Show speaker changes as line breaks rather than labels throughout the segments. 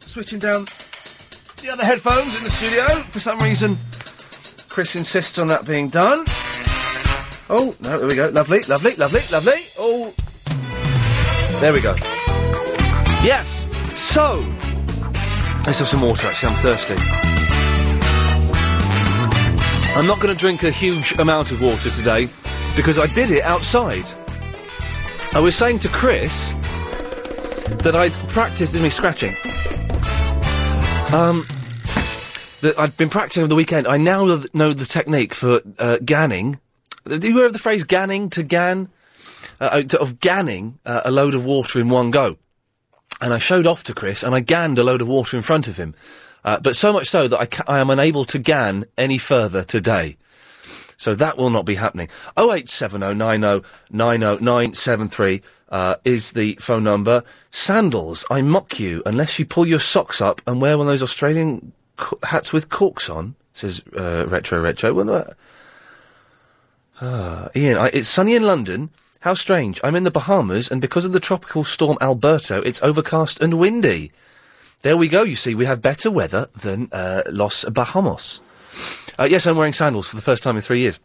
switching down the other headphones in the studio. For some reason, Chris insists on that being done. Oh, no, there we go. Lovely, lovely, lovely, lovely. Oh, there we go. Yes. So, let's have some water, actually. I'm thirsty. I'm not going to drink a huge amount of water today because I did it outside. I was saying to Chris that I'd practiced in me scratching. Um, that I'd been practicing over the weekend. I now th- know the technique for uh, ganning. Do you hear of the phrase ganning to gan? Uh, uh, to- of ganning uh, a load of water in one go. And I showed off to Chris and I ganned a load of water in front of him. Uh, but so much so that I, ca- I am unable to gan any further today. So that will not be happening. 08709090973 uh, is the phone number. Sandals, I mock you unless you pull your socks up and wear one of those Australian co- hats with corks on, says uh, Retro Retro. Well, no, Ah, Ian, I, it's sunny in London. How strange. I'm in the Bahamas, and because of the tropical storm Alberto, it's overcast and windy. There we go, you see. We have better weather than uh, Los Bajamos. Uh, yes, I'm wearing sandals for the first time in three years.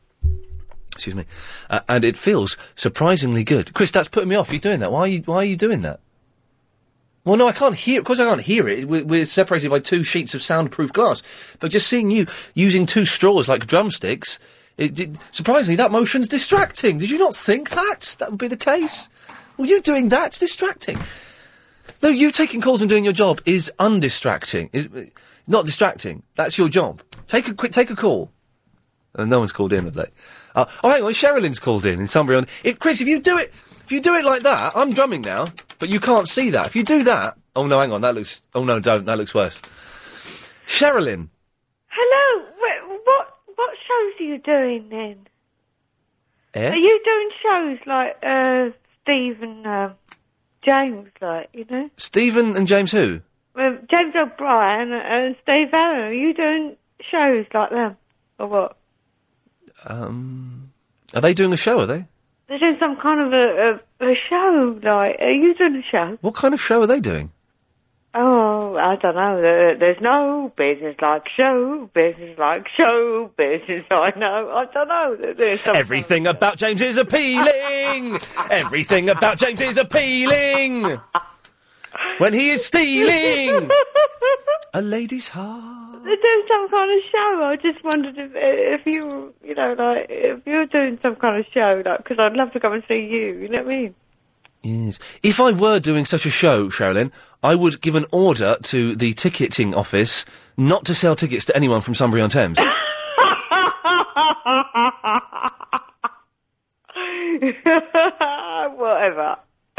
Excuse me. Uh, and it feels surprisingly good. Chris, that's putting me off. You're doing that. Why are you, why are you doing that? Well, no, I can't hear. Of course, I can't hear it. We're, we're separated by two sheets of soundproof glass. But just seeing you using two straws like drumsticks, it, did surprisingly, that motion's distracting. Did you not think that that would be the case? Well, you doing that's distracting. No, you taking calls and doing your job is undistracting. Is not distracting. That's your job. Take a quick, take a call. And no one's called in, have they? Uh, oh, hang on, Sherilyn's called in in Sunbury. On if, Chris, if you do it, if you do it like that, I'm drumming now, but you can't see that. If you do that, oh no, hang on, that looks. Oh no, don't. That looks worse. Sherilyn,
Hello. wh- What what shows are you doing then?
eh?
Are you doing shows like uh, Steve and um James, like you know,
Stephen and James who?
well, James O'Brien and Steve Allen? Are you doing shows like them or what?
Um, are they doing a show? Are they?
They're doing some kind of a, a, a show. Like, are you doing a show?
What kind of show are they doing?
Oh, I don't know. There, there's no business like show business like show business. I know. I don't know. There- There's some
Everything about James is appealing. Everything about James is appealing. When he is stealing a lady's heart.
They're doing some kind of show. I just wondered if if you were, you know like if you're doing some kind of show, like because I'd love to come and see you. You know what I mean?
Yes. If I were doing such a show, Sherilyn, I would give an order to the ticketing office not to sell tickets to anyone from Sunbury on Thames.
Whatever.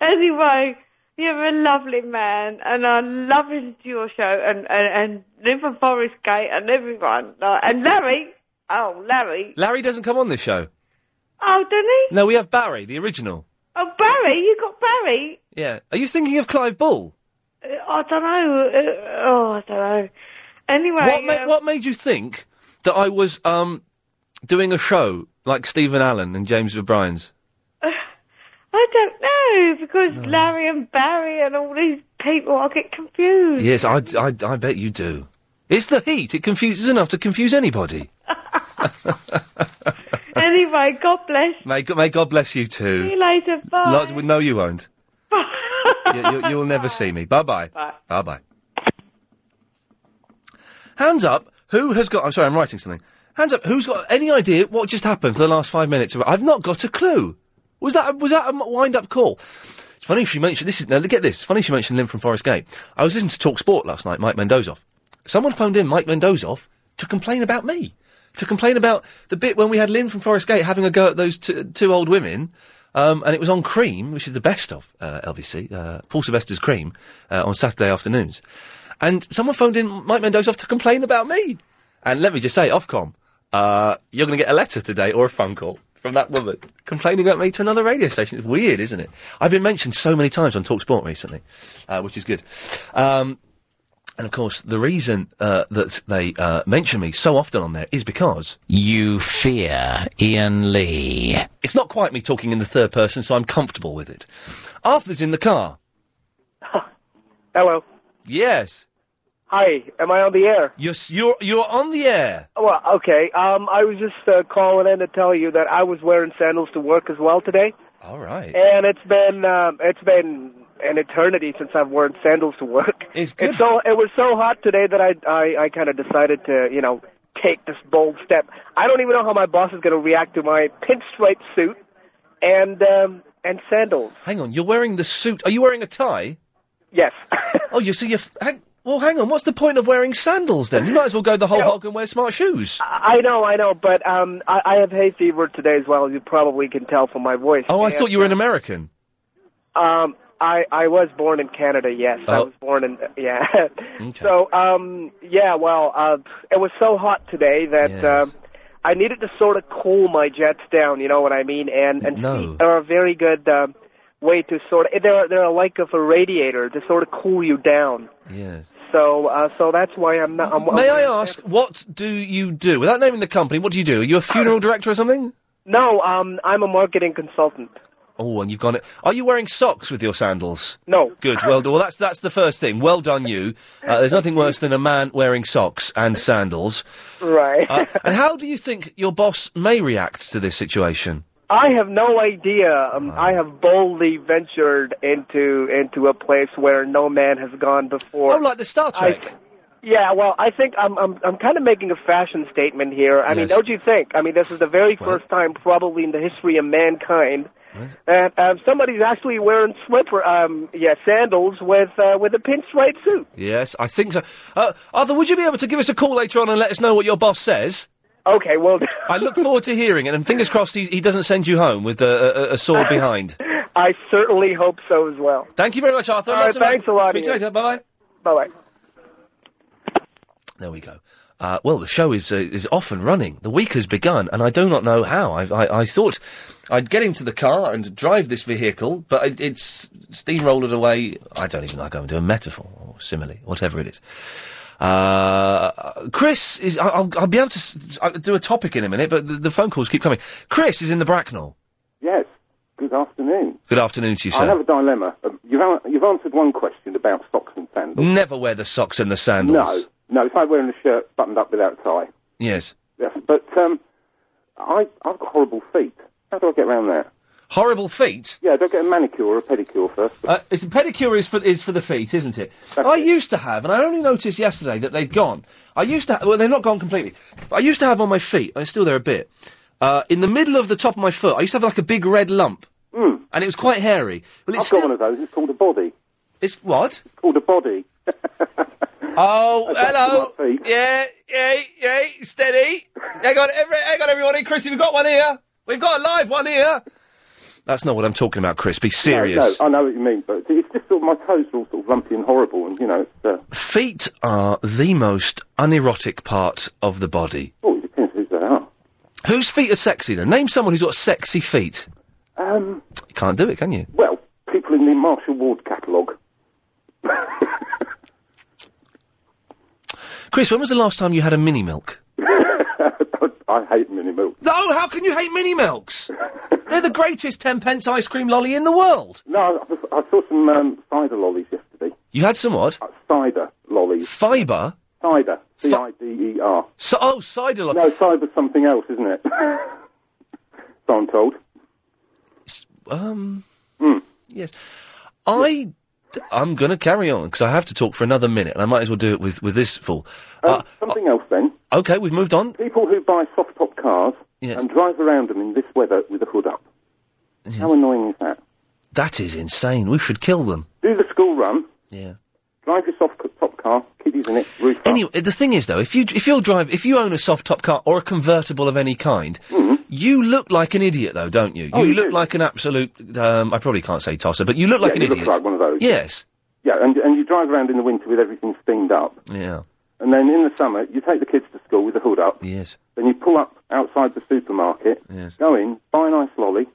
anyway, you're a lovely man, and I love listening to your show, and and, and live on Forest Gate, and everyone, like, and Larry. Oh, Larry.
Larry doesn't come on this show.
Oh, didn't he?
No, we have Barry, the original.
Oh, Barry. You got Barry.
Yeah. Are you thinking of Clive Bull?
Uh, I don't know. Uh, oh, I don't know. Anyway,
What, ma-
um,
what made you think that I was um, doing a show like Stephen Allen and James O'Brien's?
I don't know because Larry and Barry and all these people, I get confused.
Yes, I, I, I bet you do. It's the heat. It confuses enough to confuse anybody.
anyway, God bless.
May, go- may God bless you too.
See you later. Bye.
Lots, no, you won't. you, you, you'll never see me. Bye bye.
Bye.
Bye bye. Hands up. Who has got? I'm sorry, I'm writing something. Hands up. Who's got any idea what just happened for the last five minutes? Of, I've not got a clue. Was that a- was that a wind up call? It's funny she mentioned this. Is now get this. It's funny she mentioned Lynn from Forest Gate. I was listening to Talk Sport last night. Mike Mendozoff. Someone phoned in Mike Mendozoff to complain about me. To complain about the bit when we had Lynn from Forest Gate having a go at those two, two old women. Um, and it was on Cream, which is the best of uh, LBC, uh, Paul Sylvester's Cream, uh, on Saturday afternoons. And someone phoned in Mike Mendozoff to complain about me. And let me just say, Ofcom, uh, you're going to get a letter today or a phone call from that woman complaining about me to another radio station. It's weird, isn't it? I've been mentioned so many times on Talksport recently, uh, which is good. Um, and of course, the reason uh, that they uh, mention me so often on there is because
You fear Ian Lee.
it's not quite me talking in the third person, so I'm comfortable with it. Arthur's in the car.
Hello.
Yes.
Hi. Am I on the air?
You're s- you're you're on the air.
Well, okay. Um, I was just uh, calling in to tell you that I was wearing sandals to work as well today,
All right.
and it's been um, it's been an eternity since I've worn sandals to work.
It's good.
It's so it was so hot today that I I, I kind of decided to you know take this bold step. I don't even know how my boss is going to react to my pinstripe suit and um, and sandals.
Hang on. You're wearing the suit. Are you wearing a tie?
Yes.
Oh, you see, you're. F- hang- well, hang on. What's the point of wearing sandals then? You might as well go the whole hog and wear smart shoes.
I know, I know, but um, I, I have hay fever today as well. You probably can tell from my voice.
Oh, I thought you were an American.
Um, I I was born in Canada. Yes, I
Oh.
was born in uh, yeah. So um, yeah, well, uh, it was so hot today that um, I needed to sort of cool my jets down. You know what I mean? And and
No.
feet are a very good um, way to sort of they're they're like of a radiator to sort of cool you down.
Yes.
So uh, so that's why I'm not. I'm,
May
I'm,
I ask, what do you do? Without naming the company, what do you do? Are you a funeral director or something?
No, um, I'm a marketing consultant.
Oh, and you've gone. Are you wearing socks with your sandals?
No.
Good. Well, d- well, that's that's the first thing. Well done, you. Uh, there's nothing worse than a man wearing socks and sandals.
Right.
Uh, and how do you think your boss may react to this situation?
I have no idea. Um, I have boldly ventured into into a place where no man has gone before.
Oh, like the Star Trek.
yeah, well, I think I'm I'm I'm kind of making a fashion statement here. I mean,
Yes.
don't you think? I mean, this is the very first time, probably in the history of mankind, that um, somebody's actually wearing slipper, um, yeah, sandals with uh, with a pinstripe suit.
Yes, I think so. Uh, Arthur, would you be able to give us a call later on and let us know what your boss says?
Okay, well,
I look forward to hearing it, and fingers crossed he, he doesn't send you home with a, a, a sword behind.
I certainly hope so as well.
Thank you very much, Arthur.
All right,
Lots of love.
thanks a lot.
Speak to you later. Bye bye.
Bye bye.
There we go. Uh, well, the show is uh, is off and running. The week has begun, and I do not know how. I, I, I thought I'd get into the car and drive this vehicle, but it, it's steamrolled away. I don't even like I'm doing metaphor or simile, whatever it is. Uh, Chris is. I- I'll, I'll be able to s- I'll do a topic in a minute, but the, the phone calls keep coming. Chris is in the Bracknell.
Yes. Good afternoon.
Good afternoon to you,
I
sir.
have a dilemma. Um, You've, an- you've answered one question about socks and sandals.
Never wear the socks and
No,
the Mm, sandals.
no, it's like wearing a shirt buttoned up without a tie.
Yes.
Yes, but um, I, I've got horrible feet. How do I get around that?
Horrible feet.
Yeah, do I get a manicure or a pedicure first?
Uh, it's, pedicure is for is for the feet, isn't it? I used to have, and I only noticed yesterday that they'd gone. I used to, ha- well, they're not gone completely. But I used to have on my feet, and it's still there a bit. Uh, in the middle of the top of my foot, I used to have like a big red lump, mm. and it was quite hairy. Well, it's
Hmm. I've got one of those. It's called a body.
It's what?
It's called a body.
Oh, hello. Yeah, yeah, yeah, steady. Hang on, every, hang on, everybody. Chrissy, we've got one here. We've got a live one here. That's not what I'm talking about, Chris. Be serious.
No, no, I know what you mean, but it's just sort of my toes are all sort of lumpy and horrible, and you know, it's, uh,
Feet are the most unerotic part of the body.
oh, it depends who they are.
Whose feet are sexy then? Name someone who's got sexy feet.
Um,
You can't do it, can you?
well, people in the Marshall Ward catalogue.
Chris, when was the last time you had a mini milk?
I hate mini milk.
No, how can you hate mini milks? They're the greatest tenpence ice cream lolly in the world.
No, I, I saw some um, cider lollies yesterday. Uh,
You had some what?
Cider lollies.
Fibre?
Cider. C I D E R.
So, oh, cider lollies.
No, cider's something else, isn't it? so I'm told.
Um. Yes. I. I'm going to carry on because I have to talk for another minute, and I might as well do it with, with this fool.
Um, something else then.
Uh, oh, Okay, we've moved on.
People who buy soft top cars
Yes.
and drive around them in this weather with the hood up. How annoying is that?
That is insane. We should kill them.
Do the school run.
Yeah.
Drive your soft top car, kiddies in it, roof up.
Anyway, the thing is though, if you if you drive if you own a soft top car or a convertible of any kind, you look like an idiot though, don't you?
Mm-hmm. Oh,
you
you
look like an absolute. Um, I probably can't say tosser, but you look like
yeah,
an
you
idiot.
look like one of those.
Yes.
Yeah, and, and you drive around in the winter with everything steamed up.
Yeah.
And then in the summer, you take the kids to school with the hood up.
Yes.
Then you pull up outside the supermarket,
Yes.
go in, buy an ice lolly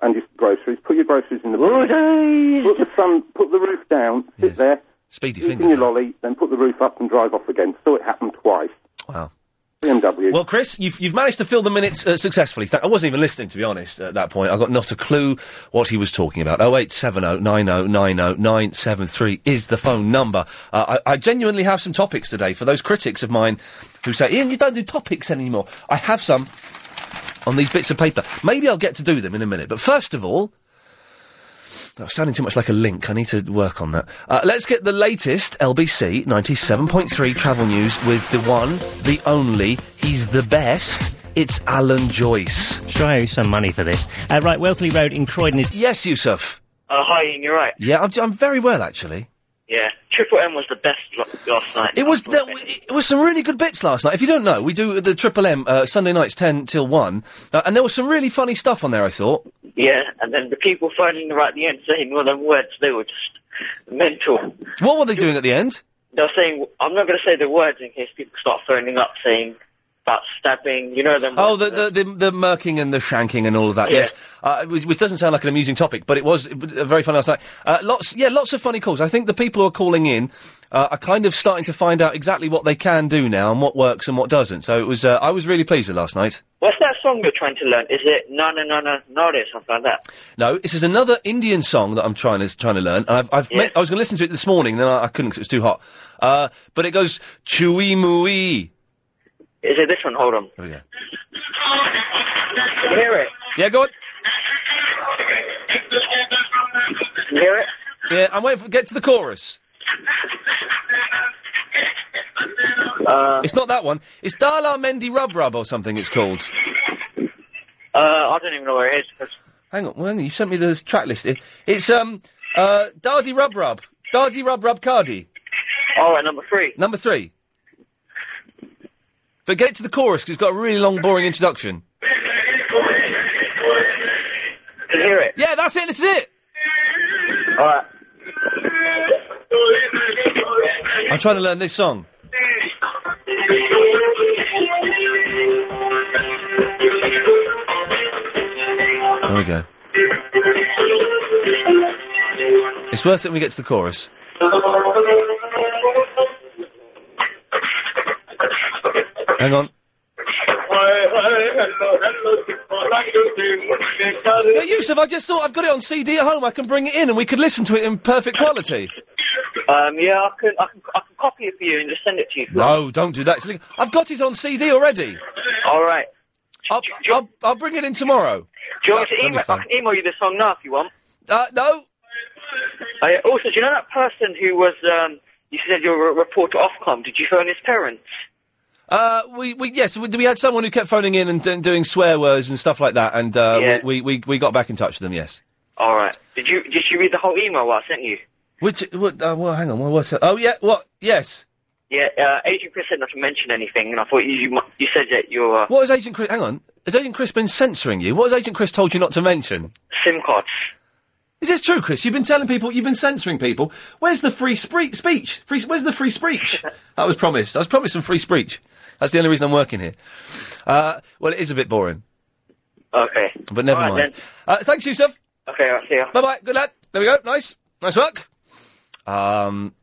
and your groceries, put your groceries in the put the sun, put the roof down, sit there,
Speedy
eating
fingers.
your lolly, then put the roof up and drive off again. So it happened twice.
Wow.
BMW.
Well, Chris, you've, you've managed to fill the minutes uh, successfully. Th- I wasn't even listening, to be honest, at that point. I got not a clue what he was talking about. 0870 90 90 973 is the phone number. Uh, I, I genuinely have some topics today for those critics of mine who say, Ian, you don't do topics anymore. I have some on these bits of paper. Maybe I'll get to do them in a minute. But first of all, that was sounding too much like a link. I need to work on that. Uh, let's get the latest LBC 97.3 travel news with the one, the only, he's the best. It's Alan Joyce.
Sure, I owe some money for this. Uh, right, Wellesley Road in Croydon is.
Yes, Yusuf.
Uh, hi, Ian, you're right.
Yeah, I'm, I'm very well, actually.
Yeah, Triple M was the best lo- last night.
It was there, it was some really good bits last night. If you don't know, we do the Triple M uh, Sunday nights ten till one, uh, and there was some really funny stuff on there. I thought.
Yeah, and then the people phoning right at the end saying all them words, they were just mental.
What were they doing at the end?
They were saying, I'm not going to say the words in case people start phoning up saying about stabbing, you know them.
Oh,
words.
the, the the the murking and the shanking and all of that.
Yeah.
Yes, uh, which, which doesn't sound like an amusing topic, but it was uh, very fun last night. Uh, lots, yeah, lots of funny calls. I think the people who are calling in uh, are kind of starting to find out exactly what they can do now and what works and what doesn't. So it was. Uh, I was really pleased with last night.
What's that song you're trying to learn? Is it No, No, No, No, No, or something like that?
No, this is another Indian song that I'm trying to trying to learn. And I've, I've meant, I was going to listen to it this morning, then I, I couldn't 'cause it was too hot. Uh, but it goes chewy mooey. Oh,
Is it this one? Hold on.
Here we go.
Can you hear it?
Yeah, go on.
Can you hear it?
Yeah, I'm waiting for get to the chorus.
Uh,
it's not that one. It's Dala Mendi Rub Rub or something. It's called.
Uh, I don't even know where it is. 'cause-
Hang on, well, hang on, you sent me the track list. It- It's um, uh, Dardy Rub Rub, Dardy Rub Rub Cardi.
All right, number three.
Number three. But get to the chorus because it's got a really long, boring introduction.
Can you hear it?
Yeah, that's it. This is it.
All right.
I'm trying to learn this song. There we go. It's worth it when we get to the chorus. Hang on. Yeah, Yusuf, I just thought I've got it on CD at home. I can bring it in and we could listen to it in perfect quality.
Um, yeah, I can, I can, I can copy it for you and just send it to you.
No, don't do that. It's li- I've got it on CD already.
All right.
I'll, I'll, I'll bring it in tomorrow.
Do you want me
That'll
to
be
email? I
fun.
can email you the song now if you want.
Uh, no.
I, Oh, also, do you know that person who was? Um, you said you were a reporter Ofcom. Did you phone his parents?
Uh, we, we yes, we, we had someone who kept phoning in and d- doing swear words and stuff like that, and uh,
Yeah.
we, we, we we got back in touch with them. Yes.
All right. Did you Did you read the whole email I sent you?
Which what? Uh, well, hang on. What? what oh yeah. What? Yes.
Yeah. Uh, Agent Chris said not to mention anything, and I thought you you, mu- you said that your uh,
What has Agent Chris? Hang on. Has Agent Chris been censoring you? What has Agent Chris told you not to mention?
SIM cards.
Is this true, Chris? You've been telling people you've been censoring people. Where's the free spre- speech? Free, where's the free speech? I was promised. I was promised some free speech. That's the only reason I'm working here. Uh, well, it is a bit boring,
Okay.
but never
All right,
mind.
then.
Uh, thanks, Yusuf.
Okay. I'll see ya.
Bye bye. Good lad. There we go. Nice. Nice work. Um,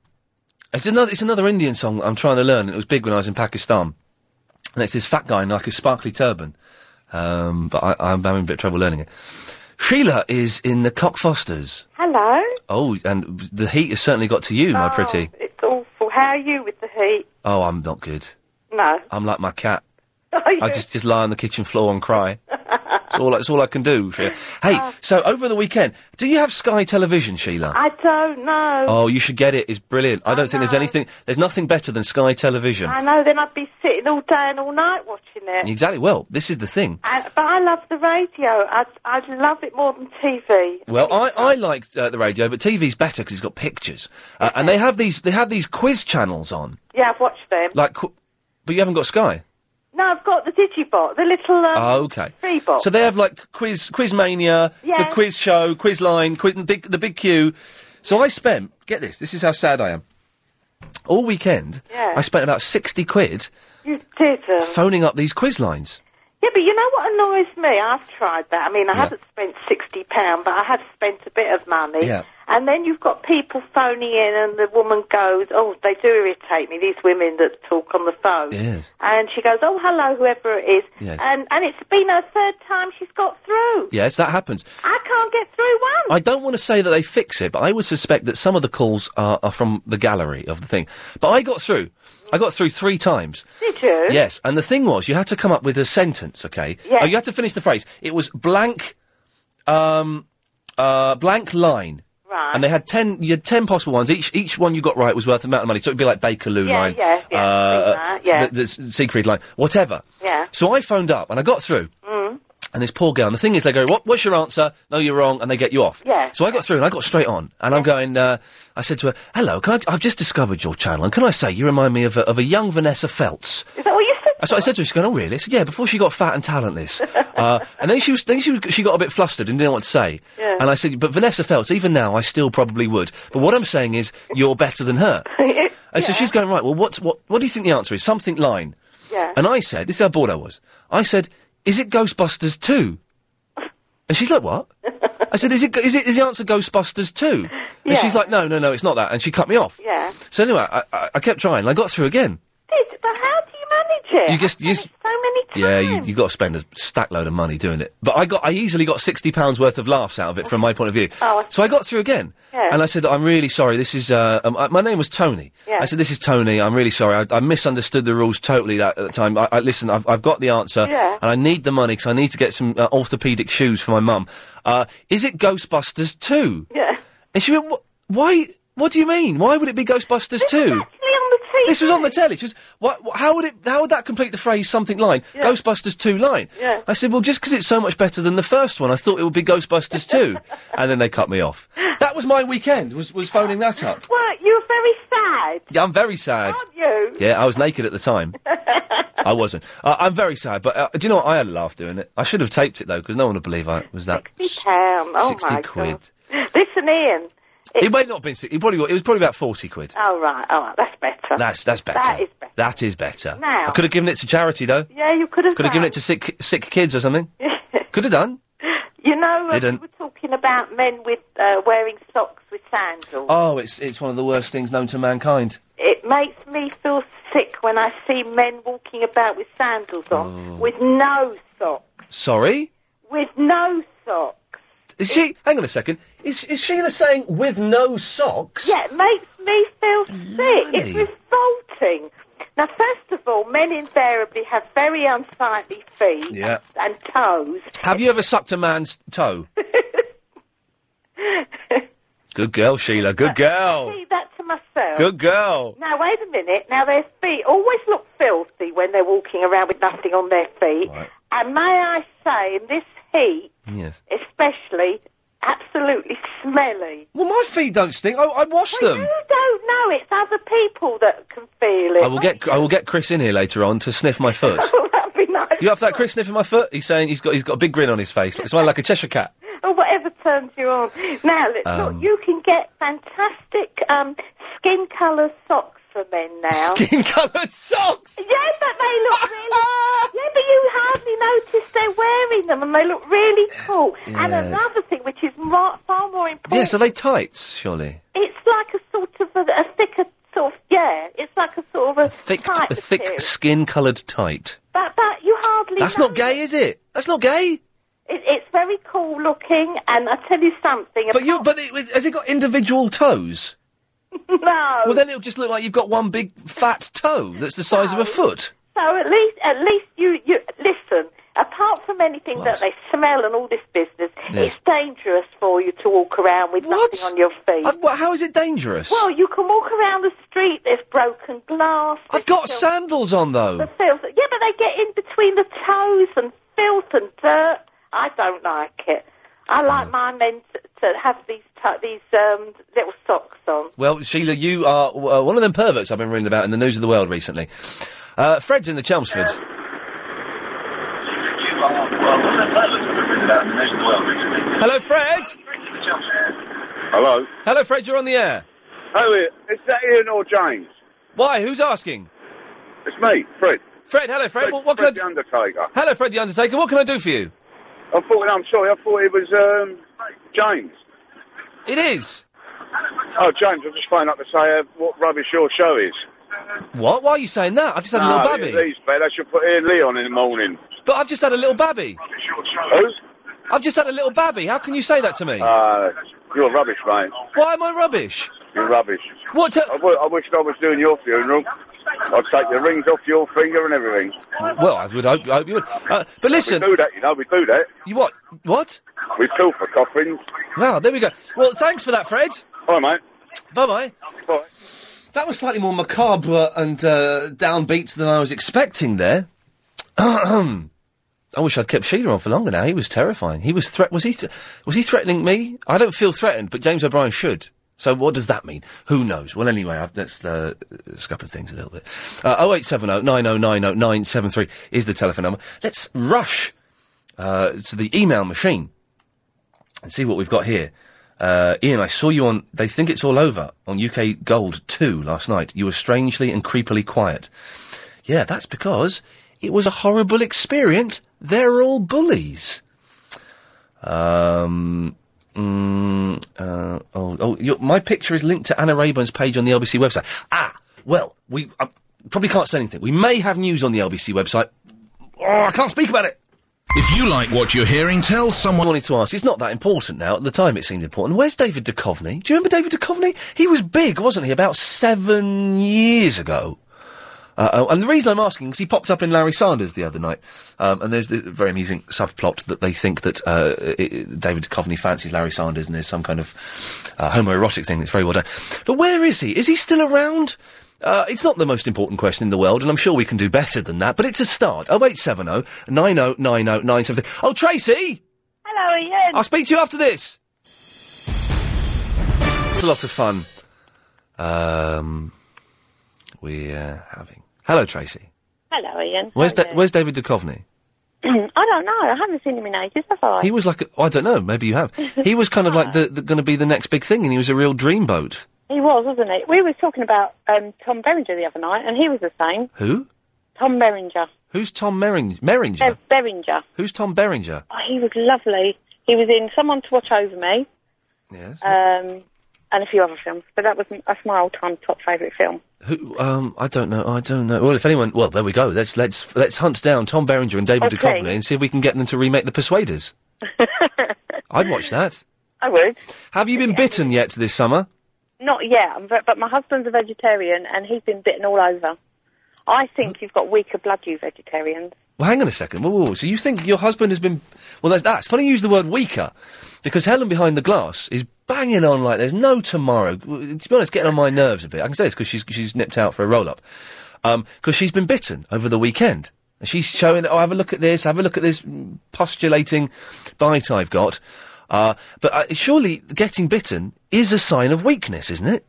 it's another it's another Indian song that I'm trying to learn. and It was big when I was in Pakistan, and it's this fat guy in like a sparkly turban. Um, but I, I'm having a bit of trouble learning it. Sheila is in the Cockfosters.
Hello.
Oh, and the heat has certainly got to you, my
Oh,
pretty.
It's awful. How are you with the heat?
Oh, I'm not good.
No.
I'm like my cat.
Are you?
I just just lie on the kitchen floor and cry. it's all it's all I can do. Sheila. Hey,
Oh.
so over the weekend, do you have Sky Television, Sheila?
I don't know.
Oh, you should get it. It's brilliant. I don't think there's anything. There's nothing better than Sky Television.
I know. Then I'd be sitting all day and all night watching it.
Exactly. Well, this is the thing.
I, but I love the radio. I I love it more than TV.
Well, I, I like uh, the radio, but TV's better because it's got pictures. Uh, and they have these they have these quiz channels on.
Yeah, I've watched them.
Like, qu- but you haven't got Sky.
No, I've got the digibot, the little um,
Oh, okay.
free box.
So they have like quiz, quiz mania, the
Yeah.
quiz show, quiz line, quiz, big, the big queue. So I spent. Get this. This is how sad I am. All weekend,
Yeah.
I spent about sixty quid
you didn't.
phoning up these quiz lines.
Yeah, but you know what annoys me? I've tried that. I mean, I
Yeah.
haven't spent sixty pound, but I have spent a bit of money.
Yeah.
And then you've got people phoning in, and the woman goes, "Oh, they do irritate me. These women that talk on the phone."
Yes.
And she goes, "Oh, hello, whoever it is."
Yes.
And and it's been her third time she's got through.
Yes, that happens.
I can't get through one.
I don't want to say that they fix it, but I would suspect that some of the calls are, are from the gallery of the thing. But I got through. I got through three times.
Did you?
Yes, and the thing was, you had to come up with a sentence, okay?
Yeah.
Oh, you had to finish the phrase. It was blank, um, uh, blank line.
Right.
And they had ten. You had ten possible ones. Each each one you got right was worth an amount of money. So it'd be like Bakerloo
Yeah,
line,
yeah, yeah,
uh,
something like that, yeah.
the, the S- Siegfried line, whatever.
Yeah.
So I phoned up and I got through.
Mm.
And this poor girl. And the thing is, they go, what, "What's your answer?" No, you're wrong, and they get you off.
Yeah.
So I got through and I got straight on, and I'm going. Uh, I said to her, "Hello, can I, I've just discovered your channel, and can I say you remind me of a, of a young Vanessa Feltz?"
Is that what you said?
So I said to her, "She's going, oh really?" I said, "Yeah." Before she got fat and talentless, uh, and then she was, then she was, she got a bit flustered and didn't know what to say.
Yeah.
And I said, "But Vanessa Feltz, even now, I still probably would. But what I'm saying is, you're better than her." and so she's going, "Right, well, what's what? What do you think the answer is? Something line."
Yeah.
And I said, "This is how bored I was." I said, "Is it Ghostbusters 2? And she's like, "What?" I said, "Is it is it is the answer Ghostbusters 2? And
Yeah.
she's like, "No, no, no, it's not that." And she cut me off.
Yeah.
So anyway, I, I, I kept trying. and I got through again.
Did, but how do you manage it?
You just, you just
so many times.
yeah, you, you got to spend a stack load of money doing it. But I got, I easily got sixty pounds worth of laughs out of it from my point of view.
Oh.
so I got through again,
Yeah.
and I said, "I'm really sorry. This is uh, um, I, my name was Tony.
Yeah.
I said, this is Tony. I'm really sorry. I, I misunderstood the rules totally that, at the time. I, I listen, I've, I've got the answer,
Yeah.
and I need the money because I need to get some uh, orthopedic shoes for my mum. Uh, is it Ghostbusters two?
Yeah.
And she went, "Wh- "Why? What do you mean? Why would it be Ghostbusters two? This was on the telly. She was, what, what, how would it? How would that complete the phrase something line?
Yeah.
Ghostbusters two line.
Yeah.
I said, well, just because it's so much better than the first one, I thought it would be Ghostbusters two, and then they cut me off. That was my weekend. Was was phoning that up.
Well, you're very sad,
Yeah, I'm very sad.
aren't you?
Yeah, I was naked at the time. I wasn't. Uh, I'm very sad, but uh, do you know what? I had a laugh doing it. I should have taped it though, because no one would believe I was that.
Sixty pound. Oh
60
my
quid.
god. Listen, Ian.
It, may not have been. si- It probably wa- it was probably about forty quid.
Oh right, all right, that's better.
That's that's better.
That is better.
That is better.
Now-
I could have given it to charity though.
Yeah, you could have.
Could have given it to sick sick kids or something. could have done.
You know, uh,
Didn't.
we were talking about men with uh, wearing socks with sandals.
Oh, it's it's one of the worst things known to mankind.
It makes me feel sick when I see men walking about with sandals
Oh.
on, with no socks,
Sorry,
with no socks.
is she? Hang on a second. Is is Sheila saying with no socks?
Yeah, it makes me feel sick. It's revolting. Now, first of all, men invariably have very unsightly feet
Yeah.
and toes.
Have you ever sucked a man's toe? Good girl, Sheila. Good girl.
See that to myself.
Oh. Good girl.
Now wait a minute. Now their feet always look filthy when they're walking around with nothing on their feet. And may I say, in this heat,
Yes.
especially, absolutely smelly.
Well, my feet don't stink. I, I wash them.
You don't know. It's other people that can feel it.
I will get I will get Chris in here later on to sniff my foot.
That'd be nice.
You have that Chris sniffing my foot? He's saying he's got he's got a big grin on his face. It's smelling like a Cheshire cat.
Or whatever turns you on. Now look,
Um.
look you can get fantastic um, skin colour socks for men now.
Skin coloured socks.
Yeah, but they look really. yeah, but you hardly notice they're wearing them, and they look really cool. And
yes.
another thing, which is more, far more important,
Yes, are they tights? Surely.
it's like a sort of a, a thicker sort of yeah, it's like a sort of a,
Thick,
tight
a
material.
thick skin coloured tight.
But but you hardly.
That's
know
not gay, is it? That's not gay.
It, it's very cool looking, and I tell you something.
But you, but it, has it got individual toes?
no.
Well, then it'll just look like you've got one big fat toe that's the size of a foot.
So at least, at least you, you listen. Apart from anything that they smell and all this business,
Yes.
it's dangerous for you to walk around with nothing on your feet.
I've, well, how is it dangerous?
Well, you can walk around the street. There's broken glass.
I've got sandals on
The
though.
filth. Yeah, but they get in between the toes and filth and dirt. I don't like it. I like
Mm.
my men to, to have these t- these um, little socks on.
Well, Sheila, you are uh, one of them perverts I've been reading about in the news of the world recently. Uh, Fred's in the Chelmsford. Hello, Fred.
Hello.
Hello, Fred. You're on the air.
Oh, is that Ian or James?
Why? Who's asking?
It's me, Fred.
Fred, hello, Fred.
Fred,
what, what
Fred
can I?
the Undertaker.
Hello, Fred the Undertaker. What can I do for you?
I thought, I'm sorry, I thought it was um, James.
It is.
Oh, James, I'm just phoning up to say uh, what rubbish your show is.
What? Why are you saying that? I've just had a
no,
little babby.
These, mate. I should put Ian Lee on in the morning.
But I've just had a little babby. I've just had a little babby. How can you say that to me?
Uh, you're rubbish, mate.
Why am I rubbish?
You're rubbish.
What? I
wi- I wish I was doing your funeral. I'd take the rings off your finger and everything.
well, I would hope, I hope you would. Uh, but listen.
We do that, you know, we do that.
You what? What?
We kill for coffins.
Wow, there we go. Well, thanks for that, Fred.
Bye, mate.
Bye bye.
Bye.
That was slightly more macabre and uh, downbeat than I was expecting there. I wish I'd kept Sheila on for longer now. He was terrifying. He was threat. Was he? Th- was he threatening me? I don't feel threatened, but James O'Brien should. So what does that mean? Who knows? Well, anyway, I've, let's uh, scupper things a little bit. Uh, 0870 9090 973 is the telephone number. Let's rush uh, to the email machine and see what we've got here. Uh, Ian, I saw you on They Think It's All Over on UK Gold 2 last night. You were strangely and creepily quiet. Yeah, that's because it was a horrible experience. They're all bullies. Um, mm, uh, oh, oh your, my picture is linked to Anna Rayburn's page on the LBC website. Ah, well, we I probably can't say anything. We may have news on the LBC website. Oh, I can't speak about it. If you like what you're hearing, tell someone. I wanted to ask. It's not that important now. At the time, it seemed important. Where's David Duchovny? Do you remember David Duchovny? He was big, wasn't he? About seven years ago. Uh, oh, and the reason I'm asking is he popped up in Larry Sanders the other night, um, and there's the very amusing subplot that they think that uh, it, David Duchovny fancies Larry Sanders, and there's some kind of uh, homoerotic thing that's very well done. But where is he? Is he still around? Uh, it's not the most important question in the world, and I'm sure we can do better than that, but it's a start. 0870 9090 973. Oh, Tracy!
Hello, Ian.
I'll speak to you after this. It's a lot of fun. Um, we're having. Hello, Tracy.
Hello, Ian.
Where's
How
da- Where's David Duchovny?
are you? I don't know. I haven't seen him in ages, have I?
He was like a, I don't know. Maybe you have. He was kind of like the, the going to be the next big thing, and he was a real dreamboat.
He was, wasn't he? We were talking about um, Tom Berringer the other night, and he was the same.
Who?
Tom Berringer.
Who's Tom Merring- Merringer?
Ber- Berringer.
Who's Tom Berringer?
Oh, he was lovely. He was in Someone to Watch Over Me.
Yes.
Um, and a few other films, but that was m- that's my all-time top favourite film.
Who? Um, I don't know. I don't know. Well, if anyone, well, there we go. Let's let's let's hunt down Tom Berringer and David
Okay.
Duchovny and see if we can get them to remake The Persuaders. I'd watch that.
I would.
Have you been bitten yet this summer?
Not yet, I'm ve- but my husband's a vegetarian, and he's been bitten all over. I think you've got weaker blood, you vegetarians.
Well, hang on a second. Whoa, whoa, whoa. So you think your husband has been? Well, that's that's funny. You use the word weaker, because Helen behind the glass is banging on like there's no tomorrow. W- To be honest, getting on my nerves a bit. I can say this because she's she's nipped out for a roll up, because she's been bitten over the weekend. And she's showing, oh, have a look at this, have a look at this mm, postulating bite I've got. Uh, but uh, surely getting bitten is a sign of weakness, isn't it?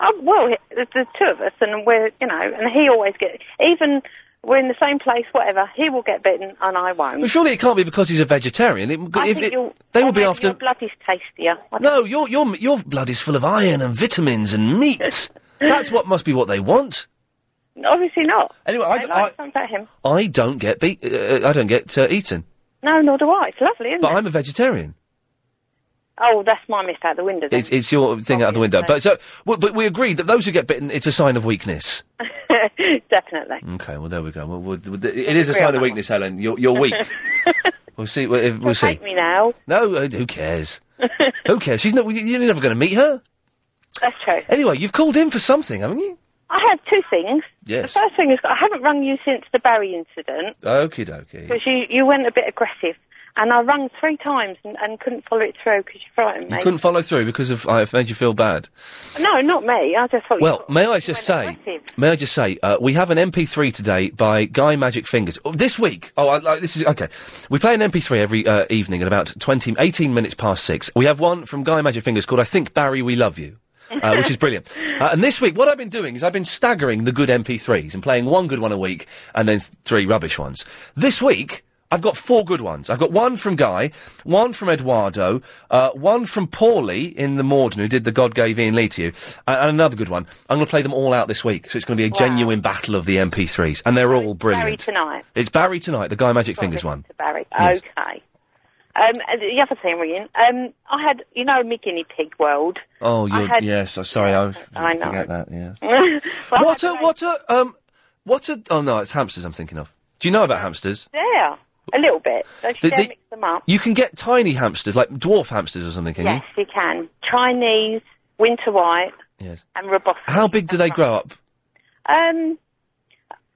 Oh, well, he- the, the two of us, and we're, you know, and he always get even we're in the same place, whatever. He will get bitten, and I won't.
But surely it can't be because he's a vegetarian. It,
I
if
think
it-
you'll-
they
oh,
will be
maybe
after.
Your blood is tastier. I
No, your your your blood is full of iron and vitamins and meat. That's what must be what they want.
don't- Obviously not.
Anyway, I,
I like something about him.
I don't get beat. Uh, I don't get uh, eaten,
No, nor do I. It's lovely, isn't
but
it?
I'm a vegetarian.
Oh, that's my miss out the window. Then.
It's it's your thing out of the window. But so, w- but we agreed that those who get bitten, it's a sign of weakness.
Definitely.
Okay, well there we go. Well, we'll, it is
Agree
a
on
sign
that
of weakness, Helen. You're you're weak. we'll see. We'll, if- we'll
Don't
see.
hate me now.
No, uh, who cares? who cares? She's not. You're never going to meet her.
That's true.
Anyway, you've called in for something, haven't you?
I have two things.
Yes.
The first thing is I haven't rung you since the Barry incident
Okie dokie.
because you, you went a bit aggressive. And I rung three times and, and couldn't follow it through because you frightened
You
me.
couldn't follow through because of I've made you feel bad.
No, not me. I just thought
Well,
you
may I just say,
aggressive.
may I just say, uh, we have an MP3 today by Guy Magic Fingers. Oh, this week, oh, I, like, this is okay. We play an MP3 every uh, evening at about 20, 18 minutes past six. We have one from Guy Magic Fingers called "I Think Barry We Love You." Uh, which is brilliant. Uh, and this week, what I've been doing is I've been staggering the good MP3s and playing one good one a week and then th- three rubbish ones. This week, I've got four good ones. I've got one from Guy, one from Eduardo, uh, one from Paulie in the Morden who did the God Gave Ian Lee to You, and, and another good one. I'm going to play them all out this week, so it's going to be a genuine battle of the MP3s, and they're all
Barry
brilliant.
tonight.
It's Barry tonight, the Guy Magic Fingers one.
To Barry.
Yes.
Okay. Um, and the other thing, ringing. Um, I had, you know, my guinea pig world.
Oh,
I
you're,
had-
yes. I'm sorry, I,
I know.
forget that. Yeah.
Well,
what a what a um what a oh no, it's hamsters I'm thinking of. Do you know about hamsters?
Yeah, a little bit. Don't you
The-
dare
the-
mix them up.
You can get tiny hamsters, like dwarf hamsters or something, can
yes, you can. Chinese, winter white,
you? Yes.
and robust.
How big do they grow up?
Um,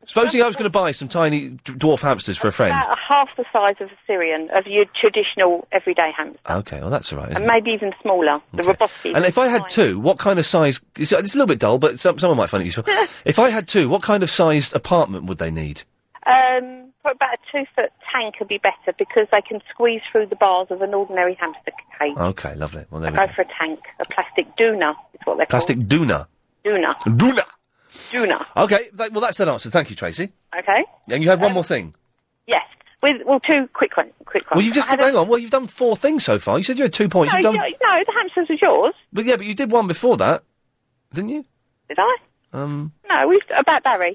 Supposing I was going to buy some tiny d- dwarf hamsters for a friend.
about half the size of a Syrian, of your traditional everyday hamster,
Okay, well that's all right. isn't
and
it?
maybe even smaller. The robust.
And if I had two, what kind of size? It's, it's a little bit dull, but some, someone might find it useful. if I had two, what kind of sized apartment would they need?
Um, probably about a two-foot tank would be better because they can squeeze through the bars of an ordinary hamster cage.
Okay, lovely. Well, Oh, there we
Go
go.
for a tank, a plastic doona is what they're
Plastic doona.
called. Doona,
Doona.
doona.
Okay, that, well that's that answer. Thank you, Tracy.
Okay. Um,
And you had one more thing.
Yes. With well, two quick ones. Quick ones.
Well, you've just
I had a-
hang on. Well, you've done four things so far. You said you had two points.
No,
you've done,
you- no, the hamsters was yours.
but yeah, but you did one before that, didn't you?
Did I?
Um.
No, we about Barry.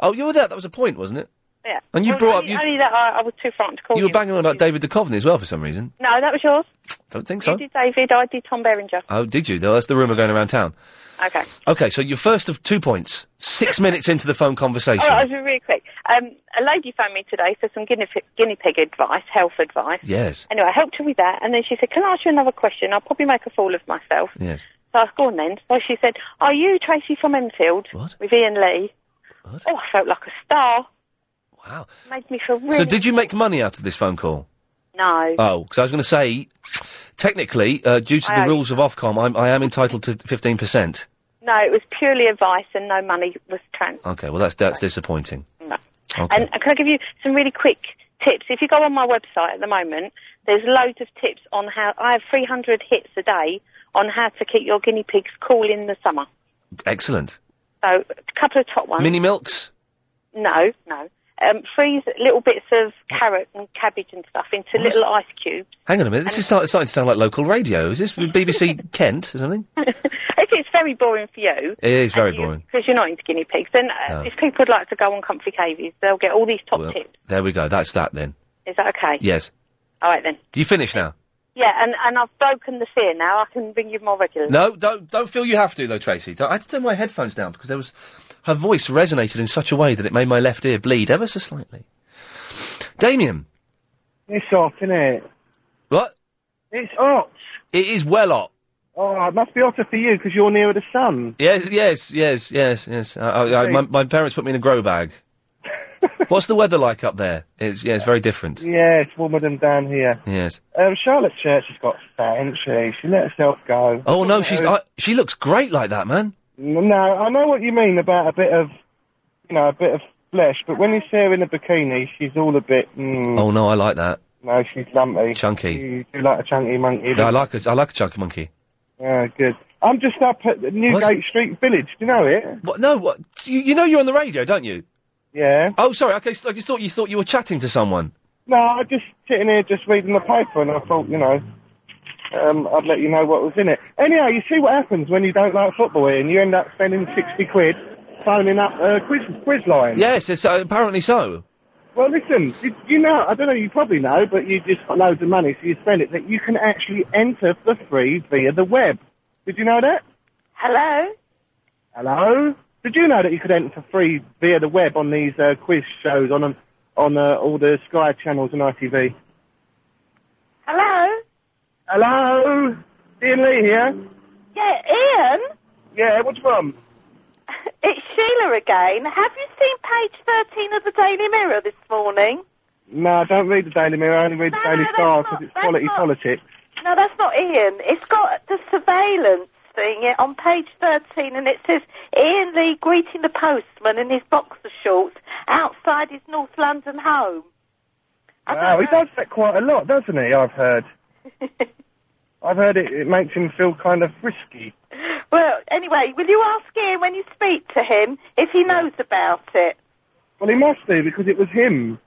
Oh, you were there. That was a point, wasn't it?
Yeah.
And you
Well,
brought up-
only,
you-
only that I, I was too frightened to call
You
you.
were banging on about David Duchovny as well for some reason.
No, that was yours.
Don't think so.
You did David. I did Tom Berenger.
Oh, did you? Though That's the rumor going around town.
Okay.
Okay, so you're first of two points. Six minutes into the phone conversation.
All right, I'll be really quick. Um, a lady phoned me today for some guinea, pig- guinea pig advice, health advice.
Yes.
Anyway, I helped her with that, and then she said, "Can I ask you another question? I'll probably make a fool of myself."
Yes.
So I was gone then. So she said, Are you Tracy from Enfield?
What?
With Ian Lee. What? Oh, I felt like a star.
Wow.
Made me feel really.
So did you make money out of this phone call?
No.
Oh, because I was going to say, technically, uh, due to
I owe
the
you.
rules of Ofcom, I'm, I am entitled to fifteen percent.
No, it was purely advice, and no money was transferred.
Okay, well that's that's disappointing.
No.
Okay.
And uh, can I give you some really quick tips? If you go on my website at the moment, there's loads of tips on how. I have 300 hits a day on how to keep your guinea pigs cool in the summer.
Excellent.
So a couple of top ones.
Mini milks.
No, no. Um, freeze little bits of carrot and cabbage and stuff into little ice cubes.
Hang on a minute. This is start, starting to sound like local radio. Is this BBC Kent or something?
If it's very boring for you,
It is very boring.
because you're not into guinea pigs, then uh,
No.
if people would like to go on comfy cavies, they'll get all these top
Well,
tips.
there we go. That's that then.
Is that okay?
Yes.
All right then.
Do you finish now?
Yeah, and, and I've broken the fear now. I can bring you more regularly.
No, don't don't feel you have to though, Tracy. Don't- I had to turn my headphones down because there was her voice resonated in such a way that it made my left ear bleed ever so slightly. Damien,
It's hot, isn't it?
What?
It's hot.
it is well hot.
Oh, it must be hotter for you because you're nearer the sun.
Yes, yes, yes, yes, yes. I, I, I, my, my parents put me in a grow bag. What's the weather like up there? It's yeah, it's very different.
Yeah, it's warmer than down here.
Yes.
Um, Charlotte Church has got fat, hasn't she? She let herself go.
Oh no, she's I, she looks great like that, man.
N- No, I know what you mean about a bit of, you know, a bit of flesh, but when you see her in a bikini, she's all a bit, mm,
Oh no, I like that.
no, she's lumpy.
Chunky.
You do like a chunky monkey.
Yeah, I like a, I like a chunky monkey.
Oh, good. I'm just up at Newgate Street Village. Do you know it?
What? No. What? You, you know you're on the radio, don't you?
Yeah.
Oh, sorry. Okay, so I just thought you thought you were chatting to someone.
No, I just sitting here just reading the paper, and I thought, you know, um, I'd let you know what was in it. Anyhow, you see what happens when you don't like football, and you end up spending sixty quid phoning up uh, quiz quiz line.
Yes, it's, uh, apparently so.
Well, listen, you, you know, I don't know, you probably know, but you just got loads of money, so you spend it. That you can actually enter for free via the web. Did you know that?
Hello?
Hello. Did you know that you could enter for free via the web on these uh, quiz shows on um, on uh, all the Sky channels and ITV?
Hello?
Hello, Ian Lee here.
Yeah, Ian?
Yeah, what's from?
It's Sheila again. Have you seen page 13 of the Daily Mirror this morning?
No, I don't read the Daily Mirror. I only read the Daily Star because it's quality politics.
No, that's not Ian. It's got the surveillance thing yeah, on page 13 and it says Ian Lee greeting the postman in his boxer shorts outside his North London home.
Wow, he does that quite a lot, doesn't he? I've heard. I've heard it, it makes him feel kind of frisky.
Well, anyway, will you ask Ian when you speak to him if he knows about it?
Well, he must do because it was him.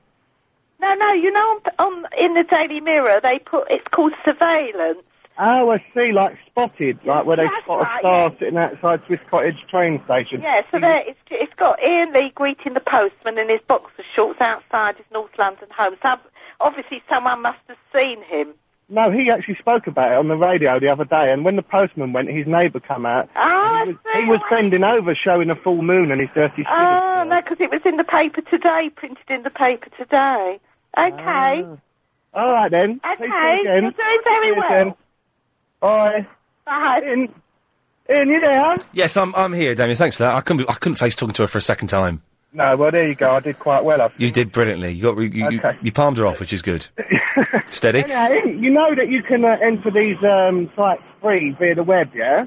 No, no, you know, on, on in the Daily Mirror they put it's called surveillance.
Oh, I see, like spotted, like where they spot a
right,
star sitting outside Swiss Cottage train station.
Yeah, so there it's, it's got Ian Lee greeting the postman in his boxer shorts outside his North London home. So
obviously someone must have seen him.
No, he actually spoke about it on the radio the other day, and when the postman went, his neighbour come out.
Oh,
Ah,
he was, he was bending over, showing a full moon and his dirty shoes.
Ah, no, because it was in the paper today, printed in the paper today. Okay.
Ah. All right then.
Okay,
Peace
you're
again.
doing very
Peace
well.
again. Bye.
Bye.
In, in you there?
Yes, I'm. I'm here, Damien. Thanks for that. I couldn't. Be, I couldn't face talking to her for a second time.
No, well there you go. I did quite well. I
You did brilliantly. You got. You, you, you- you palmed her off, which is good. Steady.
Anyhow, in- you know that you can uh, enter these um, sites free via the web, yeah?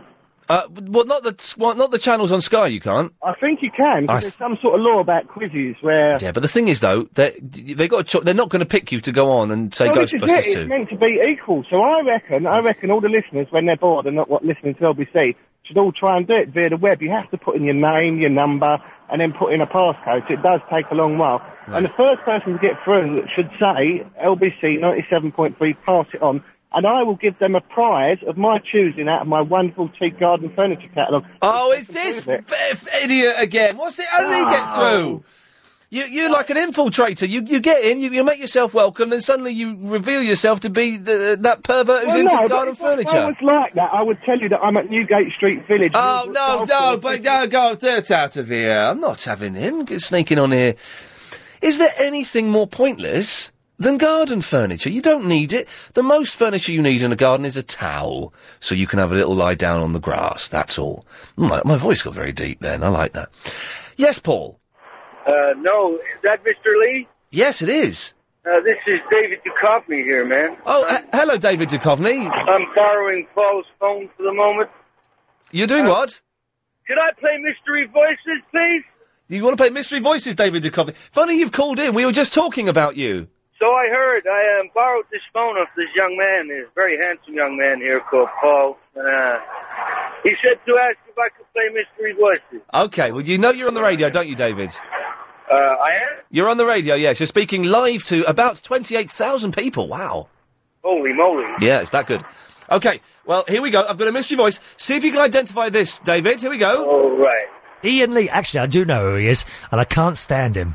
Uh, well, not the s- well, not the channels on Sky. You can't.
I think you can. 'cause
I
there's
th-
some sort of law about quizzes where.
Yeah, but the thing is, though, they they got. A cho- they're not going to pick you to go on and say
Well, this is
Ghostbusters
it,
two.
It's meant to be equal, so I reckon, I reckon all the listeners, when they're bored and not what listening to LBC, should all try and do it via the web. You have to put in your name, your number, and then put in a passcode. So it does take a long while. And the first person to get through should say LBC ninety-seven point three. Pass it on. And I will give them a prize of my choosing out of my wonderful tea garden furniture catalogue.
Oh, is this f- idiot again? What's it? How did he get through? You, you're like an infiltrator. You, you get in, you, you make yourself welcome, then suddenly you reveal yourself to be the, that pervert who's
Well,
into
no, but
garden
if I- If I
furniture.
was like that, I would tell you that I'm at Newgate Street Village.
Oh no, no, but no, go dirt out of here. I'm not having him get sneaking on here. Is there anything more pointless than garden furniture? You don't need it. The most furniture you need in a garden is a towel, so you can have a little lie down on the grass. That's all. Mm, My, my voice got very deep then. I like that. Yes, Paul.
Uh, no, is that Mr. Lee?
Yes, it is.
Uh, this is David Duchovny here, man.
Oh, h- hello, David Duchovny.
I'm borrowing Paul's phone for the moment. Uh,
You're doing what?
Can I play Mystery Voices, please?
You want to play Mystery Voices, David Duchovny? Funny you've called in. We were just talking about you.
So I heard. I um, borrowed this phone off this young man, this very handsome young man here called Paul. And, uh, he said to ask if I could play Mystery Voices.
Okay, well, you know you're on the radio, don't you, David?
Uh, I am?
You're on the radio, yes. You're speaking live to about 28,000 people. Wow.
Holy moly.
Yeah, it's that good. Okay, well, here we go. I've got a mystery voice. See if you can identify this, David. Here we go.
All right.
Ian Lee. Actually, I do know who he is, and I can't stand him.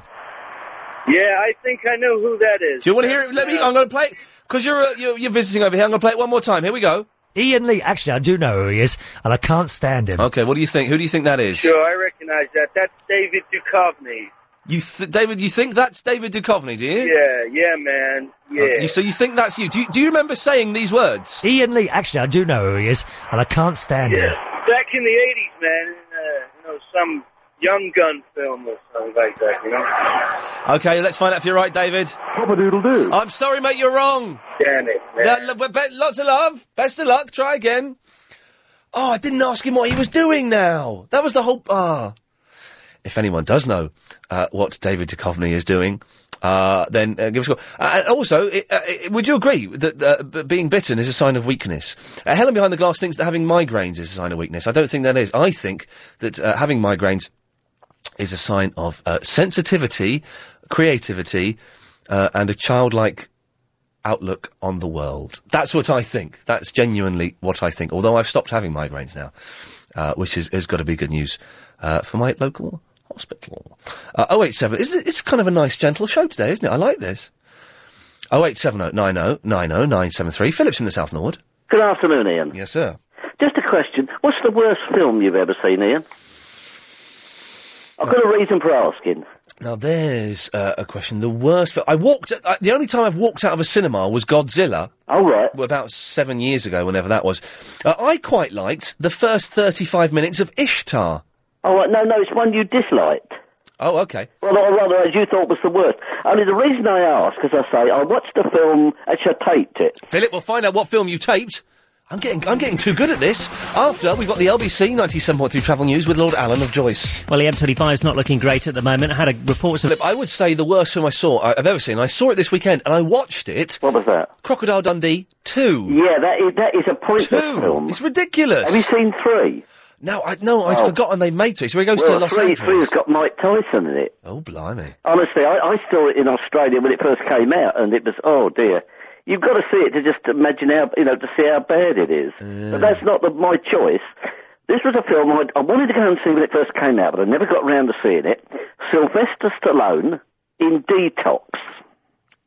Yeah, I think I know who that is.
Do you want to hear it? Let me. I'm going to play it. Because you're, uh, you're, you're visiting over here. I'm going to play it one more time. Here we go.
Ian Lee. Actually, I do know who he is, and I can't stand him.
Okay, what do you think? Who do you think that is?
Sure, I recognize that. That's David Duchovny.
You th- David, you think that's David Duchovny, do you? Uh,
Yeah, yeah, man. Yeah.
You, so you think that's you. Do, you? do you remember saying these words?
Ian Lee. Actually, I do know who he is, and I can't stand him.
Back in the 80s, man, in, uh, you know, some young gun film or something like that, you know?
Okay, let's find out if you're right, David.
doo.
I'm sorry, mate, you're wrong.
Damn it, man.
Yeah, lo- be- lots of love. Best of luck. Try again. Oh, I didn't ask him what he was doing now. That was the whole. Ah. If anyone does know uh, what David Duchovny is doing, uh, then uh, give us a call. Uh, and also, i uh, i would you agree that uh, b- being bitten is a sign of weakness? Uh, Helen Behind the Glass thinks that having migraines is a sign of weakness. I don't think that is. I think that uh, having migraines is a sign of uh, sensitivity, creativity, uh, and a childlike outlook on the world. That's what I think. That's genuinely what I think. Although I've stopped having migraines now, uh, which is, has got to be good news uh, for my local hospital. Uh, 087. Is it, it's kind of a nice, gentle show today, isn't it? I like this. 0870 90 90 973. Phillips in the South Norwood.
Good afternoon, Ian.
Yes, sir.
Just a question. What's the worst film you've ever seen, Ian? I've got a reason for asking.
Now there's uh, a question. The worst. I walked. I, the only time I've walked out of a cinema was Godzilla.
Oh right.
About seven years ago, whenever that was. Uh, I quite liked the first thirty-five minutes of Ishtar.
Oh, right, no, no, it's one you disliked.
Oh, okay.
Well, or rather, as you thought was the worst. Only the reason I ask, as I say, I watched the film, actually I taped it.
Philip, we'll find out what film you taped. I'm getting, I'm getting too good at this. After we've got the LBC 97.3 travel news with Lord Allen of Joyce.
Well, the M25 is not looking great at the moment. I had a reports of
Philip, I would say the worst film I saw I, I've ever seen. I saw it this weekend and I watched it.
What was that?
Crocodile Dundee two.
Yeah, that is, that is a pointless film.
It's ridiculous. Have you
seen three? Oh.
No, I no, I'd forgotten they made two. So he goes
well,
to Los
three,
Angeles.
three's got Mike Tyson in it.
Oh, blimey.
Honestly, I, I saw it in Australia when it first came out, and it was oh dear. You've got to see it to just imagine how you know to see how bad it is. But that's not the, my choice. This was a film I, I wanted to go and see when it first came out, but I never got round to seeing it. Sylvester Stallone in Detox.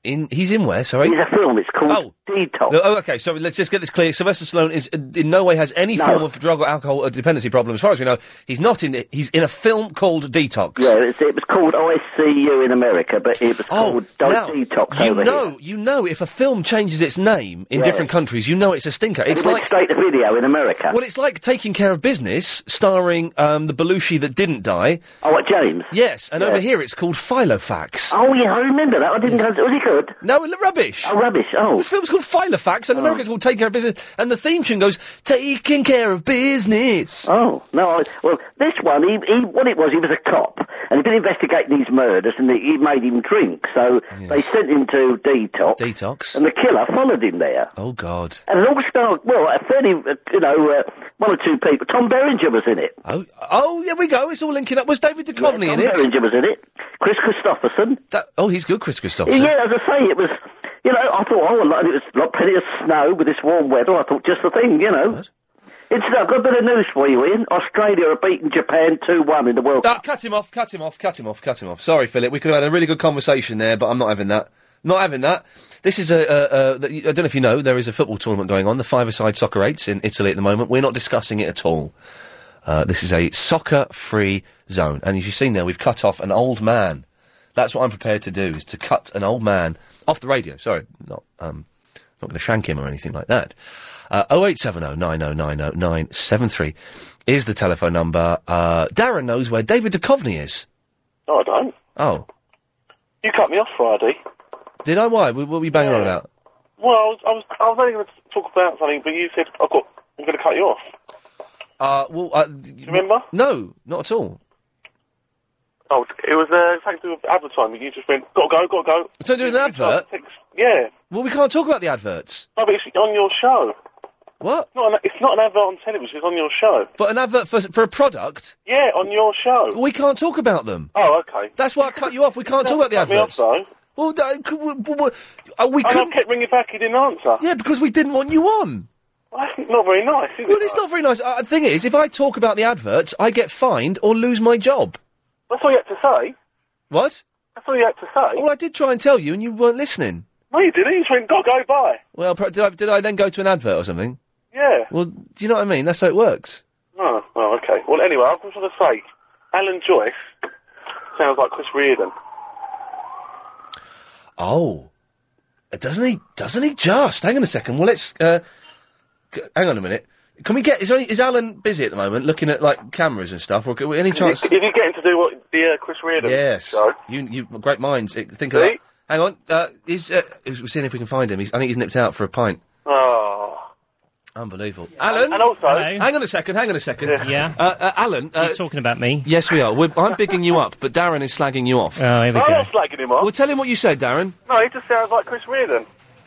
in he's in where? Sorry,
He's a film. It's called
Oh.
Detox.
No, oh, okay. So let's just get this clear. Sylvester Stallone is uh, in no way has any
No.
form of drug or alcohol or dependency problem, as far as we know. He's not in. it. He's in a film called Detox.
Yeah, it's, it was called ICU in America, but it was called Di-
Oh, now,
Detox
you
over
know,
here.
you know, if a film changes its name in
Yeah.
different countries, you know it's a stinker.
And
It's
it went
like
straight to video in America.
well, it's like taking care of business, starring um, the Belushi that didn't die.
Oh, what James?
Yes, and
Yeah.
over here it's called Filofax.
Oh yeah, I remember that. I didn't. Yes. Was it good?
No, it- rubbish.
Oh, rubbish. Oh,
The film's called Filofax, and Americans will take care of business. And the theme tune goes, "Taking care of business."
Oh no! I, well, this one, he, he, what it was, he was a cop, and he'd been investigating these murders, and he, he made him drink. So they sent him to detox.
Detox.
And the killer followed him there.
Oh God!
And it all started. Well, a fairly, uh, you know, uh, one or two people. Tom Berenger was in it.
Oh, oh, there we go. It's all linking up. Was David Duchovny in
Tom
it?
Berenger was in it. Chris Christopherson.
That, oh, he's good, Chris Christopherson.
Yeah, as I say, it was. You know, I thought, oh, like, it was like plenty of snow with this warm weather. I thought, just the thing, you know. It's I've got a bit of news for you, Ian. Australia are beating Japan two one in the World
Ah, cut him off, cut him off, cut him off, cut him off. Sorry, Philip. We could have had a really good conversation there, but I'm not having that. Not having that. This is a, uh, uh, th- I don't know if you know, there is a football tournament going on, the five-a-side soccer eights in Italy at the moment. We're not discussing it at all. Uh, this is a soccer-free zone. And as you've seen there, we've cut off an old man. That's what I'm prepared to do, is to cut an old man off the radio. Sorry, not, um, not going to shank him or anything like that. Uh, 0870 9090 973 is the telephone number. Uh, Darren knows where David Duchovny is.
No, I don't.
Oh,
You cut me off Friday.
did I? Why? What were you banging on about?
Well, I was, I was, I was only going to talk about something, but you said I've got, I'm going to cut you off.
Uh, well, uh, do you
remember?
No, not at all.
Oh, it was uh, something to do with advertising. You just went, got to go, got to go.
It's something to do with an advert?
Yeah.
Well, we can't talk about the adverts.
No, but it's on your show.
What?
Not an, it's not an advert on television. It's on your show.
But an advert for, for a product?
Yeah, on your show.
We can't talk about them.
Oh, okay.
That's why I cut you off. We can't talk about the
cut me off,
adverts.
though.
Well, that, c- w- w- w- uh, we
And I
couldn't.
kept ringing back. You didn't answer.
Yeah, because we didn't want you on.
Well, that's not very nice, is
Well,
it?
it's not very nice. Uh, the thing is, if I talk about the adverts, I get fined or lose my job.
That's all you had to say.
What?
That's all you had to say.
Well, I did try and tell you, and you weren't listening.
No, you didn't. You just went, got to go, bye.
Well, pro- did I, did I then go to an advert or something?
Yeah.
Well, do you know what I mean? That's how it works.
Oh, oh, okay. Well, anyway, I was going to say, Alan Joyce sounds like Chris Reardon.
Oh, Uh, doesn't he? Doesn't he just? Hang on a second. Well, let's. Uh, g- hang on a minute. Can we get? Is, there any, is Alan busy at the moment, looking at like cameras and stuff? Or can, any chance?
Did you get him to do what the uh, Chris Reardon
Yes.
show?
You, you, great minds. eh, Think of that. Hang on. Uh, is uh, we're seeing if we can find him. He's, I think he's nipped out for a pint.
Oh.
Unbelievable. Alan.
And also,
hang on a second. Hang on a second.
Yeah.
Uh, uh, Alan. Uh,
talking about me.
Yes, we are. We're, I'm bigging you up, but Darren is slagging you off.
Oh, here we
I'm
go.
not slagging him off.
Well, tell him what you said, Darren.
No, he just sounds like Chris Reardon.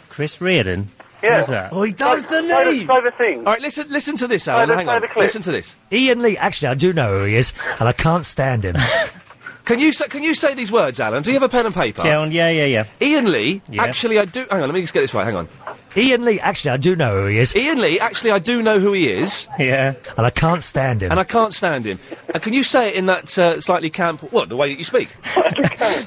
Chris Reardon.
Yeah.
Who's that?
Oh, he does,
Play-
doesn't
play
he?
the- Play the thing.
All right, listen. Listen to this,
No,
Alan.
let's
Hang
play
on.
the clip.
Listen to this.
Ian Lee. Actually, I do know who he is, and I can't stand him.
Can you say, can you say these words, Alan? Do you have a pen and paper?
Yeah, on-
yeah, yeah, yeah.
Ian Lee.
Yeah.
Actually, I do. Hang on. Let me just get this right. Hang on.
Ian Lee. Actually, I do know who he is,
Ian Lee. Actually, I do know who he is.
Yeah.
and I can't stand him.
And I can't stand him. And can you say it in that uh, slightly camp? What the way that you speak?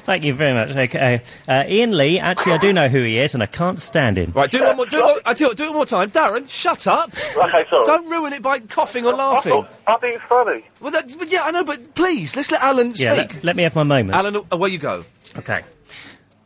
Thank you very much. Okay. Uh, Ian Lee, actually, I do know who he is, and I can't stand him.
Right, do it one more. Do it one, I tell you what, do it one more time, Darren. Shut up!
Okay, Oh, sorry.
Don't ruin it by coughing or
I,
laughing.
thought, I think it's funny.
Well, that, but yeah, I know, but please, let's let Alan
Yeah,
speak.
let, let me have my moment.
Alan, away you go.
Okay.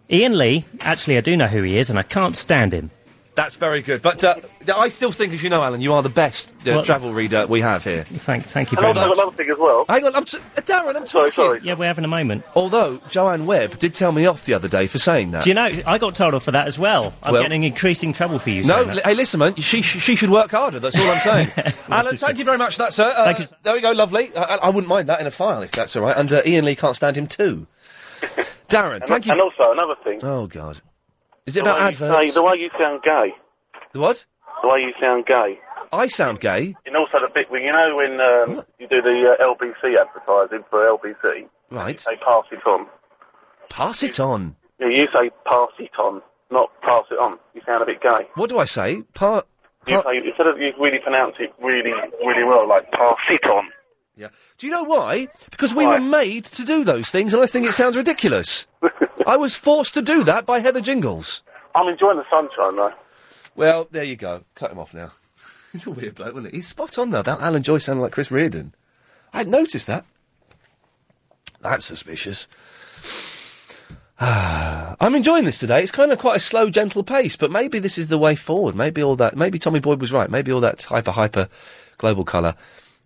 Ian Lee, actually, I do know who he is, and I can't stand him.
That's very good. But uh, th- I still think, as you know, Alan, you are the best uh,
Well-
travel reader we have here.
Thank, thank you
And
very
also
much.
another thing as well.
Hang on, I'm t- uh, Darren, I'm talking.
Yeah, we're having a moment.
Although Joanne Webb did tell me off the other day for saying that.
Do you know, I got told off for that as well. I'm
Well-
getting increasing trouble for you.
No,
saying
li-
that.
hey, listen, man. She sh- she should work harder. That's all I'm saying. Alan, thank you very much for that, sir. Uh,
Thank you, sir.
There we go, lovely. I, I- I wouldn't mind that in a file if that's all right. And uh, Ian Lee can't stand him too. Darren,
And,
thank you.
and also another thing.
Oh God, is it
the
about
way You
adverts?
say, the way you sound gay.
The what?
The way you sound gay.
I sound gay.
And also the bit when you know when um, you do the uh, LBC advertising for LBC.
Right.
They pass it on.
Pass it on.
Yeah, you say pass it on, not pass it on. You sound a bit gay.
What do I say? Part.
You say, instead of you really pronounce it really, really well, like pass it on.
Yeah. Do you know why? Because we were made to do those things, and I think it sounds ridiculous. I was forced to do that by Heather Jingles.
I'm enjoying the sunshine, though.
Well, there you go. Cut him off now. He's a weird bloke, wasn't he? He's spot on, though, about Alan Joy sounding like Chris Reardon. I would noticed that. That's suspicious. I'm enjoying this today. It's kind of quite a slow, gentle pace, but maybe this is the way forward. Maybe all that, maybe Tommy Boyd was right. Maybe all that hyper, hyper global colour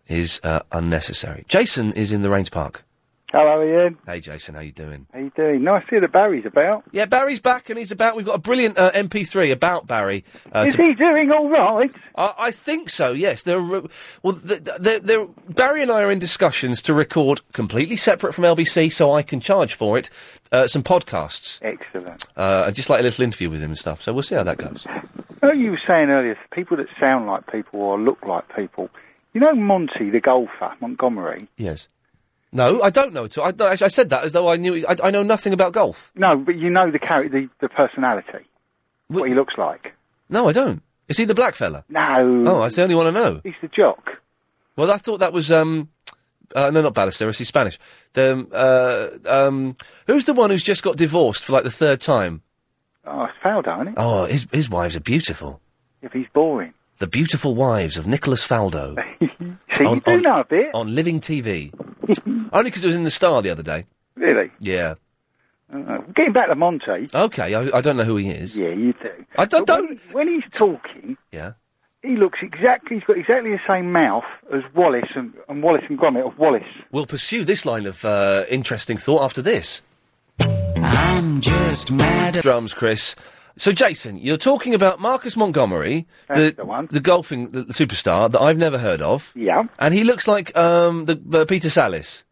is uh, unnecessary. Jason is in the Rains Park.
Hello, Ian.
Hey, Jason, how you doing?
How you doing? Nice to hear that Barry's about.
Yeah, Barry's back and he's about. We've got a brilliant uh, MP3 about Barry. Uh,
Is
to-
he doing all right?
I, I think so. Yes, there. Are, well, th th there Barry and I are in discussions to record completely separate from LBC, so I can charge for it. Uh, some podcasts.
Excellent.
Uh, and just like a little interview with him and stuff. So we'll see how that goes.
Oh, you were saying earlier, for people that sound like people or look like people, you know Monty, the golfer, Montgomery?
Yes. No, I don't know. at all. I, no, actually, I said that as though I knew. I, I know nothing about golf.
No, but you know the character, the, the personality, what he looks like.
No, I don't. Is he the black fella?
No.
Oh, that's the only one I know.
Mm. He's the jock.
Well, I thought that was um, uh, no, not Ballesteros. He's Spanish. The um, uh, um, who's the one who's just got divorced for like the third time?
Oh, it's Faldo, isn't it?
Oh, his his wives are beautiful.
If he's boring.
The beautiful wives of Nicholas Faldo.
See, you do know a bit.
on Living TV. Only because it was in the Star the other day.
Really?
Yeah.
Uh, getting back to Monty.
Okay, I, I don't know who he is.
Yeah, you do.
I don't.
But When, when he's talking,
Yeah.
he looks exactly, he's got exactly the same mouth as Wallace and, and Wallace and Gromit of Wallace.
We'll pursue this line of uh, interesting thought after this.
I'm just mad at
drums, Chris. So, Jason, you're talking about Marcus Montgomery, the, the, golfing the, the superstar that I've never heard of.
Yeah.
And he looks like um, the, the Peter Salis.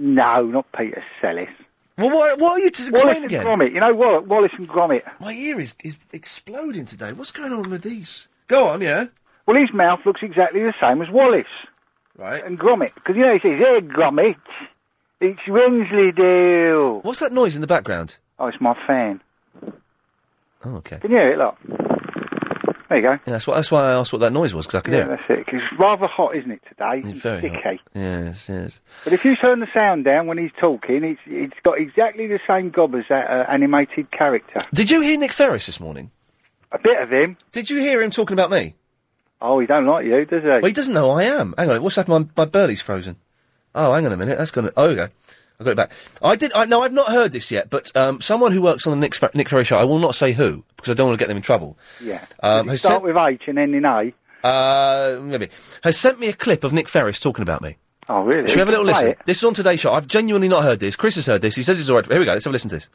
No, not Peter Sellis.
Well, what, what are you to explain
Wallace
again?
And Gromit. You know Wall- Wallace and Gromit.
My ear is, is exploding today. What's going on with these? Go on, yeah.
Well, his mouth looks exactly the same as Wallace.
Right.
And Gromit. Because, you know, he says, hey, Gromit, it's Wensleydale.
What's that noise in the background?
Oh, it's my fan.
Oh, okay.
Can you hear it, look? There you go.
Yeah, that's, why, that's why I asked what that noise was, because I could
yeah,
hear it.
that's it. 'Cause it's rather hot, isn't it, today?
It's very hot.
sticky.
Yes, yes.
But if you turn the sound down when he's talking, it's, it's got exactly the same gob as that uh, animated character.
Did you hear Nick Ferris this morning?
A bit of him.
Did you hear him talking about me?
Oh, he don't like you, does he?
Well, he doesn't know who I am. Hang on, what's happened? My, my burley's frozen. Oh, hang on a minute. That's gonna. Oh, okay. I got it back. I did. I, no, I've not heard this yet. But um, someone who works on the Nick, Fer- Nick Ferry show, I will not say who because I don't want to get them in trouble.
Yeah. Does
Um,
it
has
start
sent,
with H and end in A.
uh, maybe has sent me a clip of Nick Ferris talking about me.
Oh, really?
Should we have a little
Play
listen?
it.
This is on today's show. I've genuinely not heard this. Chris has heard this. He says it's all right. Here we go. Let's have a listen to this.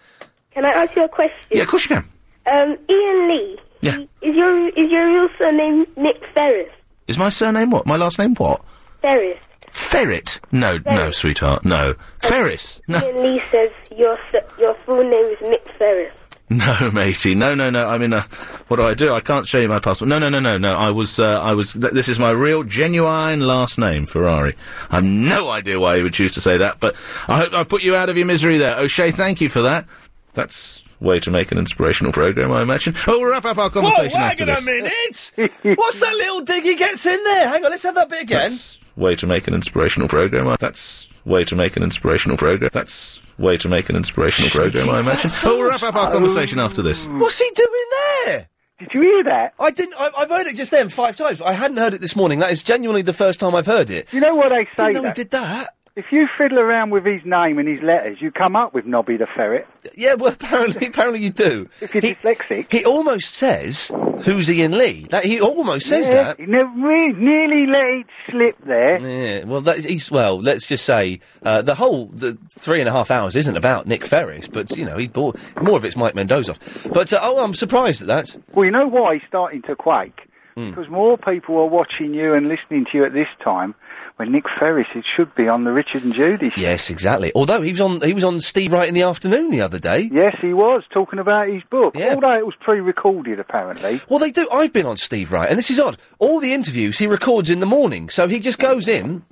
Can I ask you a question?
Yeah, of course you can.
Um, Ian Lee.
Yeah.
Is your is your real surname Nick Ferris?
Is my surname what? My last name what?
Ferris.
Ferret. No, no, sweetheart, no. Ferris. No,
Ian Lee says your s- your full name is Nick Ferris.
no, matey. No, no, no. I mean, uh, what do I do? I can't show you my passport. No, no, no, no, no. I was, uh, I was. Th- this is my real, genuine last name, Ferrari. I've no idea why you would choose to say that, but I hope I've put you out of your misery there, O'Shea. Thank you for that. That's a way to make an inspirational program, I imagine. Oh, we'll wrap up our conversation
Whoa,
after
hang on
this.
a minute! What's that little dig he gets in there? Hang on, let's have that bit again.
That's way to make an inspirational program. I- That's way to make an inspirational program. That's way to make an inspirational program. I imagine. Oh, we'll wrap up our conversation after this.
What's he doing there?
Mm. Did you hear that?
I didn't. I, I've heard it just then five times. I hadn't heard it this morning. That is genuinely the first time I've heard it.
You know what they say?
Didn't know he
though?
did that.
If you fiddle around with his name and his letters, you come up with Nobby the Ferret.
Yeah, well, apparently, apparently you do. If
you're dyslexic,
he almost says, "Who's Ian Lee?" That Oh, he almost says
Yeah,
that.
He never re- nearly let it slip there.
Yeah, well, that, he's well. Let's just say uh, the whole the three and a half hours isn't about Nick Ferris, but you know he bought more of it's Mike Mendoza. But uh, oh, I'm surprised at that.
Well, you know why he's starting to quake?
Hmm.
Because more people are watching you and listening to you at this time when Nick Ferris, it should be on the Richard and Judy show.
Yes, exactly. Although he was on he was on Steve Wright in the afternoon the other day.
Yes, he was talking about his book, although it was pre-recorded apparently.
Well, they do. I've been on Steve Wright, and this is odd. All the interviews he records in the morning, so he just goes in,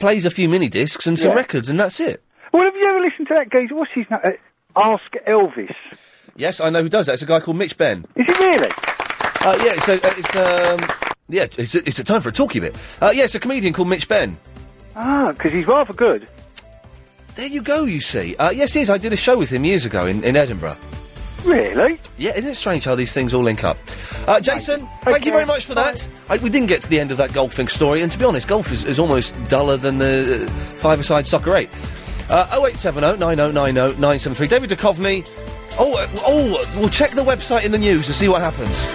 plays a few mini discs and some
Yeah.
records, and that's it.
Well, have you ever listened to that geezer? What's his name? Uh, Ask Elvis.
Yes, I know who does that. It's a guy called Mitch Ben.
Is he really?
Uh, yeah, so uh, it's um, yeah, it's it's a time for a talky bit. Uh, yeah, it's a comedian called Mitch Ben.
Ah, because he's rather good.
There you go, you see. Uh, yes, he is. I did a show with him years ago in, in Edinburgh. Really? Yeah, isn't it strange how these things all link up? Uh, Jason, thank you very much for that. I, we didn't get to the end of that Goldfink story, and to be honest, golf is, is almost duller than the uh, five-a-side soccer eight. Uh, 0870 9090 973. David Duchovny. Oh, uh, oh, we'll check the website in the news to see what happens.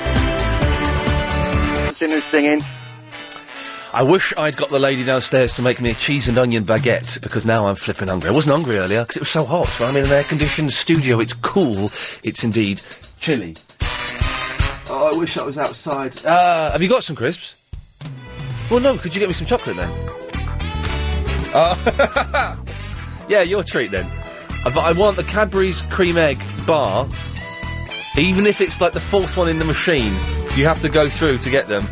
Who's singing?
I wish I'd got the lady downstairs to make me a cheese and onion baguette because now I'm flipping hungry. I wasn't hungry earlier because it was so hot, but I'm in an air conditioned studio. It's cool. It's indeed chilly. Oh, I wish I was outside. Uh, have you got some crisps? Well, no, could you get me some chocolate then? Uh, yeah, your treat then. Uh, But I want the Cadbury's cream egg bar. Even if it's like the fourth one in the machine, you have to go through to get them.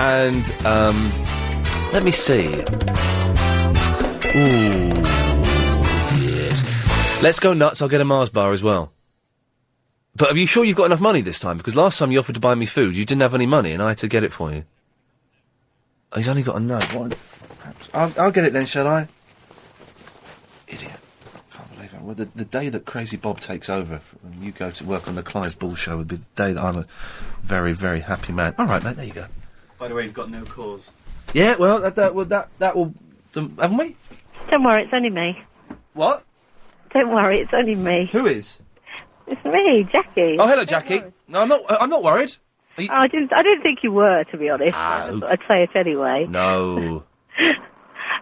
And um, let me see. Ooh, yes. Let's go nuts. I'll get a Mars bar as well. But are you sure you've got enough money this time? Because last time you offered to buy me food, you didn't have any money, and I had to get it for you. Oh, He's only got a note. What? I'll, I'll get it then, shall I? believe it. Well, the, the day that Crazy Bob takes over, f- when you go to work on the Clive Bull show, would be the day that I'm a very, very happy man. All right, mate, there you go.
By the way, you've got no cause.
Yeah, well, that, that, well, that, Uh, that will. Um, haven't we?
Don't worry, it's only me.
What?
Don't worry, it's only me.
Who is?
It's me, Jackie.
Oh, hello, Jackie. No, I'm not. uh, I'm not worried. Are you-
Oh, I didn't. I didn't think you were, to be honest.
Ah,
I thought I'd say it anyway.
No.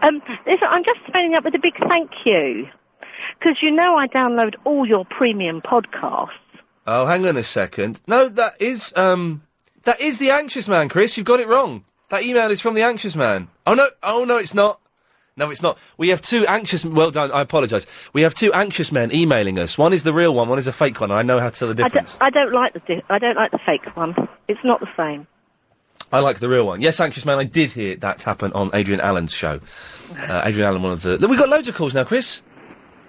Um, listen, I'm just phoning up with a big thank you because you know I download all your premium podcasts.
Oh, hang on a second. No, that is um, that is the anxious man, Chris. You've got it wrong. That email is from the anxious man. Oh no! Oh no! It's not. No, it's not. We have two anxious. Well done. I apologise. We have two anxious men emailing us. One is the real one. One is a fake one. I know how to tell the
I
difference.
don't, I don't like the di- I don't like the fake one. It's not the same.
I like the real one. Yes, Anxious Man, I did hear that happen on Adrian Allen's show. Uh, Adrian Allen, one of the. Look, We've got loads of calls now, Chris.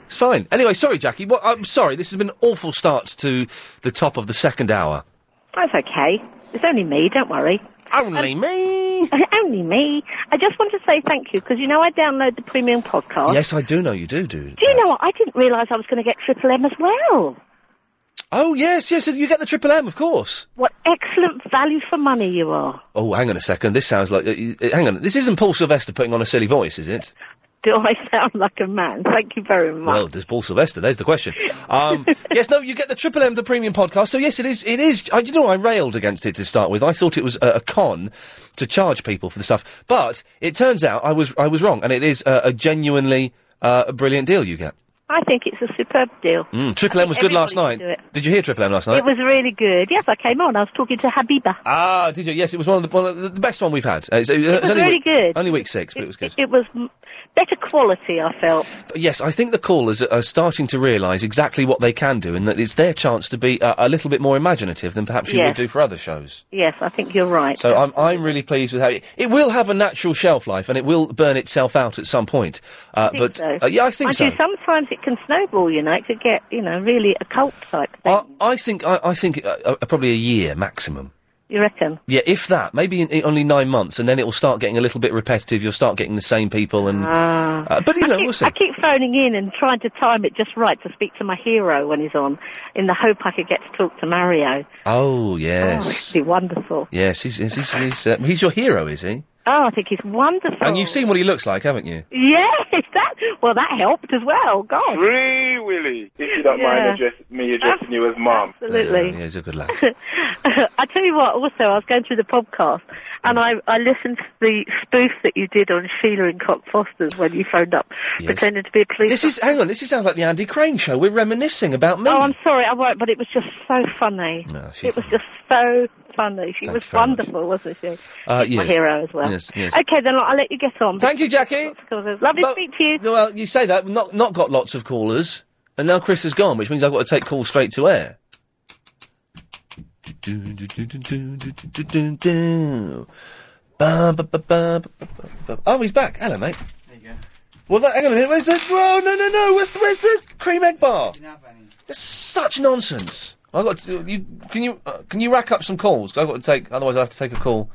It's fine. Anyway, sorry, Jackie. What, I'm sorry. This has been an awful start to the top of the second hour.
That's okay. It's only me. Don't worry. Um,
Only me.
only me. I just want to say thank you because you know I download the premium podcast.
Yes, I do know you do, dude.
Do you know what? I didn't realise I was going to get Triple M as well.
Oh, yes, yes, you get the Triple M, of course.
What excellent value for money you are.
Oh, hang on a second. This sounds like. Uh, uh, hang on. This isn't Paul Sylvester putting on a silly voice, is it?
Do I sound like a man? Thank you very much.
Well, there's Paul Sylvester. There's the question. Um, yes, no, you get the Triple M, the premium podcast. So yes, it is. It is. I, you know, I railed against it to start with. I thought it was a, a con to charge people for the stuff, but it turns out I was I was wrong, and it is a, a genuinely uh, a brilliant deal you get.
I think it's a superb deal.
Mm, Triple M was good last night.
everybody should do
Did you hear Triple M last night?
It was really good. Yes, I came on. I was talking to Habiba.
ah, did you? Yes, it was one of the one of the, the best one we've had. Uh, it's- it's
was
only
really
week-
good.
Only week six, but it was good.
It was m- better quality, I felt.
But yes, I think the callers are, are starting to realise exactly what they can do, and that it's their chance to be uh, a little bit more imaginative than perhaps you
Yes.
would do for other shows.
Yes, I think you're right.
So I'm I'm really pleased with how it, it will have a natural shelf life, and it will burn itself out at some point. Uh,
I think
but
so.
uh, yeah, I think
Mind
so.
you, sometimes it can snowball, you know. It could get, you know, really occult type.
I, I think I, I think uh, uh, probably a year maximum.
You reckon?
Yeah, if that, maybe in, in only nine months, and then it will start getting a little bit repetitive. You'll start getting the same people, and
Ah.
uh, but you know we'll see.
I keep phoning in and trying to time it just right to speak to my hero when he's on, in the hope I could get to talk to Mario.
Oh
Oh,
yes,
it'd be wonderful.
yes, he's he's he's, he's, uh, he's your hero, is he?
Oh, I think he's wonderful.
And you've seen what he looks like, haven't you?
Yes, that well, that helped as well. God,
Free Willy. If you don't
Yeah.
mind address, me addressing you as mum.
absolutely.
Yeah, he's a good lad.
I tell you what. Also, I was going through the podcast and
Mm.
I, I listened to the spoof that you did on Sheila and Cock Fosters when you phoned up pretending to be a police.
This is hang on. This is, sounds like the Andy Crane show. We're reminiscing about me.
Oh, I'm sorry, I won't. But it was just so funny.
No, she's
it was just so funny. She was wonderful, wasn't she? My
Uh, yes.
hero as well.
Yes, yes.
Okay, then I'll let you get on.
Thank you, Jackie.
Lovely to speak to you.
No, well, you say that. we've Not not got lots of callers, and now Chris is gone, which means I've got to take calls straight to air. Ba, ba, ba, ba, ba, ba, ba. Oh, he's back. Hello, mate. There you go. Well, that, hang on a minute. Where's the? Whoa, no, no, no. Where's the? Where's the cream egg bar? That's such nonsense. I got to, you. Can you uh, can you rack up some calls? I've got to take. Otherwise, I will have to take a call.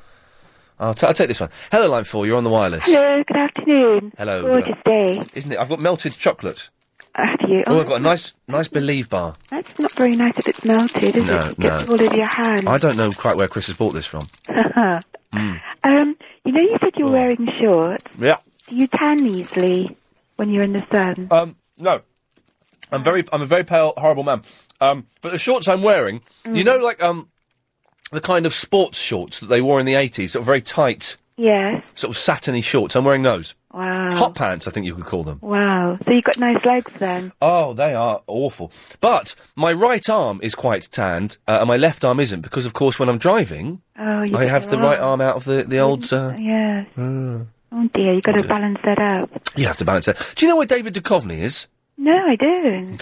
I'll, t- I'll take this one. Hello, line four. You're on the wireless.
Hello, good afternoon.
Hello. good
Gorgeous
afternoon.
day.
Isn't it? I've got melted chocolate.
Have you?
Oh, I've got a nice, nice Believe bar.
That's not very nice if it's melted, is
No,
it? It
no.
gets all over your hand.
I don't know quite where Chris has bought this from. Mm.
um, you know, you said
Oh.
you're wearing shorts.
Yeah.
Do you tan easily when you're in the sun?
Um, no. I'm very, I'm a very pale, horrible man. Um, but the shorts I'm wearing,
Mm.
you know, like um, the kind of sports shorts that they wore in the '80s, sort of very tight,
Yes.
sort of satiny shorts. I'm wearing those.
Wow.
Hot pants, I think you could call them.
Wow. So you've got nice legs then.
Oh, they are awful. But my right arm is quite tanned, uh, and my left arm isn't, because of course when I'm driving,
Oh, you Oh,
I have the right arm out of the the old. Uh,
Yeah.
uh,
Oh dear, you've got to balance that out.
you have to balance that. Do you know where David Duchovny is?
No, I don't.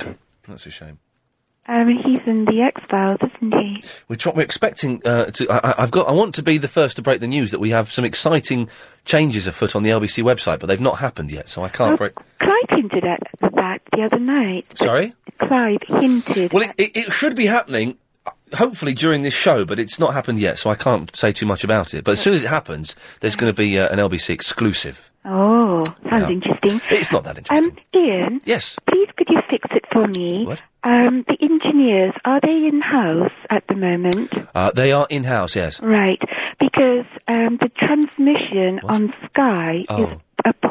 That's a shame.
Um, he's in the X Files, isn't he?
We're, tr- we're expecting uh, to. I, I- I've got. I want to be the first to break the news that we have some exciting changes afoot on the LBC website, but they've not happened yet, so I can't
Oh.
break.
Clive hinted at that the other night.
Sorry.
Clive hinted.
Well, it, it, it should be happening, uh, hopefully during this show, but it's not happened yet, so I can't say too much about it. But as soon as it happens, there's going to be uh, an LBC exclusive.
Oh, sounds
Yeah.
interesting.
It's not that
Um, Ian,
Yes.
please could you fix it for me?
What?
Um, the engineers, are they in house at the moment?
Uh, they are in house, yes.
Right, because um, the transmission on Sky is
Oh.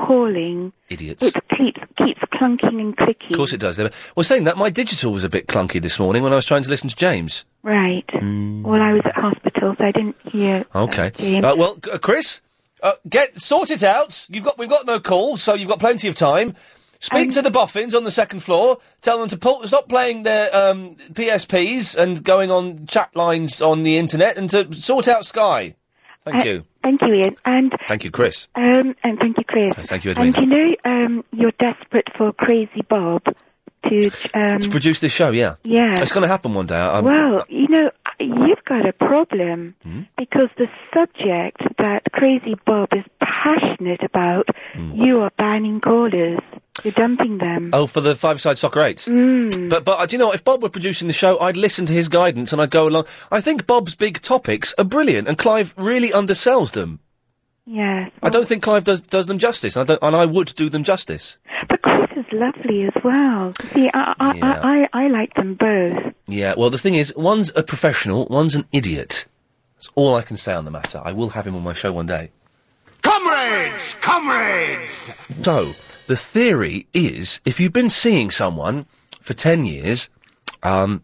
appalling.
Idiots.
It keeps keeps clunking and clicking.
Of course it does. They were- Well, saying that, my digital was a bit clunky this morning when I was trying to listen to James.
Right. Well, I was at hospital, so I didn't hear.
Hmm. Okay.
James.
Uh, well, c- uh, Chris, uh, get sort it out. You've got we've got no call, so you've got plenty of time. Speak
Um,
to the boffins on the second floor. Tell them to pull, stop playing their um, PSPs and going on chat lines on the internet, and to sort out Sky. Thank
Uh,
you.
Thank you, Ian, and
Thank you, Chris.
um, and thank you, Chris.
Thank you,
And
Edwina.
you know, um, you're desperate for Crazy Bob to. Um,
to produce this show, yeah.
Yeah.
It's going to happen one day. I, I'm-
well, you know, you've got a problem because the subject that Crazy Bob is passionate about, you are banning callers. You're dumping them.
Oh, for the five-side soccer eights.
Mm.
But but uh, do you know what? if Bob were producing the show, I'd listen to his guidance and I'd go along. I think Bob's big topics are brilliant, and Clive really undersells them.
Yes.
I don't think Clive does does them justice, and I, don't, and I would do them justice.
But Chris is lovely as well. See, I, I, I, I, I like them both.
Yeah. Well, the thing is, one's a professional, one's an idiot. That's all I can say on the matter. I will have him on my show one day.
Comrades! Comrades!
So, the theory is if you've been seeing someone for 10 years, um,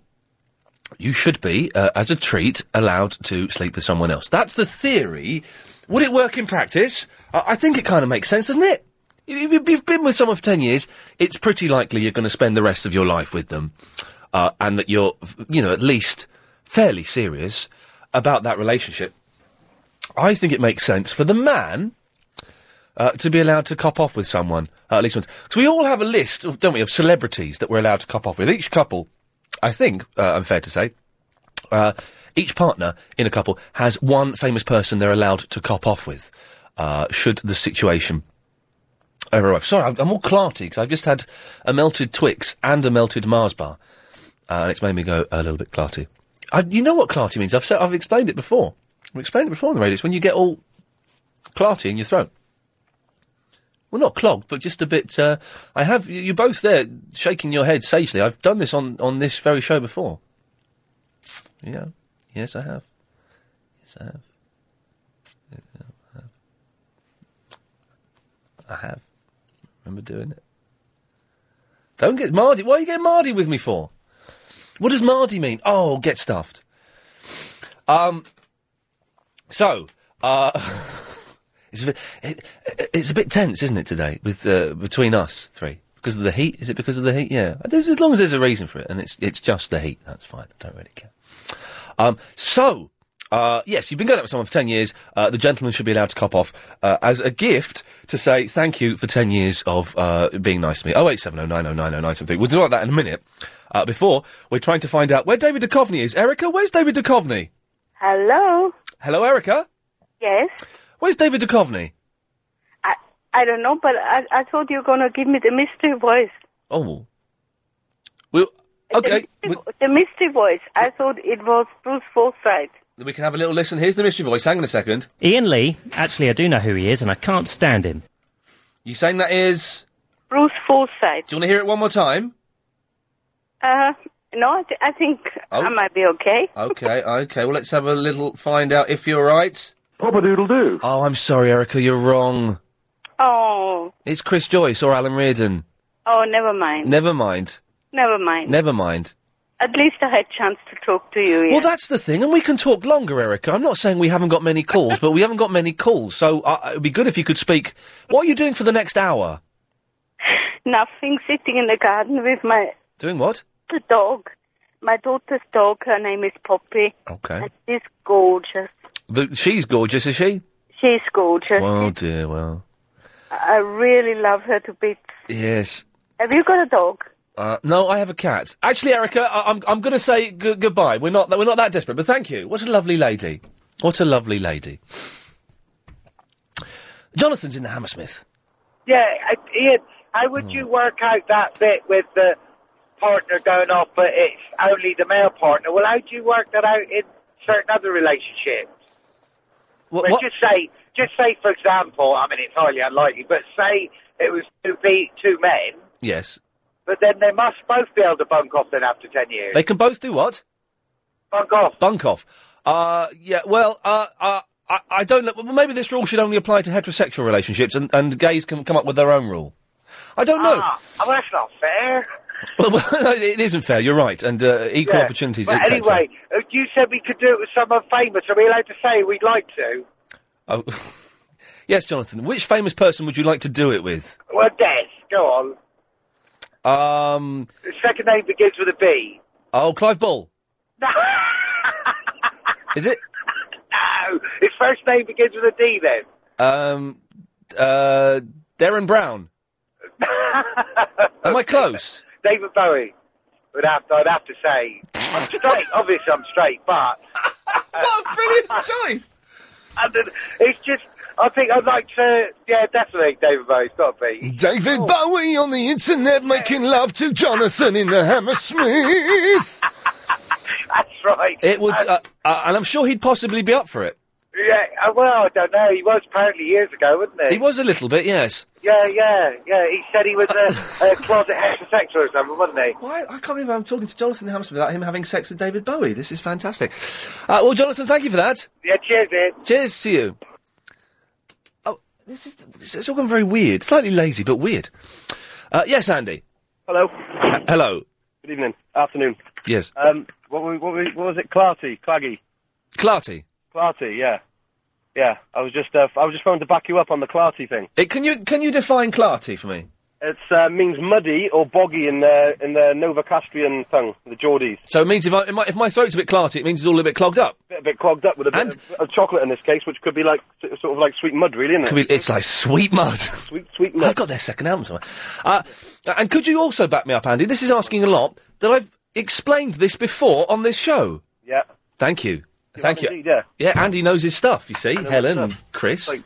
you should be, uh, as a treat, allowed to sleep with someone else. That's the theory. Would it work in practice? I, I think it kind of makes sense, doesn't it? If you- you've been with someone for 10 years, it's pretty likely you're going to spend the rest of your life with them. Uh, and that you're, you know, at least fairly serious about that relationship. I think it makes sense for the man uh, to be allowed to cop off with someone uh, at least once. So we all have a list, of- don't we, of celebrities that we're allowed to cop off with. Each couple, I think, uh, I'm fair to say, uh, each partner in a couple has one famous person they're allowed to cop off with, uh, should the situation ever arrive. Sorry, I'm, I'm all clarty because I've just had a melted Twix and a melted Mars bar, uh, and it's made me go a little bit clarty. I, you know what clarty means? I've said, I've explained it before. I've explained it before on the radio. It's when you get all clarty in your throat. Well, not clogged, but just a bit. Uh, I have you- you're both there shaking your head sagely. I've done this on on this very show before. Yeah, yes, I have. Yes, I have. Yes, I have. I have. Remember doing it. Don't get Mardy. Why are you getting Mardy with me for? What does Mardy mean? Oh, get stuffed. Um. So, uh, it's a bit, it, it's a bit tense, isn't it, today with uh, between us three because of the heat? Is it because of the heat? Yeah, As- as long as there's a reason for it, and it's it's just the heat, that's fine. I don't really care. Um, so. Uh, yes, you've been going out with someone for 10 years. Uh, the gentleman should be allowed to cop off uh, as a gift to say thank you for 10 years of uh, being nice to me. 08709090909 something. We'll do like that in a minute. Uh, before, we're trying to find out where David Duchovny is. Erica, where's David Duchovny?
Hello.
Hello, Erica.
Yes.
Where's David Duchovny?
I don't know, but I, I thought you were going to give me the mystery voice.
Oh. Well, okay.
The mystery voice. I thought it was Bruce Forsyth.
We can have a little listen. Here's the mystery voice. Hang on a second.
Ian Lee, actually, I do know who he is, and I can't stand him.
You saying that is?
Bruce Forsyth.
Do you want to hear it one more time?
Uh, no, I, th- I think
Oh.
I might be okay.
Okay, okay. Well, let's have a little find out if you're right. Papa doodle doo. Oh, I'm sorry, Erica. You're wrong.
Oh,
It's Chris Joyce or Alan Reardon.
oh, never mind.
Never mind.
never mind.
Never mind.
At least I had chance to talk to you.
Well, that's the thing, and we can talk longer, Erica. I'm not saying we haven't got many calls, but we haven't got many calls, so uh, it'd be good if you could speak. What are you doing for the next hour?
Nothing sitting in the garden with my
Doing what?
the dog, my daughter's dog. Her name is Poppy.
Okay.
She's gorgeous.
The, she's gorgeous, is she?
She's gorgeous.
Oh dear, well.
I really love her to bits.
Yes.
Have you got a dog?
Uh, no, I have a cat. Actually, Erica, I- I'm I'm going to say g- goodbye. We're not we're not that desperate, but thank you. What a lovely lady. What a lovely lady. Jonathan's in the Hammersmith.
Yeah, I, Ian, how would you work out that bit with the partner going off, but it's only the male partner? Well, how do you work that out in certain other relationships?
What,
well, just say, just say, for example, I mean, it's highly unlikely, but say it was two be two men,
Yes.
but then they must both be able to bunk off then after ten years.
They can both do what?
Bunk off.
Bunk off. Uh, yeah, well, uh, uh, I, I don't know. Well, maybe this rule should only apply to heterosexual relationships, and, and gays can come up with their own rule. I don't know.
Ah, well, that's not fair.
Well, well, it isn't fair, you're right, and uh, equal
Ah. Yeah.
opportunities.
But
etc.
anyway, uh, you said we could do it with someone famous. Are we allowed to say we'd like to?
Oh. yes, Jonathan, which famous person would you like to do it with?
Well, Des, go on.
Um,
The second name begins with a B.
oh, Clive Ball. Is it?
No, Oh, his first name begins with a D. Then
Um, uh, Darren Brown. Am I close?
David Bowie. Would have, I'd have to say I'm straight. Obviously, I'm straight, but uh,
what a brilliant choice!
And then it's just, I think I'd like to. Yeah, definitely, David Bowie's got to be.
David Bowie on the internet making love to Jonathan in the Hammersmith.
That's right.
It would,
And-
uh, uh, and I'm sure he'd possibly be up for it.
Yeah, uh, well, I don't know. He was apparently years ago, wasn't he?
He was a little bit, yes.
Yeah, yeah, yeah. He said he was a, a closet heterosexual or something, wasn't he?
Why? I can't believe I'm talking to Jonathan Hammersmith without him having sex with David Bowie. This is fantastic. Uh, well, Jonathan, thank you for that.
Yeah, cheers, Ian.
Cheers to you. Oh, this is it's, it's all gone very weird. Slightly lazy, but weird. Uh, yes, Andy.
Hello.
H- hello.
Good evening. Afternoon.
Yes.
Um, what, were, what, were, what was it? Clarty, Claggy,
Clarty.
Clarty. Yeah, yeah. I was just, uh, I was just trying to back you up on the Clarty thing.
It, can you can you define Clarty for me?
It uh, means muddy or boggy in the in the Nova Castrian tongue, the Geordies.
So it means if, I, if my, if my throat's a bit clarty, it means it's all a bit clogged up.
Bit, a bit clogged up with a bit of, of chocolate in this case, which could be like s- sort of like sweet mud, really, isn't it?
Could be- it's like sweet mud.
Sweet, sweet mud.
I've got their second album somewhere. Uh, and could you also back me up, Andy? This is asking a lot that I've explained this before on this show.
Yeah.
Thank you. Thank you.
yeah.
yeah, Andy knows his stuff, you see.
his
Helen, and Chris.
Like,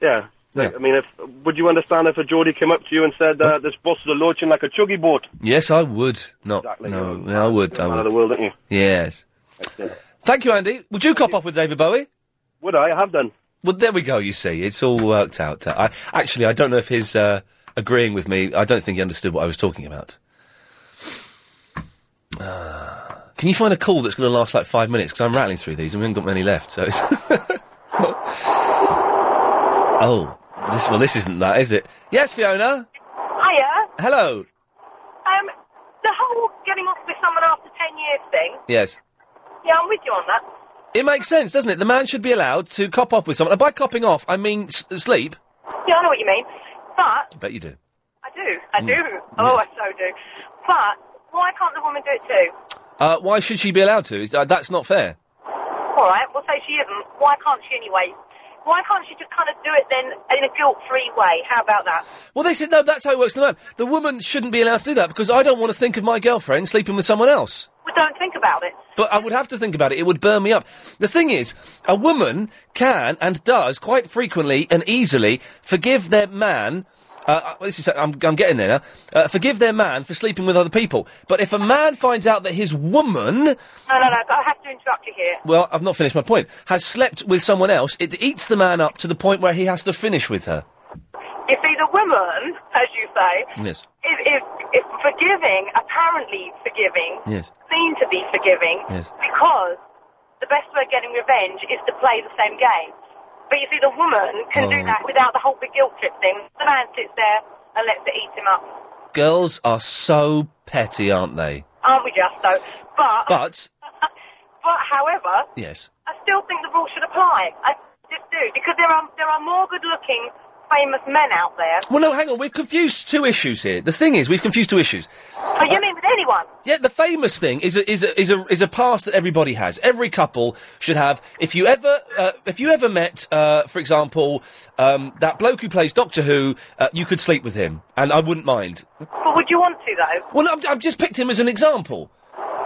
yeah. Like, I mean, if, would you understand if a Geordie came up to you and said, uh, "This boss is launching like a chuggy boat"?
Yes, I would. Not.
Exactly,
No, no, I would. I
Out
would.
of the world, aren't you?
Yes. Thank you, Andy. Would you cop off with David Bowie?
Would I? I have done.
Well, there we go. You see, it's all worked out. Uh, I actually, I don't know if his uh, agreeing with me. I don't think he understood what I was talking about. Uh, can you find a call that's going to last like five minutes? Because I'm rattling through these and we haven't got many left. So, it's oh, this well, this isn't that, is it? Yes, Fiona.
Hiya.
Hello.
Um, the whole getting off with someone after 10 years thing,
Yes.
yeah, I'm with you on that.
It makes sense, doesn't it? The man should be allowed to cop off with someone. And by copping off, I mean s- sleep.
Yeah, I know what you mean. But,
I bet you do.
I do, I
Mm.
do. Oh, I so do. But, why can't the woman do it too?
Uh, why should she be allowed to? Is- Uh, that's not fair.
All right, we'll say she isn't. Why can't she anyway? Why can't she just kind of do it then in a guilt-free way? How about that?
Well, this is no. That's how it works. The man, the woman shouldn't be allowed to do that because I don't want to think of my girlfriend sleeping with someone else.
Well, don't think about it.
But I would have to think about it. It would burn me up. The thing is, a woman can and does quite frequently and easily forgive their man Uh, I- this is, I'm, I'm getting there now. Uh, forgive their man for sleeping with other people, but if a man finds out that his woman,
No, no, no. I have to interrupt you here.
well, I've not finished my point, has slept with someone else, it eats the man up to the point where he has to finish with her.
You see, the woman, as you say,
Yes.
is, is, is forgiving, apparently forgiving,
Yes.
seen to be forgiving,
Yes.
because the best way of getting revenge is to play the same game. But you see, the woman can do
Oh.
that without the whole big guilt trip thing. The man sits there and lets it eat him up.
Girls are so petty, aren't they?
Aren't we just, though? But,
But
but however,
yes,
I still think the rule should apply. I just do, because there are, there are more good-looking, famous men out there.
well, no, hang on, we've confused two issues here. The thing is, we've confused two issues.
Oh,
Uh,
you mean with anyone?
Yeah, the famous thing is a, is a, is a, is a past that everybody has. Every couple should have. If you ever uh, if you ever met, uh, for example, um, that bloke who plays Doctor Who, uh, you could sleep with him, and I wouldn't mind.
But would you want to, though?
Well, I've, I've just picked him as an example.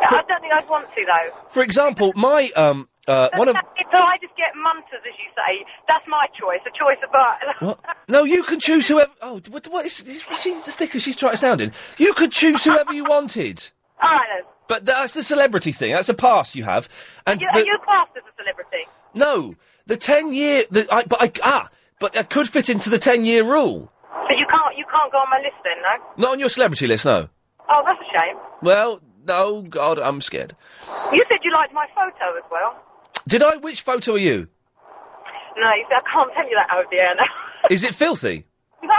I don't think I'd want to, though.
For example, my um, uh, one of
So I just get munters, as you say. That's my choice, a choice of uh, but.
what? No, you can choose whoever. Oh, what, what is, is she's the sticker she's trying to sound in? You could choose whoever you wanted.
All right, then.
But that's the celebrity thing. That's a pass you have. And
You,
the-
Are you classed as a celebrity?
No, the ten year. The, I, but I ah, but I could fit into the ten year rule.
So you can't you can't go on my list then, no?
Not on your celebrity list, no.
Oh, that's a shame.
Well, no, God, I'm scared.
You said you liked my photo as well.
Did I? Which photo are you?
No, you said I can't tell you that over the air now.
Is it filthy?
no,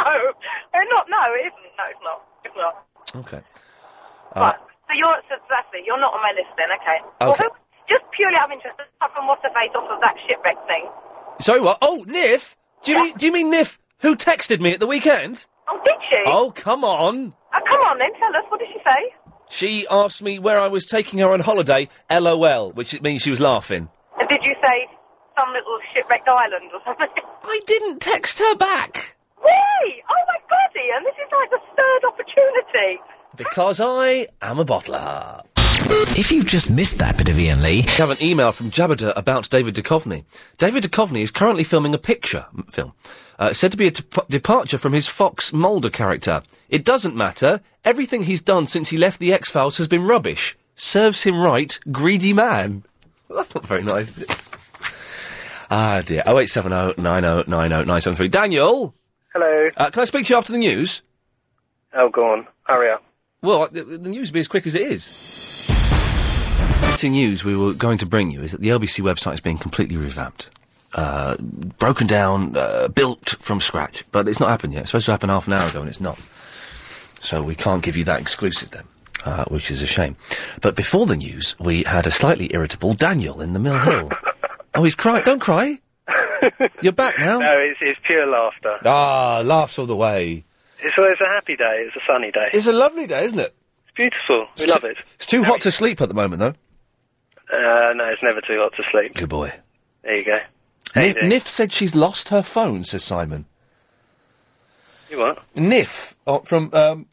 Eh, not. No, it isn't. No, it's not. It's not.
Okay. Uh,
Right. So you're so that's it. You're not on my list then. Okay. Well,
Okay.
who, just purely out of interest, apart from what's the face off of that shipwreck thing.
Sorry, what? Oh, Niff. Do you mean? Do you mean Niff? Who texted me at the weekend?
Oh, did she?
Oh, come on.
Oh, come on then, tell us. What did she say?
She asked me where I was taking her on holiday. LOL, which means she was laughing.
And did you say some little shipwrecked island or something?
I didn't text her back.
Really? Oh my god, Ian, this is like the third opportunity.
Because I am a bottler.
If you've just missed that bit of Ian Lee.
I have an email from Jabada about David Duchovny. David Duchovny is currently filming a picture m- film, uh, said to be a dep- departure from his Fox Mulder character. It doesn't matter. Everything he's done since he left the X Files has been rubbish. Serves him right, greedy man. Well, that's not very nice. is it? ah dear. Oh eight seven oh nine oh nine oh nine seven three. Daniel.
Hello.
Uh, can I speak to you after the news?
Oh, go on. Hurry up.
Well, the, the news will be as quick as it is. The news we were going to bring you is that the LBC website is being completely revamped. Uh, broken down, uh, built from scratch. But it's not happened yet. It's supposed to happen half an hour ago and it's not. So we can't give you that exclusive then, uh, which is a shame. But before the news, we had a slightly irritable Daniel in the Mill Hill. oh, he's crying. Don't cry. You're back now.
No, it's, it's pure laughter.
Ah, laughs all the way.
It's, well, it's a happy day. It's a sunny day.
It's a lovely day, isn't it?
It's beautiful. We love it.
It's too hot to sleep at the moment, though.
Uh, no, it's never too hot to sleep.
Good boy.
There you go.
Nif,
doing?
Nif said she's lost her phone, says Simon.
You what?
Nif uh, from um,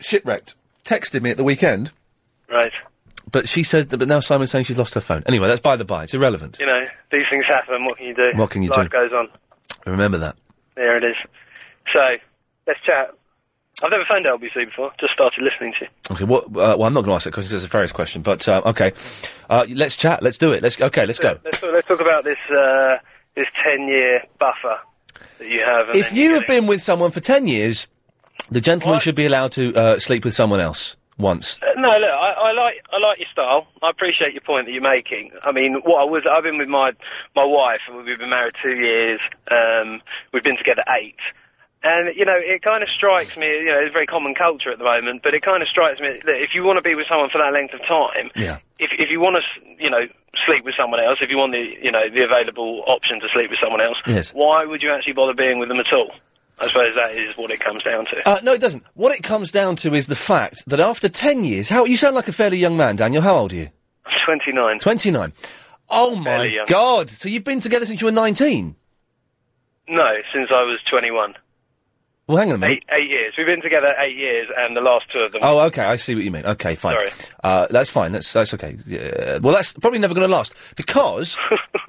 Shipwrecked texted me at the weekend,
Right.
but she said, but now Simon's saying she's lost her phone. Anyway, that's by the by. It's irrelevant.
You know, these things happen. What can you do?
What can you
Life
do?
goes on.
Remember that.
There it is. So, let's chat. I've never phoned LBC before. Just started listening to you.
Okay, what, uh, well, I'm not going to ask that question. 'cause It's a Ferris question, but uh, okay. Uh, let's chat. Let's do it. Let's okay. Let's go.
Let's talk, let's talk about this uh, this ten year buffer that you have. And
If
then
you have been with someone for ten years, the gentleman should be allowed to uh, sleep with someone else once.
Uh, No, look, I, I like I like your style. I appreciate your point that you're making. I mean, what I was I've been with my my wife and we've been married two years. Um, we've been together eight, and you know it kind of strikes me. You know, it's very common culture at the moment, but it kind of strikes me that if you want to be with someone for that length of time,
Yeah.
if if you want to you know sleep with someone else, if you want the you know the available option to sleep with someone else,
Yes.
why would you actually bother being with them at all? I suppose that is what it comes down to.
Uh, no, it doesn't. What it comes down to is the fact that after ten years, how you sound like a fairly young man, Daniel. How old are you?
Twenty nine.
Twenty nine. Oh my
Fairly young.
God! So you've been together since you were nineteen.
No, since I was twenty one.
Well, hang on a minute.
Eight, eight years. We've been together eight years, and the last two of them.
Hmm? Oh, okay. I see what you mean. Okay, fine.
Sorry.
Uh, that's fine. That's that's okay. Yeah. Well, that's probably never going to last because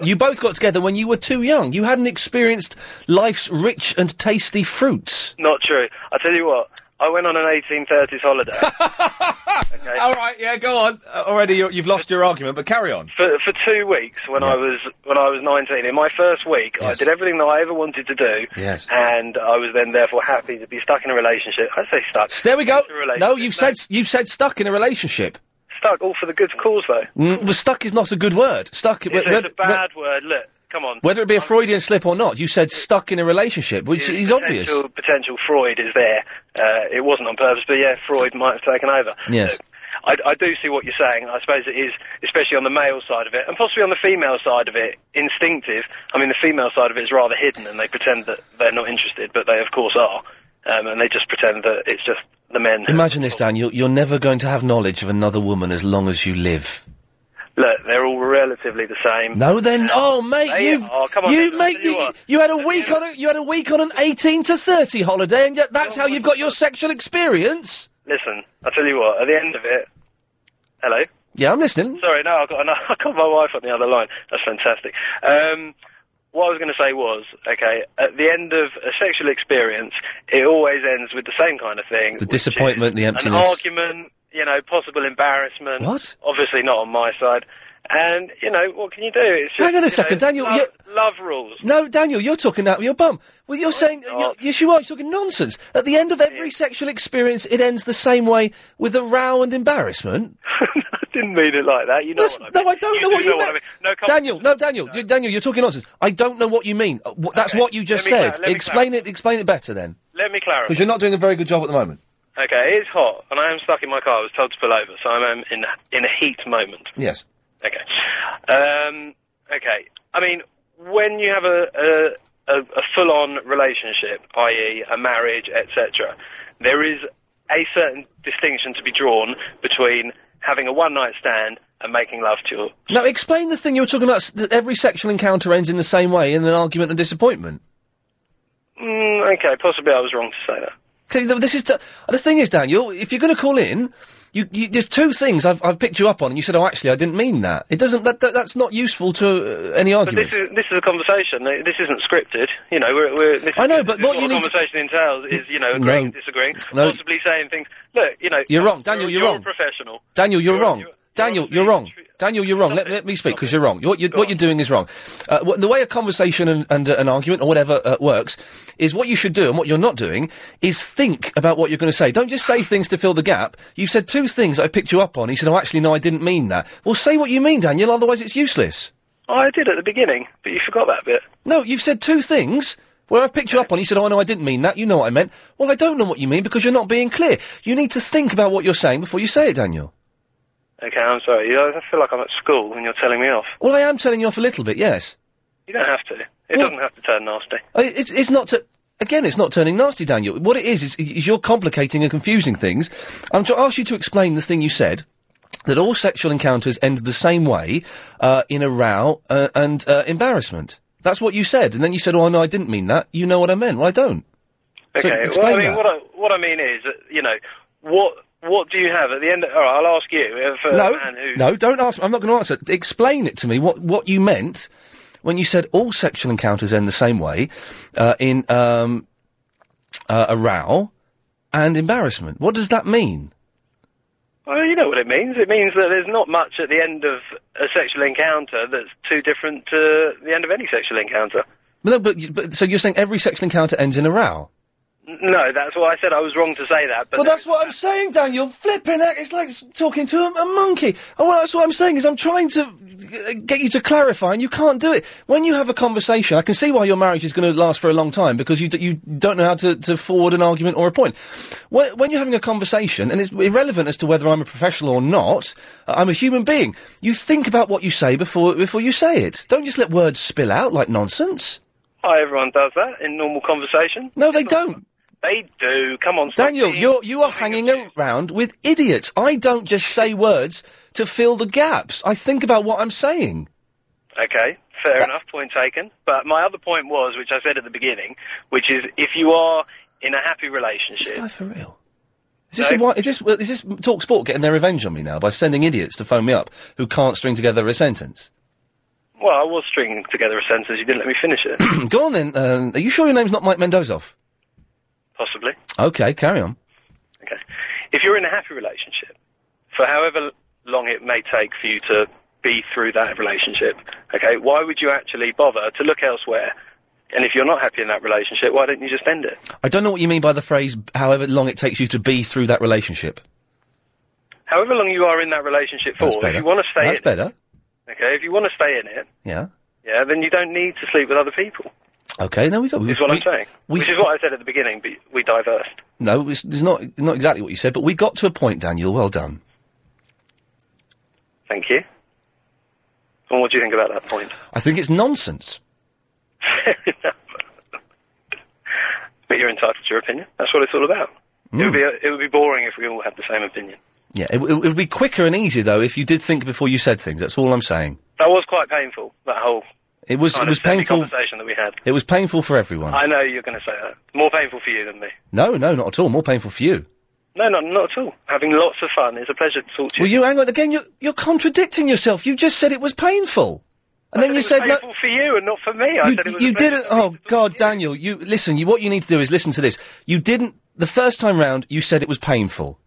you both got together when you were too young. You hadn't experienced life's rich and tasty fruits.
Not true. I tell you what, I went on an 1830s holiday. okay.
All right, yeah, go on. Uh, already, you you've lost your argument, but carry on.
For, for two weeks when I was when I was 19, in my first week, I did everything that I ever wanted to do.
Yes.
And I was then therefore happy to be stuck in a relationship. I say stuck.
There we go.
Into a relationship.
No, you've said you've said stuck in a relationship.
Stuck all for the good cause though.
Mm, well, stuck is not a good word. Stuck.
It's,
whether-
it's a bad word. Look, come on.
Whether it be a Freudian slip or not, you said stuck in a relationship, which
The
is obvious.
Potential, potential Freud is there. Uh, it wasn't on purpose, but yeah, Freud might have taken over.
Yes.
I, I do see what you're saying. I suppose it is, especially on the male side of it, and possibly on the female side of it, instinctive. I mean, the female side of it is rather hidden, and they pretend that they're not interested, but they, of course, are. Um, and they just pretend that it's just the men. who-
Imagine this, Dan. You're, you're never going to have knowledge of another woman as long as you live.
Look, they're all relatively the same.
No, then, oh mate,
They
you've
are. Come on,
you
Nick, I'll
mate,
tell you
you,
what.
you had a week on a, you had a week on an eighteen to thirty holiday, and yet that's how you've got your sexual experience.
Listen, I tell you what. At the end of it, hello.
Yeah, I'm listening.
Sorry, no, I've got, another, I've got my wife on the other line. That's fantastic. Um, what I was going to say was, okay, at the end of a sexual experience, it always ends with the same kind of thing.
The disappointment, the
An
emptiness.
argument, you know, possible embarrassment.
What?
Obviously not on my side. And, you know, what can you do? It's just,
Hang on a
you
second,
know,
Daniel,
Love,
you-
love rules.
No, Daniel, you're talking out of your bum. Well,
Oh,
you're saying you're, yes, you are. You're talking nonsense. At the end of every sexual experience, it ends the same way with a row and embarrassment.
I didn't mean it like that. You know what I mean.
No, I don't
You
know
do
what you
know what
mean.
I mean. No, come on.
Daniel, no, Daniel, you, Daniel, you're talking nonsense. I don't know what you mean. Uh, wh- that's what you
Let
just
me clar-
said.
let me
explain it. Explain it better then,
Let me clarify.
because you're not doing a very good job at the moment.
Okay, it is hot, and I am stuck in my car. I was told to pull over, so I'm um, in in a heat moment.
Yes.
Okay, um, okay. I mean, when you have a a, a, a full on relationship, i.e., a marriage, etc., there is a certain distinction to be drawn between having a one night stand and making love to your
Now, explain the thing you were talking about. s- That every sexual encounter ends in the same way, in an argument and disappointment.
Mm, okay, possibly I was wrong to say that.
'Cause th- This is t- the thing is, Daniel. If you're going to call in, you, you, there's two things I've, I've picked you up on, and you said, "Oh, actually, I didn't mean that." It doesn't. That, that, that's not useful to uh, any
But
argument.
this is this is a conversation. uh, This isn't scripted. You know, we're, we're this
I know,
is,
but
this is
what you
the
need to-
conversation entails is you know
No.
agreeing, disagreeing,
No.
possibly saying things. Look, you know,
You're wrong, Daniel. You're,
you're
wrong.
A professional.
Daniel, you're, wrong. Daniel, you're wrong. Daniel, you're wrong. Let, let me speak because you're wrong. What, you're, what you're doing is wrong. Uh, wh- the way a conversation and, and uh, an argument or whatever uh, works is what you should do and what you're not doing is think about what you're going to say. Don't just say things to fill the gap. You've said two things that I picked you up on. He said, "Oh, actually, no, I didn't mean that." Well, say what you mean, Daniel. Otherwise, it's useless.
Oh, I did at the beginning, but you forgot that bit.
No, you've said two things where I've picked you up on. You said, "Oh no, I didn't mean that." You know what I meant. Well, I don't know what you mean because you're not being clear. You need to think about what you're saying before you say it, Daniel.
Okay, I'm sorry. You know, I feel like I'm at school and you're telling me off.
Well, I am telling you off a little bit. Yes.
You don't have to. It doesn't have to turn nasty.
I- It's, it's not to. Again, it's not turning nasty, Daniel. What it is, is, is you're complicating and confusing things. I'm to ask you to explain the thing you said that all sexual encounters end the same way uh, in a row uh, and uh, embarrassment. That's what you said. And then you said, oh, no, I didn't mean that. You know what I meant. Well, I don't. So
Okay. well,
explain
I mean,
that.
what I what I mean is, uh, you know, what what do you have at the end? Of, all right, I'll ask you. If, uh,
no,
man who,
no, don't ask. I'm not going to answer. Explain it to me. What what you meant when you said all sexual encounters end the same way uh, in um, uh, a row and embarrassment? What does that mean?
Well, you know what it means. It means that there's not much at the end of a sexual encounter that's too different to the end of any sexual encounter.
Well, no, but, but so you're saying every sexual encounter ends in a row?
N- No, that's why I said I was wrong to say that. But
well, that's what I'm saying, Daniel. Flipping heck, it's like s- talking to a, a monkey. And well, that's what I'm saying is I'm trying to uh, get you to clarify, and you can't do it. When you have a conversation, I can see why your marriage is going to last for a long time because you d- you don't know how to, to forward an argument or a point. When, when you're having a conversation, and it's irrelevant as to whether I'm a professional or not, uh, I'm a human being. You think about what you say before before you say it. Don't just let words spill out like nonsense.
Hi, everyone does that in normal conversation.
No, they don't.
They do. Come on, stop
Daniel,
being-
you're you are hanging around with idiots. I don't just say words to fill the gaps. I think about what I'm saying.
Okay, fair enough. Point taken. But my other point was, which I said at the beginning, which is if you are in a happy relationship,
For real. Is this, a whi- is this well, is this Talk Sport getting their revenge on me now by sending idiots to phone me up who can't string together a sentence?
Well, I was stringing together a sentence. You didn't let me finish it.
Go on then. Um, are you sure your name's not Mike Mendozov?
Possibly.
Okay, carry on.
If you're in a happy relationship, for however long it may take for you to be through that relationship, okay, why would you actually bother to look elsewhere? And if you're not happy in that relationship, why don't you just end it?
I don't know what you mean by the phrase b- however long it takes you to be through that relationship.
However long you are in that relationship for,
That's
if
better.
you want to stay
That's
in
better.
it, okay, if you want to stay in it,
Yeah.
yeah, then you don't need to sleep with other people.
Okay, there we go.
Is what
we,
I'm saying.
we
Which is what I said at the beginning. But we diverse.
No, it's, it's not not exactly what you said, but we got to a point, Daniel. Well done.
Thank you. And what do you think about that point?
I think it's nonsense.
But you're entitled to your opinion. That's what it's all about. It
Hmm.
would be it would be boring if we all had the same opinion.
Yeah, it, it would be quicker and easier though if you did think before you said things. That's all I'm saying.
That was quite painful. That whole
It was
kind
it was
of semi
painful.
conversation that we had.
It was painful for everyone.
I know you're going to say that. More painful for you than me.
No, no, not at all. More painful for you.
No, no, not at all. Having lots of fun. It's a pleasure to talk to you.
Well, you hang on again. You're you're contradicting yourself. You just said it was painful, and then you
It was
said no.
painful for you and not for me. I
you,
said it was
you
a pleasure.
didn't. Oh God, Daniel. You listen. You what you need to do is listen to this. You didn't the first time round. You said it was painful.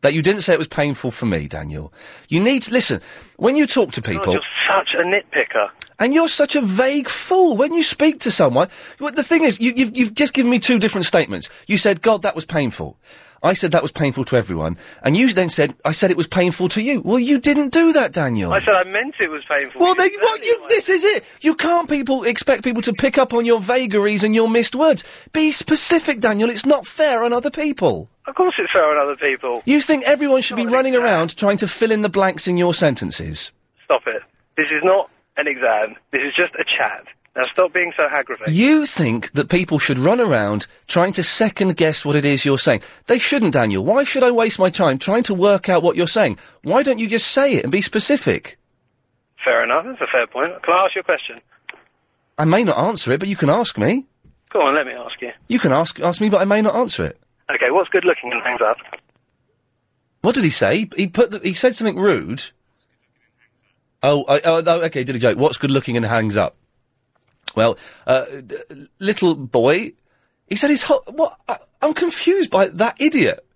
That you didn't say it was painful for me, Daniel. You need to listen when you talk to people.
Such a nitpicker.
And you're such a vague fool when you speak to someone. Well, the thing is, you, you've, you've just given me two different statements. You said, God, that was painful. I said that was painful to everyone. And you then said, I said it was painful to you. Well, you didn't do that, Daniel.
I said I meant it was painful.
well, they, what you, this is it. You can't people expect people to pick up on your vagaries and your missed words. Be specific, Daniel. It's not fair on other people.
Of course it's fair on other people.
You think everyone should be running around trying to fill in the blanks in your sentences.
Stop it. This is not an exam. This is just a chat. Now stop being so aggravating.
You think that people should run around trying to second guess what it is you're saying. They shouldn't, Daniel. Why should I waste my time trying to work out what you're saying? Why don't you just say it and be specific?
Fair enough. That's a fair point. Can I ask you a question?
I may not answer it, but you can ask me.
Go on, let me ask you.
You can ask ask me, but I may not answer it.
Okay, what's good looking and hangs up?
What did he say? He put the, he said something rude. Oh, I, oh, no, okay, did a joke. What's good looking and hangs up? Well, uh, d- little boy, he said he's hot. What? I, I'm confused by that idiot.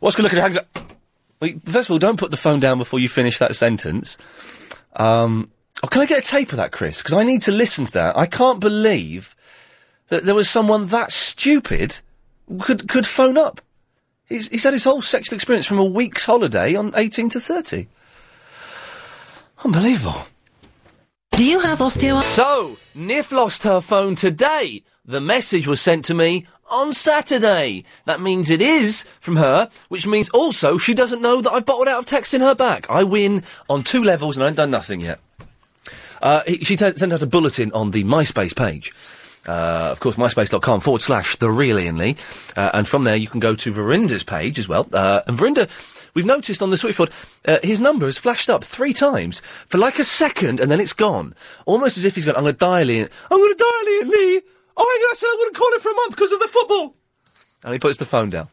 What's good looking and hangs up? Well, you- first of all, don't put the phone down before you finish that sentence. Um, oh, can I get a tape of that, Chris? Because I need to listen to that. I can't believe that there was someone that stupid could could phone up. He's, he's had his whole sexual experience from a week's holiday on 18 to 30. Unbelievable.
Do you have osteoarthritis?
So, Nif lost her phone today. The message was sent to me on Saturday. That means it is from her, which means also she doesn't know that I've bottled out of texting her back. I win on two levels and I've done nothing yet. Uh, he, she t- sent out a bulletin on the MySpace page. Uh, of course, myspace.com forward slash the real Ian Lee. Uh, and from there, you can go to Verinda's page as well. Uh, and Verinda, we've noticed on the switchboard, uh, his number has flashed up three times for like a second and then it's gone. Almost as if he's gone, I'm going to dial Ian. I'm going to dial Ian Lee. Oh, hang on, I said I wouldn't call him for a month because of the football. And he puts the phone down.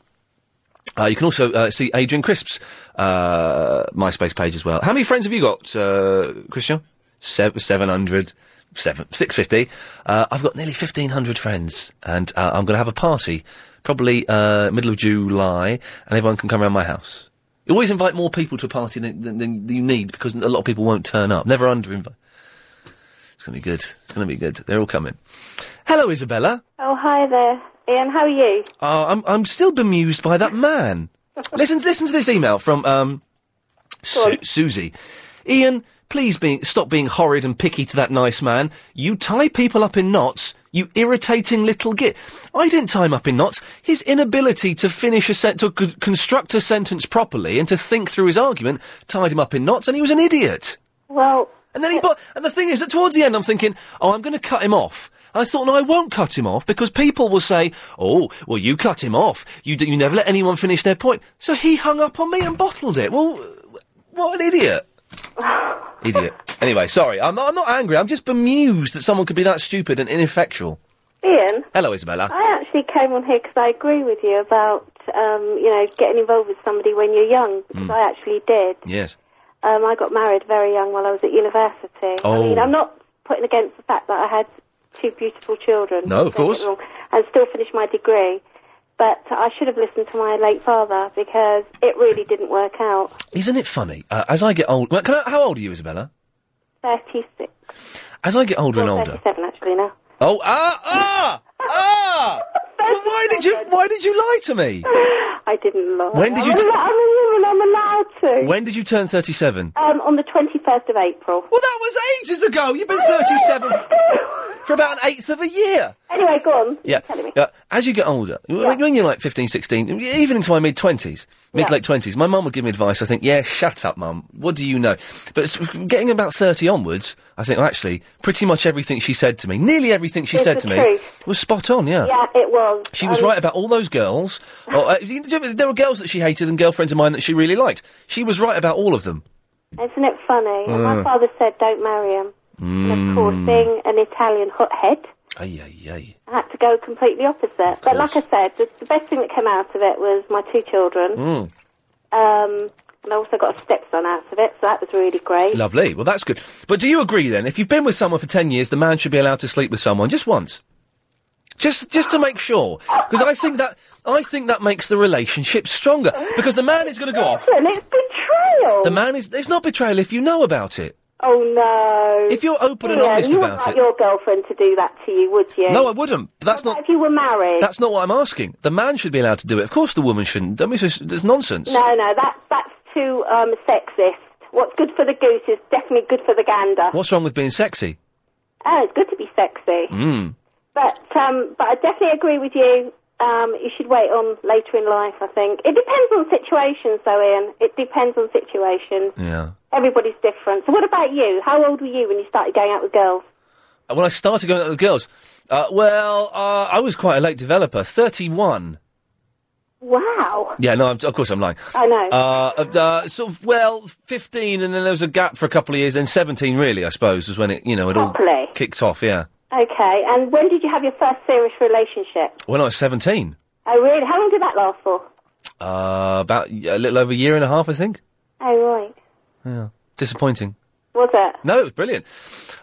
Uh, you can also uh, see Adrian Crisp's uh, MySpace page as well. How many friends have you got, uh, Christian? Seven, 700, seven, 650. Uh, I've got nearly 1,500 friends, and uh, I'm going to have a party probably uh, middle of July, and everyone can come around my house. You always invite more people to a party than, than, than you need because a lot of people won't turn up. Never under invite. It's going to be good. It's going to be good. They're all coming. Hello, Isabella.
Oh, hi there. Ian, how are you?
Uh, I'm I'm still bemused by that man. listen, listen to this email from um, Su- Susie. Ian, please be, stop being horrid and picky to that nice man. You tie people up in knots. You irritating little git. I didn't tie him up in knots. His inability to finish a sent to c- construct a sentence properly and to think through his argument tied him up in knots, and he was an idiot.
Well,
And then he, bu- and the thing is that towards the end, I'm thinking, oh, I'm going to cut him off. And I thought, no, I won't cut him off because people will say, oh, well, you cut him off. You d- you never let anyone finish their point. So he hung up on me and bottled it. Well, wh- what an idiot! idiot. Anyway, sorry, I'm not, I'm not angry. I'm just bemused that someone could be that stupid and ineffectual.
Ian,
Hello, Isabella.
I actually came on here because I agree with you about, um, you know, getting involved with somebody when you're young, because
Mm.
I actually did.
Yes.
Um, I got married very young while I was at university. I
Oh.
mean, I'm not putting against the fact that I had two beautiful children.
No,
don't
of
get me
course.
wrong, And still finished my degree. But I should have listened to my late father because it really didn't work out.
Isn't it funny? Uh, as I get old, well, can I, how old are you, Isabella?
36,
As I get older and older.
37 actually now.
Oh, ah, ah, ah! Well, why did you? Why did you lie to me?
I didn't lie.
When did you
I'm,
t-
allo- I'm a woman, I'm allowed to.
When did you turn thirty-seven?
Um, on the 21st of April.
Well, that was ages ago. You've been 37 for about an eighth of a year.
Anyway, go on.
Yeah.
Tell me.
Uh, as you get older, w- when- when you're like 15, 16, even into my mid 20s, mid
Yeah.
late 20s, my mum would give me advice. I think, yeah, shut up, mum. What do you know? But s- getting about 30 onwards, I think, well, actually, pretty much everything she said to me, nearly everything she
It's
said
the
to me,
truth.
was spot on, yeah.
Yeah, it was.
She was
Um,
right about all those girls. Or, uh, you know, there were girls that she hated and girlfriends of mine that she really liked. She was right about all of them.
Isn't it funny? And My
Mm.
father said, don't marry him.
Mm.
Poor thing, an Italian hothead.
Ay, ay, ay.
I had to go completely opposite. But like I said, the, the best thing that came out of it was my two children.
Mm.
Um, and I also got a stepson out of it, so that was really great.
Lovely. Well, that's good. But do you agree then? If you've been with someone for ten years, the man should be allowed to sleep with someone just once, just just to make sure. Because I think that I think that makes the relationship stronger. Because the man is going to go off.
Listen, it's betrayal.
The man is. It's not betrayal if you know about it.
oh, no.
If you're open and
Ian,
honest
you
about
wouldn't like
it.
your girlfriend to do that to you, would you?
No, I wouldn't. But that's not.
If you were married.
That's not what I'm asking. The man should be allowed to do it. Of course, the woman shouldn't. Don't be so. That's nonsense.
No, no, that's, that's too um, sexist. What's good for the goose is definitely good for the gander.
What's wrong with being sexy?
Oh, it's good to be sexy.
Mm.
But um, but I definitely agree with you. Um, you should wait on later in life. I think it depends on situations, though, Ian. It depends on situations.
Yeah.
Everybody's different. So, what about you? How old were you when you started going out with girls?
Uh, When I started going out with girls, uh, well, uh, I was quite a late developer. Thirty-one.
Wow.
Yeah, no, I'm, of course I'm lying.
I know.
Uh, uh, uh, sort of, well, 15, and then there was a gap for a couple of years, then 17, really, I suppose, was when it, you know, it all
Properly.
kicked off, yeah.
Okay. And when did you have your first serious relationship?
When I was 17,
Oh, really? How long did that last for?
uh, about y- a little over a year and a half, I think.
Oh, right.
Yeah. Disappointing.
Was it?
No, it was brilliant.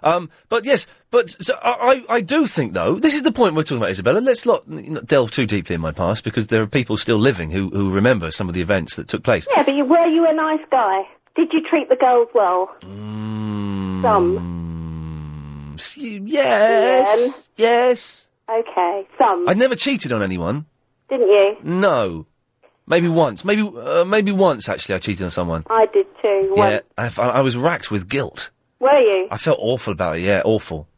Um, but yes, but so I, I I do think though this is the point we're talking about, Isabella. Let's not, not delve too deeply in my past because there are people still living who who remember some of the events that took place.
Yeah, but you, were you a nice guy? Did you treat the girls well? Some.
Mm. S- y- Yes. Yes.
Okay. Some.
I never cheated on anyone.
Didn't you?
No, maybe once. Maybe uh, maybe once actually. I cheated on someone.
I did too. Uh, Once.
Yeah, I, f- I was racked with guilt.
Were you?
I felt awful about it. Yeah, awful.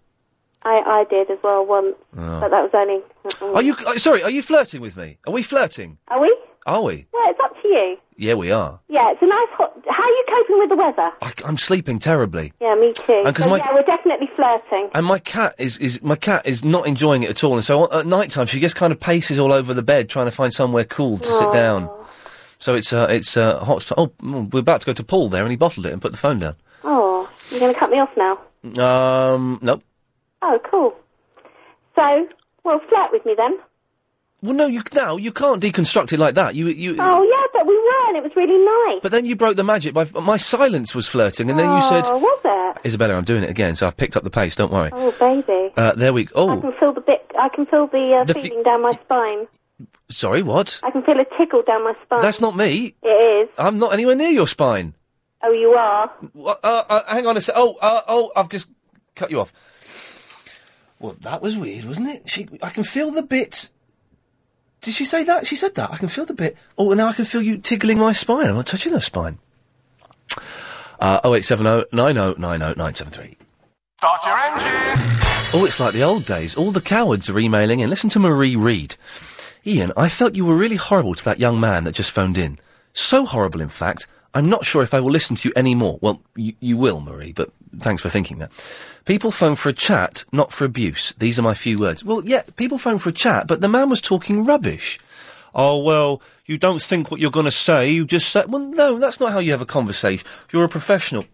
I, I did as well once,
Oh.
but that was only. uh-uh.
Are you uh, sorry? Are you flirting with me? Are we flirting?
Are we?
Are we?
Well, it's up to you.
Yeah, we are.
Yeah, it's a nice hot. How are you coping with the weather?
I, am sleeping terribly,
Yeah, me too.
And 'cause
So,
my-
Yeah, we're definitely flirting.
and my cat is is my cat is not enjoying it at all. And so on, at night time, she just kind of paces all over the bed, trying to find somewhere cool to sit
Aw.
down. So it's uh, it's uh, hot. st- oh, mm, we're about to go to Paul there, and he bottled it and put the phone down.
Oh, you're going to cut me off now.
Um, nope.
Oh, cool. So, well, flirt with me then.
Well, no, you now you can't deconstruct it like that. You you.
Oh yeah, but we were, and it was really nice.
But then you broke the magic by my silence was flirting, and then you said,
Oh, was it?
"Isabella, I'm doing it again." So I've picked up the pace. Don't worry.
Oh, baby.
Uh, there we.
I
Oh,
can feel the bit. I can feel the, uh,
The fe-
feeling down my spine.
sorry. What?
I can feel a tickle down my spine.
That's not me.
Uh, It is.
I'm not anywhere near your spine.
Oh, you are.
Uh, uh, hang on a sec. Oh, uh, oh, I've just cut you off. Well, that was weird, wasn't it? She, I can feel the bit. Did she say that? She said that. I can feel the bit. Oh, now I can feel you tickling my spine. I'm not touching her spine. Uh, 0870 90 90 973.
Start your engine.
Oh, it's like the old days. All the cowards are emailing in. Listen to Marie Reed. Ian, I felt you were really horrible to that young man that just phoned in. So horrible, in fact, I'm not sure if I will listen to you anymore. Well, you, you will, Marie, but thanks for thinking that. People phone for a chat, not for abuse. These are my few words. Well, yeah, people phone for a chat, but the man was talking rubbish. Oh, well, you don't think what you're going to say, you just say. Well, no, that's not how you have a conversation. You're a professional.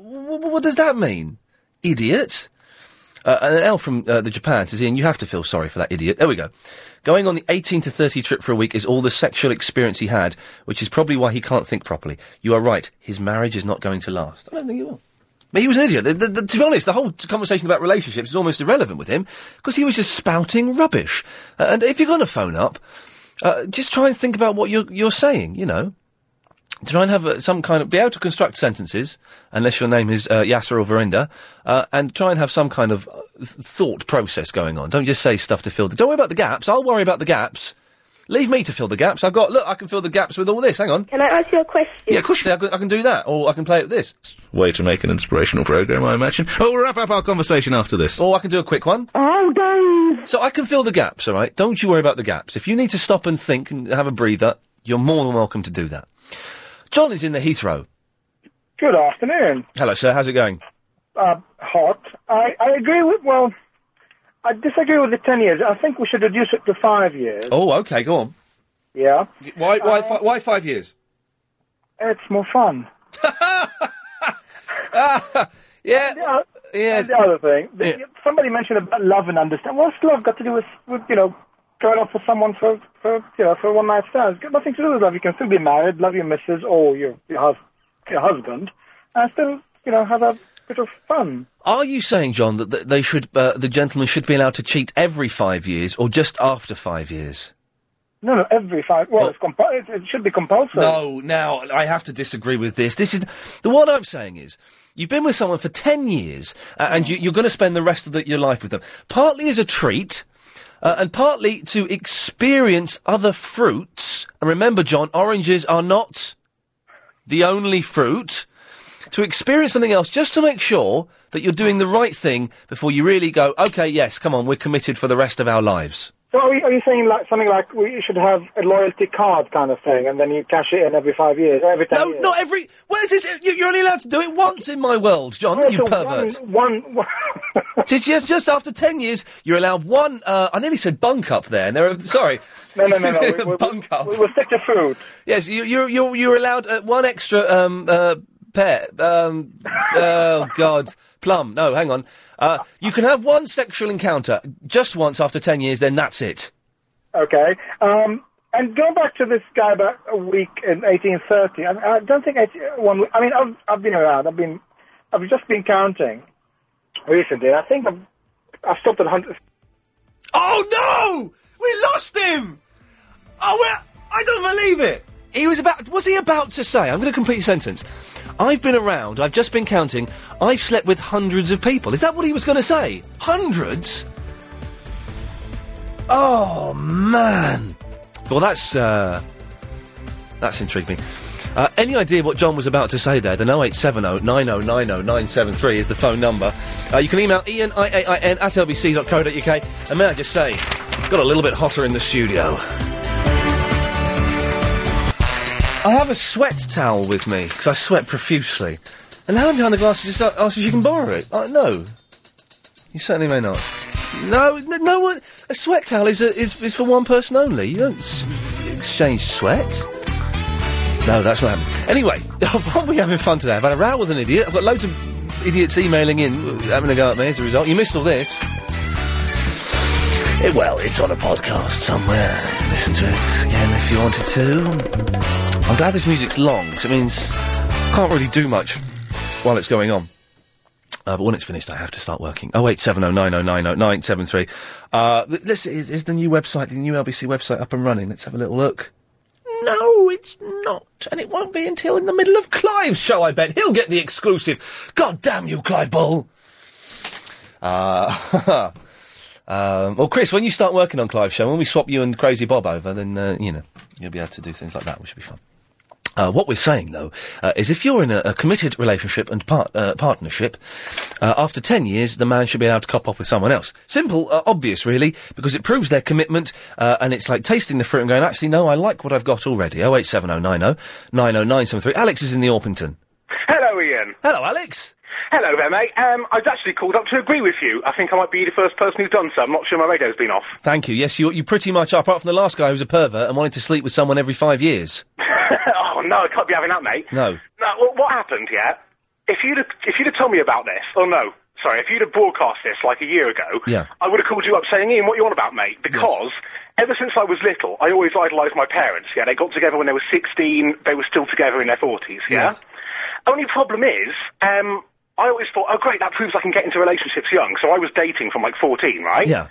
W- w- what does that mean? Idiot. Uh, and an L from uh, the Japan says, Ian, you have to feel sorry for that idiot. There we go. Going on the 18 to 30 trip for a week is all the sexual experience he had, which is probably why he can't think properly. You are right. His marriage is not going to last. I don't think he will. But he was an idiot. The- the- the- to be honest, the whole conversation about relationships is almost irrelevant with him because he was just spouting rubbish. Uh, and if you're going to phone up, uh, just try and think about what you're, you're saying, you know. Try and have uh, some kind of be able to construct sentences, unless your name is uh, Yasser or Verinder, uh, and try and have some kind of uh, th- thought process going on. Don't just say stuff to fill. The, don't worry about the gaps. I'll worry about the gaps. Leave me to fill the gaps. I've got look. I can fill the gaps with all this. Hang on.
Can I ask you a question?
Yeah, of course. I can, I can do that, or I can play it with this.
Way to make an inspirational program, I imagine. Oh, we'll wrap up our conversation after this.
Or I can do a quick one.
Oh,
Dave! So I can fill the gaps, all right? Don't you worry about the gaps. If you need to stop and think and have a breather, you're more than welcome to do that. John is in the Heathrow.
Good afternoon.
Hello, sir. How's it going?
Uh, hot. I, I agree with, well, I disagree with the 10 years. I think we should reduce it to five years.
Oh, okay. Go on.
Yeah.
Why? Why? fi- why five years?
It's more fun.
yeah. yeah.
And the other thing, the- somebody mentioned about love and understand. What's love got to do with, with you know, going off with someone for, for you know, for one night stands? It's got nothing to do with love. You can still be married, love your missus or your, your, hus- your husband, and still, you know, have a bit of fun.
Are you saying, John, that th- they should, uh, the gentleman should be allowed to cheat every five years or just after five years?
No, no, every five. Well, it's compu- it, it should be compulsory.
No, now I have to disagree with this. This is the what I'm saying is you've been with someone for ten years uh, and you, you're going to spend the rest of the, your life with them, partly as a treat. Uh, and partly to experience other fruits. And remember, John, oranges are not the only fruit. To experience something else, just to make sure that you're doing the right thing before you really go, okay, yes, come on, we're committed for the rest of our lives.
So are you, are you saying like something like we should have a loyalty card kind of thing, and then you cash it in every five years, every ten
No,
years?
not every. Where's this? you- You're only allowed to do it once in my world, John.
Yeah,
you
so
pervert.
One, one,
just, just, just after ten years, you're allowed one. Uh, I nearly said bunk up there. And there are, sorry.
No, no, no, no. We- we-
bunk up.
We, we'll stick to food.
Yes, you, you're you're you're allowed uh, one extra um, uh, pair. Um, oh God, plum. No, hang on. Uh, you can have one sexual encounter just once after ten years. Then that's it.
Okay. Um, and going back to this guy about a week in 1830, I, I don't think it's uh, one. week- I mean, I've, I've been around. I've been, I've just been counting recently. and I think I've, I've stopped at 100.
Oh no! We lost him! Oh, well, I don't believe it! He was about. Was he about to say? I'm going to complete the sentence. I've been around, I've just been counting, I've slept with hundreds of people. Is that what he was going to say? Hundreds? Oh, man. Well, that's. Uh, that's intrigued me. Uh, any idea what John was about to say there? oh Then 0870 9090 973 is the phone number. Uh, you can email ian, I-A-I-N, at lbc.co.uk. And may I just say, got a little bit hotter in the studio. I have a sweat towel with me, because I sweat profusely. And now I'm behind the glass to just a- ask if you can borrow it. Uh, no. You certainly may not. No, n- no one... A sweat towel is, a, is, is for one person only. You don't s- exchange sweat. No, that's not happening. Anyway, what are we having fun today? I've had a row with an idiot. I've got loads of idiots emailing in, uh, having a go at me as a result. You missed all this. Eh, well, it's on a podcast somewhere. Listen to it again if you wanted to. I'm glad this music's long, 'cause it means I can't really do much while it's going on. Uh, but when it's finished, I have to start working. Oh wait, seven oh nine oh nine oh nine seven three. Uh, th- this is, is the new website, the new LBC website, up and running. Let's have a little look. No, it's not. And it won't be until in the middle of Clive's show, I bet. He'll get the exclusive. God damn you, Clive Bull. Uh, um, well, Chris, when you start working on Clive's show, when we swap you and Crazy Bob over, then, uh, you know, you'll be able to do things like that, which should be fun. Uh, what we're saying, though, uh, is if you're in a, a committed relationship and par- uh, partnership, uh, after 10 years, the man should be able to cop off with someone else. Simple, uh, obvious, really, because it proves their commitment, uh, and it's like tasting the fruit and going, actually, no, I like what I've got already. 087090 90973. Alex is in the Orpington.
Hello, Ian.
Hello, Alex.
Hello there, mate. Um, I was actually called up to agree with you. I think I might be the first person who's done so. I'm not sure my radio's been off.
Thank you. Yes, you, you pretty much are, apart from the last guy who was a pervert and wanted to sleep with someone every five years.
oh, no, I can't be having that, mate.
No.
No, well, what happened, yeah? If you'd, have, if you'd have told me about this, oh no, sorry, if you'd have broadcast this like a year ago,
Yeah.
I would have called you up saying, Ian, what you on about, mate? Because ever since I was little, I always idolised my parents. Yeah, they got together when they were 16. They were still together in their 40s. Yeah.
Yes.
Only problem is, um, I always thought, oh, great, that proves I can get into relationships young. So I was dating from like 14, right?
Yeah.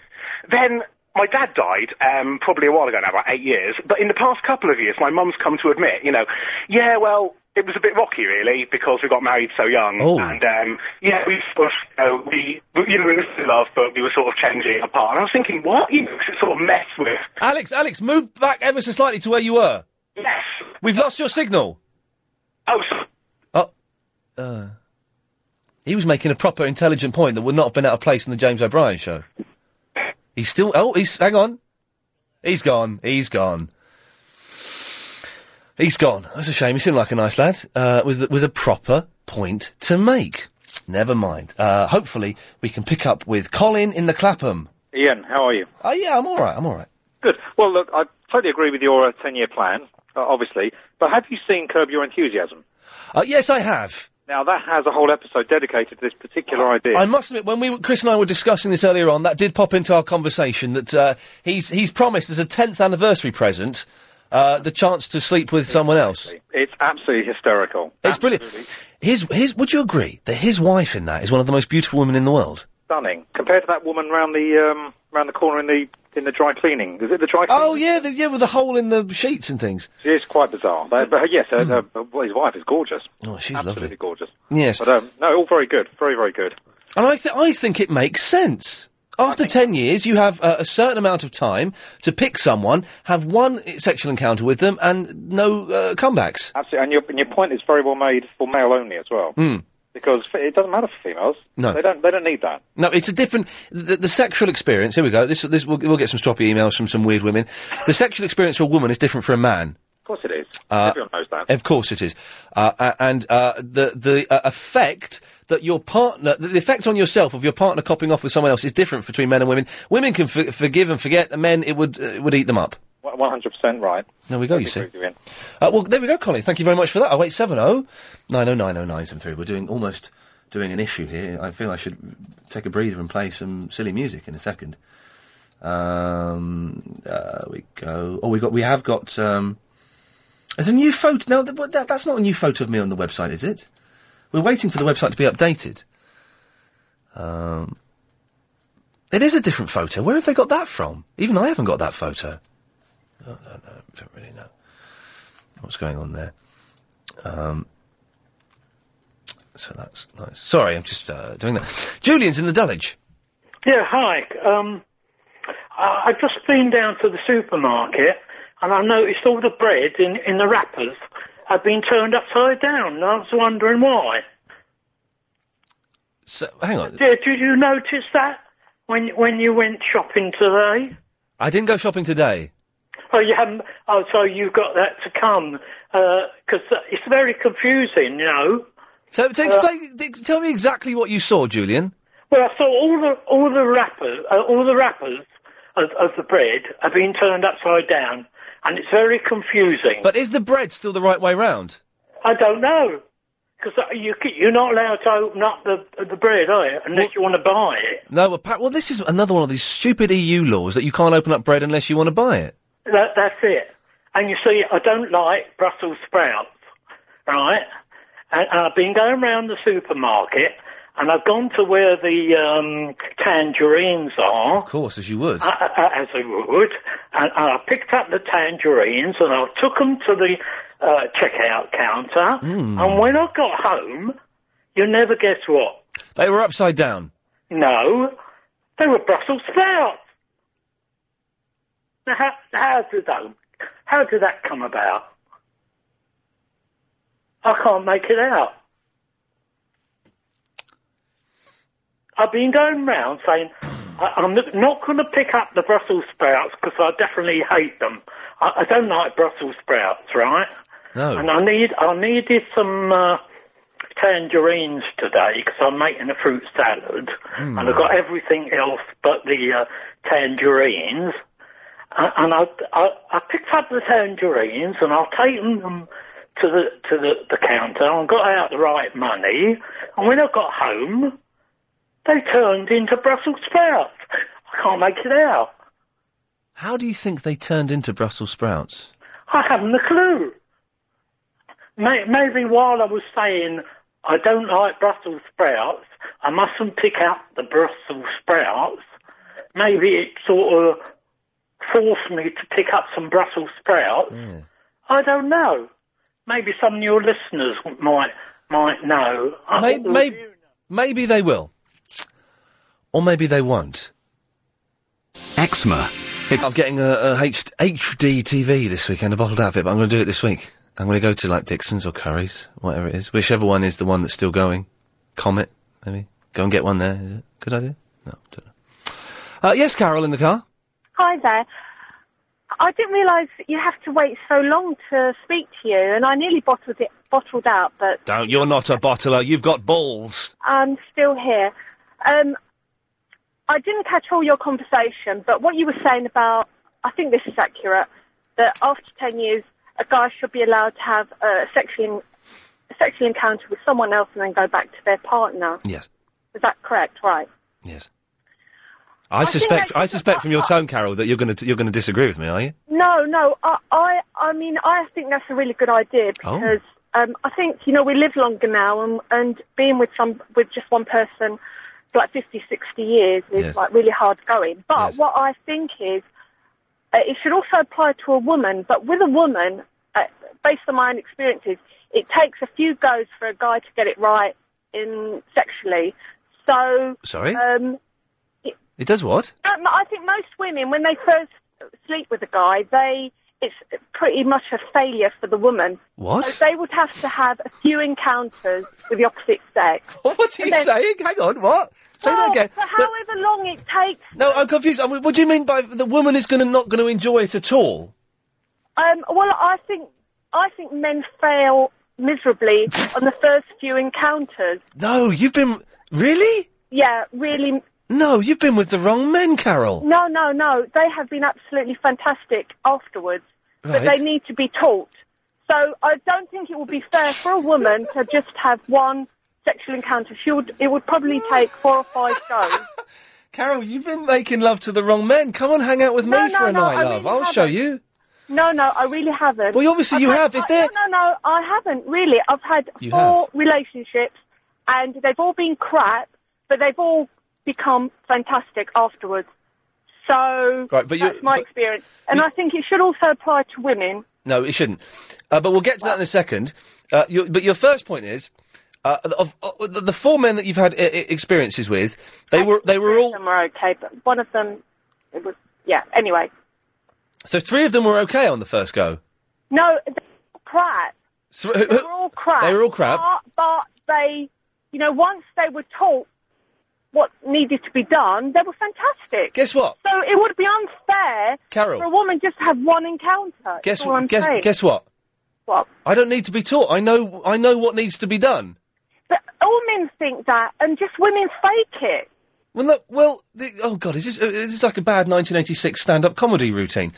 Then my dad died um, probably a while ago now, about eight years. But in the past couple of years, my mum's come to admit, you know, yeah, well, it was a bit rocky, really, because we got married so young.
Oh.
And, um, yeah, we, sort of, you know, we, we- you know, we were still in love, but we were sort of changing apart. And I was thinking, what? You know, 'cause it sort of messed with.
Alex, Alex, move back ever so slightly to where you were.
Yes.
We've lost your signal.
Oh.
Oh. Uh, he was making a proper intelligent point that would not have been out of place in the James O'Brien show. He's still. Oh, he's. Hang on. He's gone. He's gone. He's gone. That's a shame. He seemed like a nice lad uh, with with a proper point to make. Never mind. Uh, hopefully, we can pick up with Colin in the Clapham.
Ian, how are you?
Oh yeah, I'm all right. I'm all right.
Good. Well, look, I totally agree with your uh, ten-year plan, uh, obviously. But have you seen Curb Your Enthusiasm?
Uh, yes, I have.
Now that has a whole episode dedicated to this particular idea.
I must admit, when we Chris and I were discussing this earlier on, that did pop into our conversation. That uh, he's he's promised as a tenth anniversary present uh, the chance to sleep with someone else.
It's absolutely hysterical.
It's brilliant. His his. Would you agree that his wife in that is one of the most beautiful women in the world?
Stunning compared to that woman round the um, round the corner in the in the dry cleaning. Is it the dry? Cleaning?
Oh yeah, the, yeah, with the hole in the sheets and things.
She is quite bizarre. But, but yes, uh, uh, well, his wife is gorgeous.
Hmm. Oh, she's
absolutely gorgeous.
Yes.
But um, no, all very good. Very very good.
And I, th- I think it makes sense. After 10 years, you have uh, a certain amount of time to pick someone, have one uh, sexual encounter with them, and no uh, comebacks.
Absolutely. And your and your point is very well made for male only as well.
Mm.
Because f- it doesn't matter for females.
No.
They don't. They don't need that.
No, it's a different. The, the sexual experience. Here we go. This, this we'll, we'll get some stroppy emails from some weird women. The sexual experience for a woman is different for a man.
Of course it is.
Uh,
Everyone knows that.
Of course it is. Uh, a- and uh, the the uh, effect that your partner, the the effect on yourself of your partner copying off with someone else is different between men and women. Women can f- forgive and forget, and men it would uh, it would eat them up.
One hundred percent right.
There we go, you see.
Agree with you, Ian.
Uh, well, there we go, Collins. Thank you very much for that. Oh, wait, 70 9090973. We're doing almost doing an issue here. I feel I should take a breather and play some silly music in a second. Um, uh, we go. Oh, we got. We have got. Um, there's a new photo. Now, th- what- that, that's not a new photo of me on the website, is it? We're waiting for the website to be updated. Um, it is a different photo. Where have they got that from? Even I haven't got that photo. Oh, no, no, don't really know what's going on there. Um, so that's nice. Sorry, I'm just uh, doing that. Julian's in the Dulwich.
Yeah, hi. Um, I- I've just been down to the supermarket and I noticed all the bread in, in the wrappers had been turned upside down and I was wondering why.
So, hang on.
Did, did you notice that when when you went shopping today?
I didn't go shopping today.
Oh, you haven't. Oh, so you've got that to come because it's very confusing, you know. Uh,
So, to explain, ex- tell me exactly what you saw, Julian.
Well, I saw all the all the wrappers, uh, all the wrappers of, of the bread have been turned upside down, and it's very confusing.
But is the bread still the right way round?
I don't know because you c- you're not allowed to open up the the bread, are you? Unless you want to buy it.
No, appa- well, this is another one of these stupid EU laws that you can't open up bread unless you want to buy it.
That, that's it. And you see, I don't like Brussels sprouts, right? And, and I've been going round the supermarket, and I've gone to where the um, tangerines are. Of
course, as you would.
I, I, as I would. And, and I picked up the tangerines, and I took them to the uh, checkout counter.
Mm.
And when I got home, you never guess what?
They were upside down.
No, they were Brussels sprouts. Now, how, how did that? How did that come about? I can't make it out. I've been going round saying I, I'm not going to pick up the Brussels sprouts because I definitely hate them. I, I don't like Brussels sprouts, right?
No.
And I need I needed some uh, tangerines today because I'm making a fruit salad,
Mm.
Hmm.
and I've got everything else but the uh, tangerines. A- And I, I I picked up the tangerines and I've taken them to the to the, the counter and got out the right money. And when I got home,
They turned into Brussels sprouts. I can't make it out.
How do you think they turned into Brussels sprouts?
I haven't a clue. May- Maybe while I was saying I don't like Brussels sprouts, I mustn't pick out the Brussels sprouts. Maybe it sort of forced me to pick up some Brussels sprouts. I don't know. Maybe some of your listeners might might know.
May- may- maybe they will. Or maybe they won't. Eczema. I'm getting a, a H- HD TV this weekend, a bottled outfit, but I'm going to do it this week. I'm going to go to like Dixon's or Curry's, whatever it is. Whichever one is the one that's still going. Comet, maybe. Go and get one there. Is it good idea? No, don't know. Uh, yes, Carol in the car.
Hi there. I didn't realise that you have to wait so long to speak to you, and I nearly bottled it, bottled out, but
Don't. You're not a bottler. You've got balls.
I'm still here. Um, I didn't catch all your conversation, but what you were saying about, I think this is accurate, that after 10 years, a guy should be allowed to have a sexual, a sexual encounter with someone else and then go back to their partner.
Yes.
Is that correct? Right.
Yes. I, suspect. I suspect from your tone, Carol, that you're going to you're going to disagree with me, are you?
No, no. I, I, I mean, I think that's a really good idea
Oh.
because um, I think you know we live longer now, and, and being with some with just one person for like 50, 60 years is
Yes.
like really hard going. But what I think is uh, it should also apply to a woman. But with a woman, uh, based on my own experiences, it takes a few goes for a guy to get it right in sexually. So
Sorry?
Um,
It does what?
um, I think most women, when they first sleep with a guy, they it's pretty much a failure for the woman.
What?
So they would have to have a few encounters with the opposite sex.
What are you saying? Hang on, what? Say that again.
Oh, For however long it takes,
No, I'm confused. I mean, what do you mean by the woman is going to not going to enjoy it at all?
um, well, I think I think men fail miserably on the first few encounters.
No, you've been really.
Yeah, really.
No, you've been with the wrong men, Carol.
No, no, no. They have been absolutely fantastic afterwards, but
Right.
they need to be taught. So I don't think it would be fair for a woman to just have one sexual encounter. She would. It would probably take four or five goes.
Carol, you've been making love to the wrong men. Come on, hang out with
No,
me
no,
for a
no,
night,
I
love.
really
I'll
haven't.
show you.
No, no, I really haven't.
Well, obviously
I've
you
had-
have. If
I-
they're-
no, no, no, I haven't really. I've had
You
four relationships, and they've all been crap, but they've all become fantastic afterwards. So
Right, but you-
that's my experience, and I think it should also apply to women.
No, it shouldn't. Uh, but we'll get to that in a second. Uh, your, but your first point is uh, of, of the- the four men that you've had I- I- experiences with, they were they were all
Some were okay, but one of them, it was yeah. Anyway,
so three of them were okay on the first go.
no, they were crap.
So-
they were all crap.
They were all crap.
But, but they, you know, once they were taught what needed to be done, they were fantastic.
Guess what?
So it would be unfair
Carol.
for a woman just to have one encounter. That's
Guess
all I'm
what? Guess,
saying.
guess what?
What?
I don't need to be taught. I know I know what needs to be done.
But all men think that, and just women fake it.
Well, look, well, the, oh god, is this uh, is this like a bad 1986 stand-up comedy routine?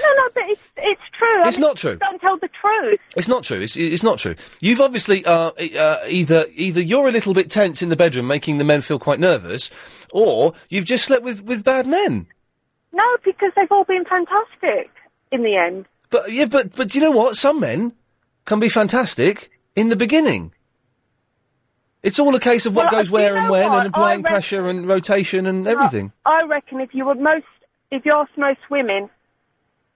No, no, but it's it's true. I
It's
mean,
not true.
Don't tell the truth.
It's not true. It's, it's not true. You've obviously uh, e- uh, either either you're a little bit tense in the bedroom, making the men feel quite nervous, or you've just slept with, with bad men.
No, because they've all been fantastic in the end.
But yeah, but but do you know what? Some men can be fantastic in the beginning. It's all a case of what
Well,
goes
do
where
you
and
know
when,
what?
and applying
I reckon-
pressure and rotation and everything.
I reckon if you were most, if you ask most women,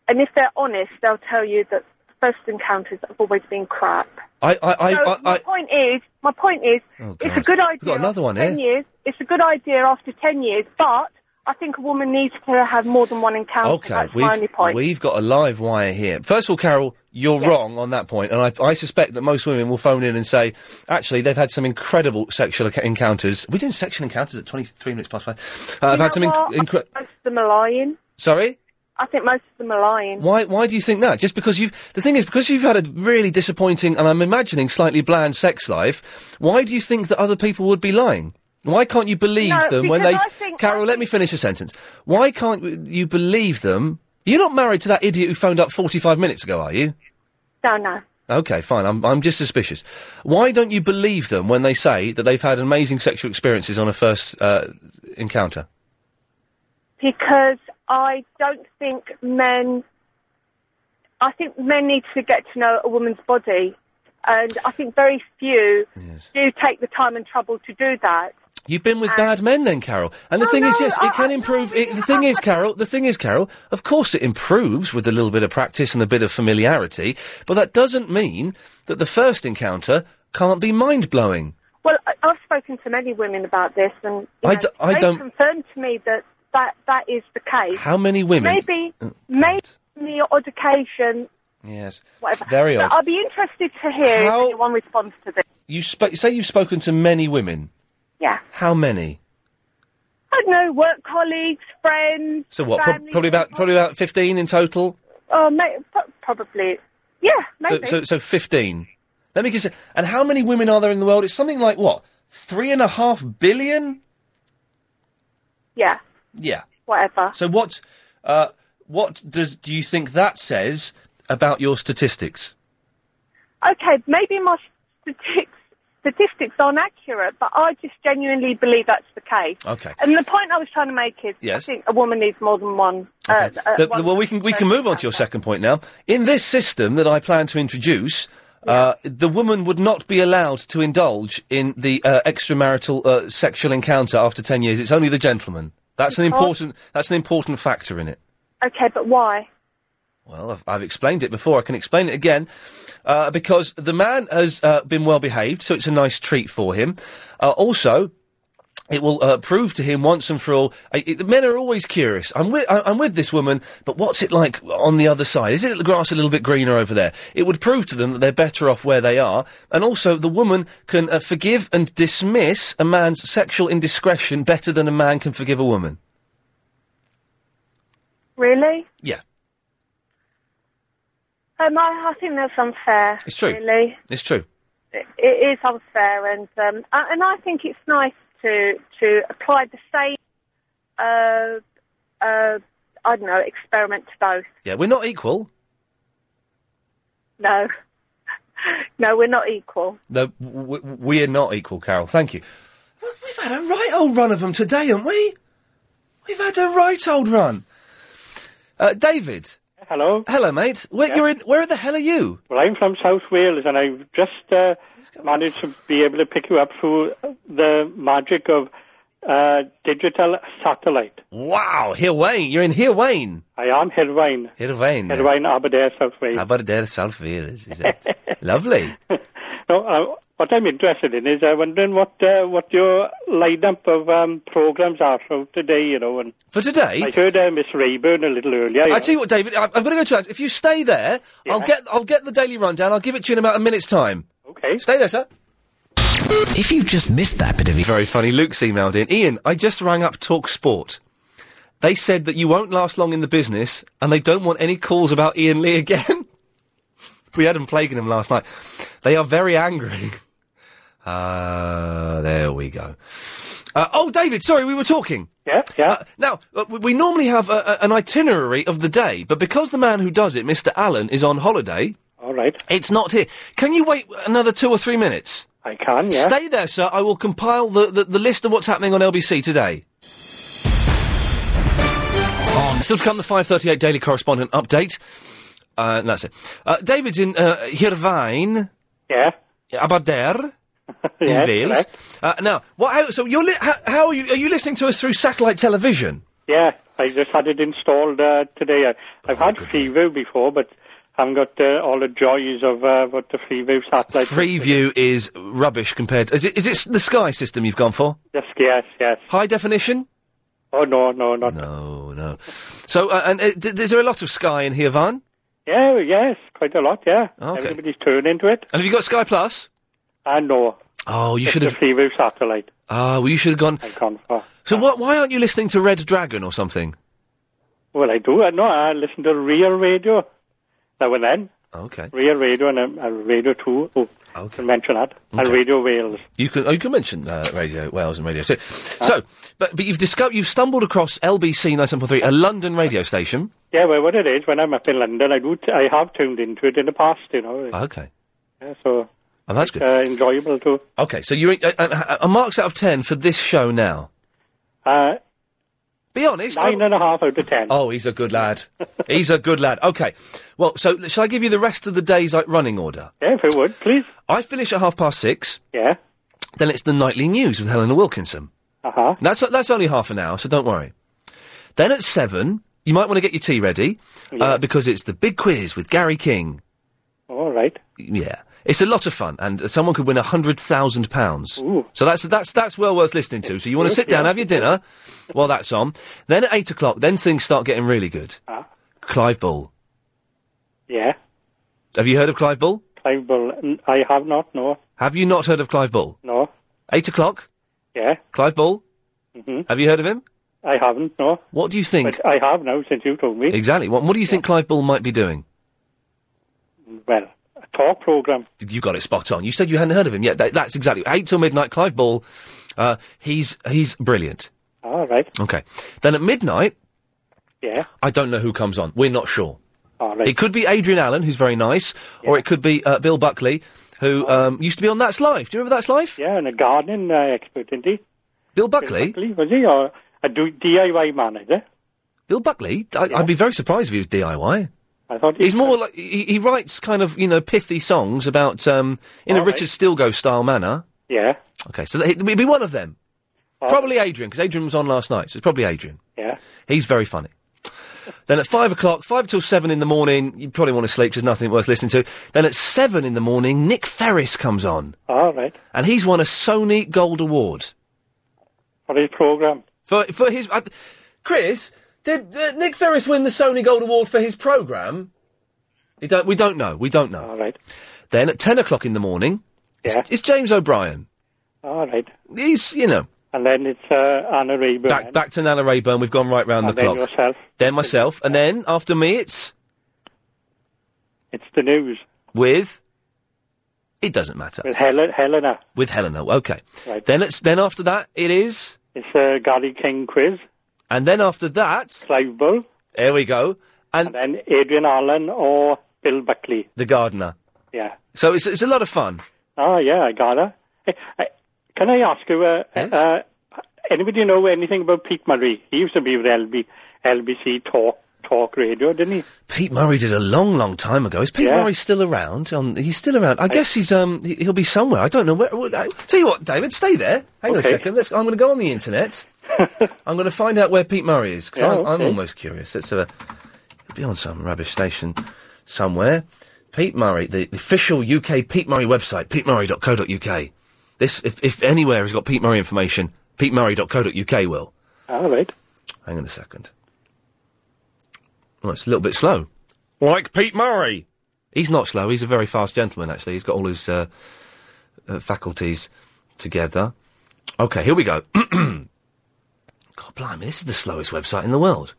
and if they're honest, they'll tell you that first encounters have always been crap.
I I I,
so
I,
my
I
point is, my point is,
Oh,
it's a
God.
good idea.
We've got another
after
one eh?
ten
here.
years. It's a good idea after ten years, but I think a woman needs to have more than one encounter.
okay.
That's my only
We've
point.
we've got a live wire here. First of all, Carol, you're wrong on that point, and I, I suspect that most women will phone in and say, actually, they've had some incredible sexual enc- encounters. We're doing sexual encounters at twenty three minutes past five. Uh, I've
You
had some
know
inc-
what?
incre-
most of them are lying.
Sorry.
I think most of them are lying.
Why? Why do you think that? Just because you've the thing is because you've had a really disappointing and I'm imagining slightly bland sex life. Why do you think that other people would be lying? Why can't you believe
No,
them when they?
because I think-
Carol, let me finish a sentence. Why can't w- you believe them? You're not married to that idiot who phoned up 45 minutes ago, are you?
No, no.
Okay, fine. I'm, I'm just suspicious. Why don't you believe them when they say that they've had amazing sexual experiences on a first uh, encounter?
because I don't think men. I think men need to get to know a woman's body, and I think very few do take the time and trouble to do that.
You've been with bad men then, Carol. And the
No,
thing is,
no,
yes,
I-
it can improve. it, the thing is, Carol, the thing is, Carol, of course it improves with a little bit of practice and a bit of familiarity, but that doesn't mean that the first encounter can't be mind blowing.
Well, I- I've spoken to many women about this, and you
I
know,
d- I
they've
don't-
confirmed to me that that, that is the case.
How many women- Uh,
Maybe, maybe on the odd occasion,
Yes.
whatever.
Very
But
odd.
I'd be interested to hear
How-
if anyone responds to this.
You sp- say you've spoken to many women.
Yeah.
How many?
I don't know, work colleagues, friends.
So what? Pro-
family-
probably about probably about fifteen in total.
Oh, may- pro- probably. Yeah,
So,
maybe.
so, so 15. Let me consider. And how many women are there in the world? It's something like what? Three and a half billion?
yeah,
Yeah.
whatever.
So what, uh, what does, do you think that says about your statistics?
Okay, maybe my statistics, statistics aren't accurate, but I just genuinely believe that's the case.
Okay.
And the point I was trying to make is,
Yes.
I think a woman needs more than one. Uh, uh,
The- the-
one
well, we can, we can move on to your second point now. In this system that I plan to introduce, uh, the woman would not be allowed to indulge in the uh, extramarital uh, sexual encounter after 10 years. It's only the gentleman. That's an
Because-
important, that's an important factor in it.
Okay, but why?
Well, I've, I've explained it before. I can explain it again. Uh, because the man has uh, been well behaved, so it's a nice treat for him. Uh, also, it will uh, prove to him once and for all. I, it, men are always curious. I'm with, I, I'm with this woman, but what's it like on the other side? Is it the grass a little bit greener over there? It would prove to them that they're better off where they are. And also, the woman can uh, forgive and dismiss a man's sexual indiscretion better than a man can forgive a woman.
Really?
Yeah,
Um, I, I think that's unfair.
It's true.
Really,
it's true.
it, it is unfair, and um, a- and I think it's nice to to apply the same. Uh, uh, I don't know, experiment to both.
Yeah, we're not equal.
No. No, we're not equal.
No, w- w- we are not equal, Carol. Thank you. We've had a right old run of them today, haven't we? We've had a right old run. Uh, David.
Hello.
Hello, mate. Where, you're in, where the hell are you?
Well, I'm from South Wales, and I just uh, managed to be able to pick you up through the magic of uh, digital satellite.
Wow, Hirwain. You're in Hirwain.
I am Hirwain.
Hirwain.
Hirwain Aberdare, South Wales.
Aberdare, South Wales, is it? Lovely.
No, uh, what I'm interested in is I'm wondering what uh, what your lineup of um, programs are for today. You know, and
for today,
I heard uh, Miss Rayburn a little earlier. you
I
know.
tell you what, David, I- I'm going to go to Alex. If you stay there, I'll get I'll get the daily rundown. I'll give it to you in about a minute's time.
Okay.
Stay there, sir. If you've just missed that bit of very funny, Luke's emailed in. Ian, I just rang up Talk Sport. They said that you won't last long in the business, and they don't want any calls about Ian Lee again. we had them plaguing him last night. They are very angry. Ah, there we go. Uh, oh, David, sorry, we were talking.
Yeah, yeah.
now, uh, we- we normally have a, a, an itinerary of the day, but because the man who does it, Mr. Allen, is on holiday.
All right.
It's not here. Can you wait another two or three minutes?
I can, yeah.
Stay there, sir. I will compile the, the, the list of what's happening on LBC today. On. Still to come, the 538 Daily Correspondent update. Uh, and that's it. Uh, David's in uh, Hirvine.
Yeah.
Aberdare.
Yes,
in Wales.
correct.
Uh, now, what, how, so you're li- how, how are you? Are you listening to us through satellite television?
Yeah, I just had it installed uh, today. I,
Oh,
I've had Freeview before, but haven't got uh, all the joys of uh, what the Freeview satellite.
Freeview is rubbish compared. Is it, is it the Sky system you've gone for?
Yes, yes, yes.
High definition?
Oh no, no, not
no, no. So, uh, and uh, d- is there a lot of Sky in here, Van?
Yeah, yes, quite a lot. Yeah,
Okay.
everybody's turned into it.
And have you got Sky Plus?
I know.
Oh, you
It's
should
the
have.
Freeview satellite.
Ah, well, you should have gone.
I've gone for.
So, what, why aren't you listening to Red Dragon or something?
Well, I do. I know. I listen to real radio now and then.
Okay.
Real radio and um, uh, Radio Two. Oh,
okay.
Mention that. And
Okay.
Radio Wales.
You can oh, you can mention uh, Radio Wales and Radio Two.
Uh.
So, but but you've discovered you've stumbled across LBC 973, a London radio station.
Yeah, well, what it is when I'm up in London, I do. T- I have tuned into it in the past. You know.
Okay.
Yeah, so
Oh, Ah, that's
it's,
good.
Uh, enjoyable too.
Okay, so you uh, uh, a marks out of ten for this show now.
Uh,
Be honest.
Nine and a half out of ten.
Oh, he's a good lad. he's a good lad. Okay, well, so shall I give you the rest of the day's like running order?
Yeah, if it would, please.
I finish at half past six.
Yeah.
Then it's the nightly news with Helena Wilkinson.
Uh huh.
That's that's only half an hour, so don't worry. Then at seven, you might want to get your tea ready uh, because it's the big quiz with Gary King.
All right.
Yeah, it's a lot of fun, and uh, someone could win a hundred thousand pounds. So that's that's that's well worth listening to. So you want to
Yes,
sit down,
yeah.
have your dinner, while that's on. Then at eight o'clock, then things start getting really good.
Ah.
Clive Bull.
Yeah.
Have you heard of Clive Bull?
Clive Bull. N- I have not. No.
Have you not heard of Clive Bull?
No.
Eight o'clock.
Yeah.
Clive Bull.
hmm
Have you heard of him?
I haven't. No.
What do you think?
But I have now since you told me.
Exactly. What, what do you think Clive Bull might be doing?
Well, a talk program.
You got it spot on. You said you hadn't heard of him yet. That, that's exactly eight till midnight. Clive Ball, uh, he's he's brilliant.
All right.
Okay. Then at midnight,
Yeah.
I don't know who comes on. We're not sure.
All right.
It could be Adrian Allen, who's very nice, or it could be uh, Bill Buckley, who um, used to be on That's Life. Do you remember That's Life?
Yeah, and a gardening uh, expert, isn't he?
Bill Buckley?
Bill Buckley was he, or a do- DIY manager?
Bill Buckley? I, I'd be very surprised if he was DIY.
I thought
he's more like he, he writes kind of you know pithy songs about um, in a
All right.
Richard Stilgo style manner.
Yeah.
Okay, so th- it'd be one of them. Probably Adrian, because Adrian was on last night, so it's probably Adrian.
Oh. Yeah.
He's very funny. Then at five o'clock, five till seven in the morning, you probably want to sleep 'cause there's nothing worth listening to. Then at seven in the morning, Nick Ferris comes on,
All right.
and he's won a Sony Gold Award
For his program.
for for his. I th- Chris, did uh, Nick Ferris win the Sony Gold Award for his program? We don't. We don't know. We don't know.
All right.
Then at ten o'clock in the morning,
Yeah.
it's, it's James O'Brien.
All right.
He's you know.
And then it's uh, Anna Rayburn.
Back back to Nana Rayburn. We've gone right round
and
the
then
clock.
yourself.
Then myself, and then after me, it's
it's the news
with. It doesn't matter
with Helen, Helena.
with Helena. Okay.
Right.
Then it's then after that it is
It's a Gary King quiz.
And then after that,
Clive Bull.
There we go. And,
then Adrian Allen or Bill Buckley.
the gardener.
Yeah.
So it's it's a lot of fun.
Oh yeah, I got her. Hey, I, can I ask you? Uh, uh, anybody know anything about Pete Murray? He used to be with LB, LBC Talk Talk Radio, didn't he?
Pete Murray did a long, long time ago. Is Pete
Yeah.
Murray still around? On he's still around. I, guess he's um he, he'll be somewhere. I don't know where. well, I, tell you what, David, stay there. Hang on a
Okay.
second. Let's. I'm going to go on the internet. I'm going to find out where Pete Murray is because
Yeah,
I'm, I'm
okay.
almost curious. It's a he'll be on some rubbish station somewhere. Pete Murray, the, the official UK Pete Murray website, PeteMurray.co.uk. This, if, if anywhere has got Pete Murray information, PeteMurray.co.uk will.
All right.
Hang on a second. Well, it's a little bit slow. Like Pete Murray. He's not slow. He's a very fast gentleman, actually. He's got all his uh, uh, faculties together. Okay, here we go. God blimey, this is the slowest website in the world.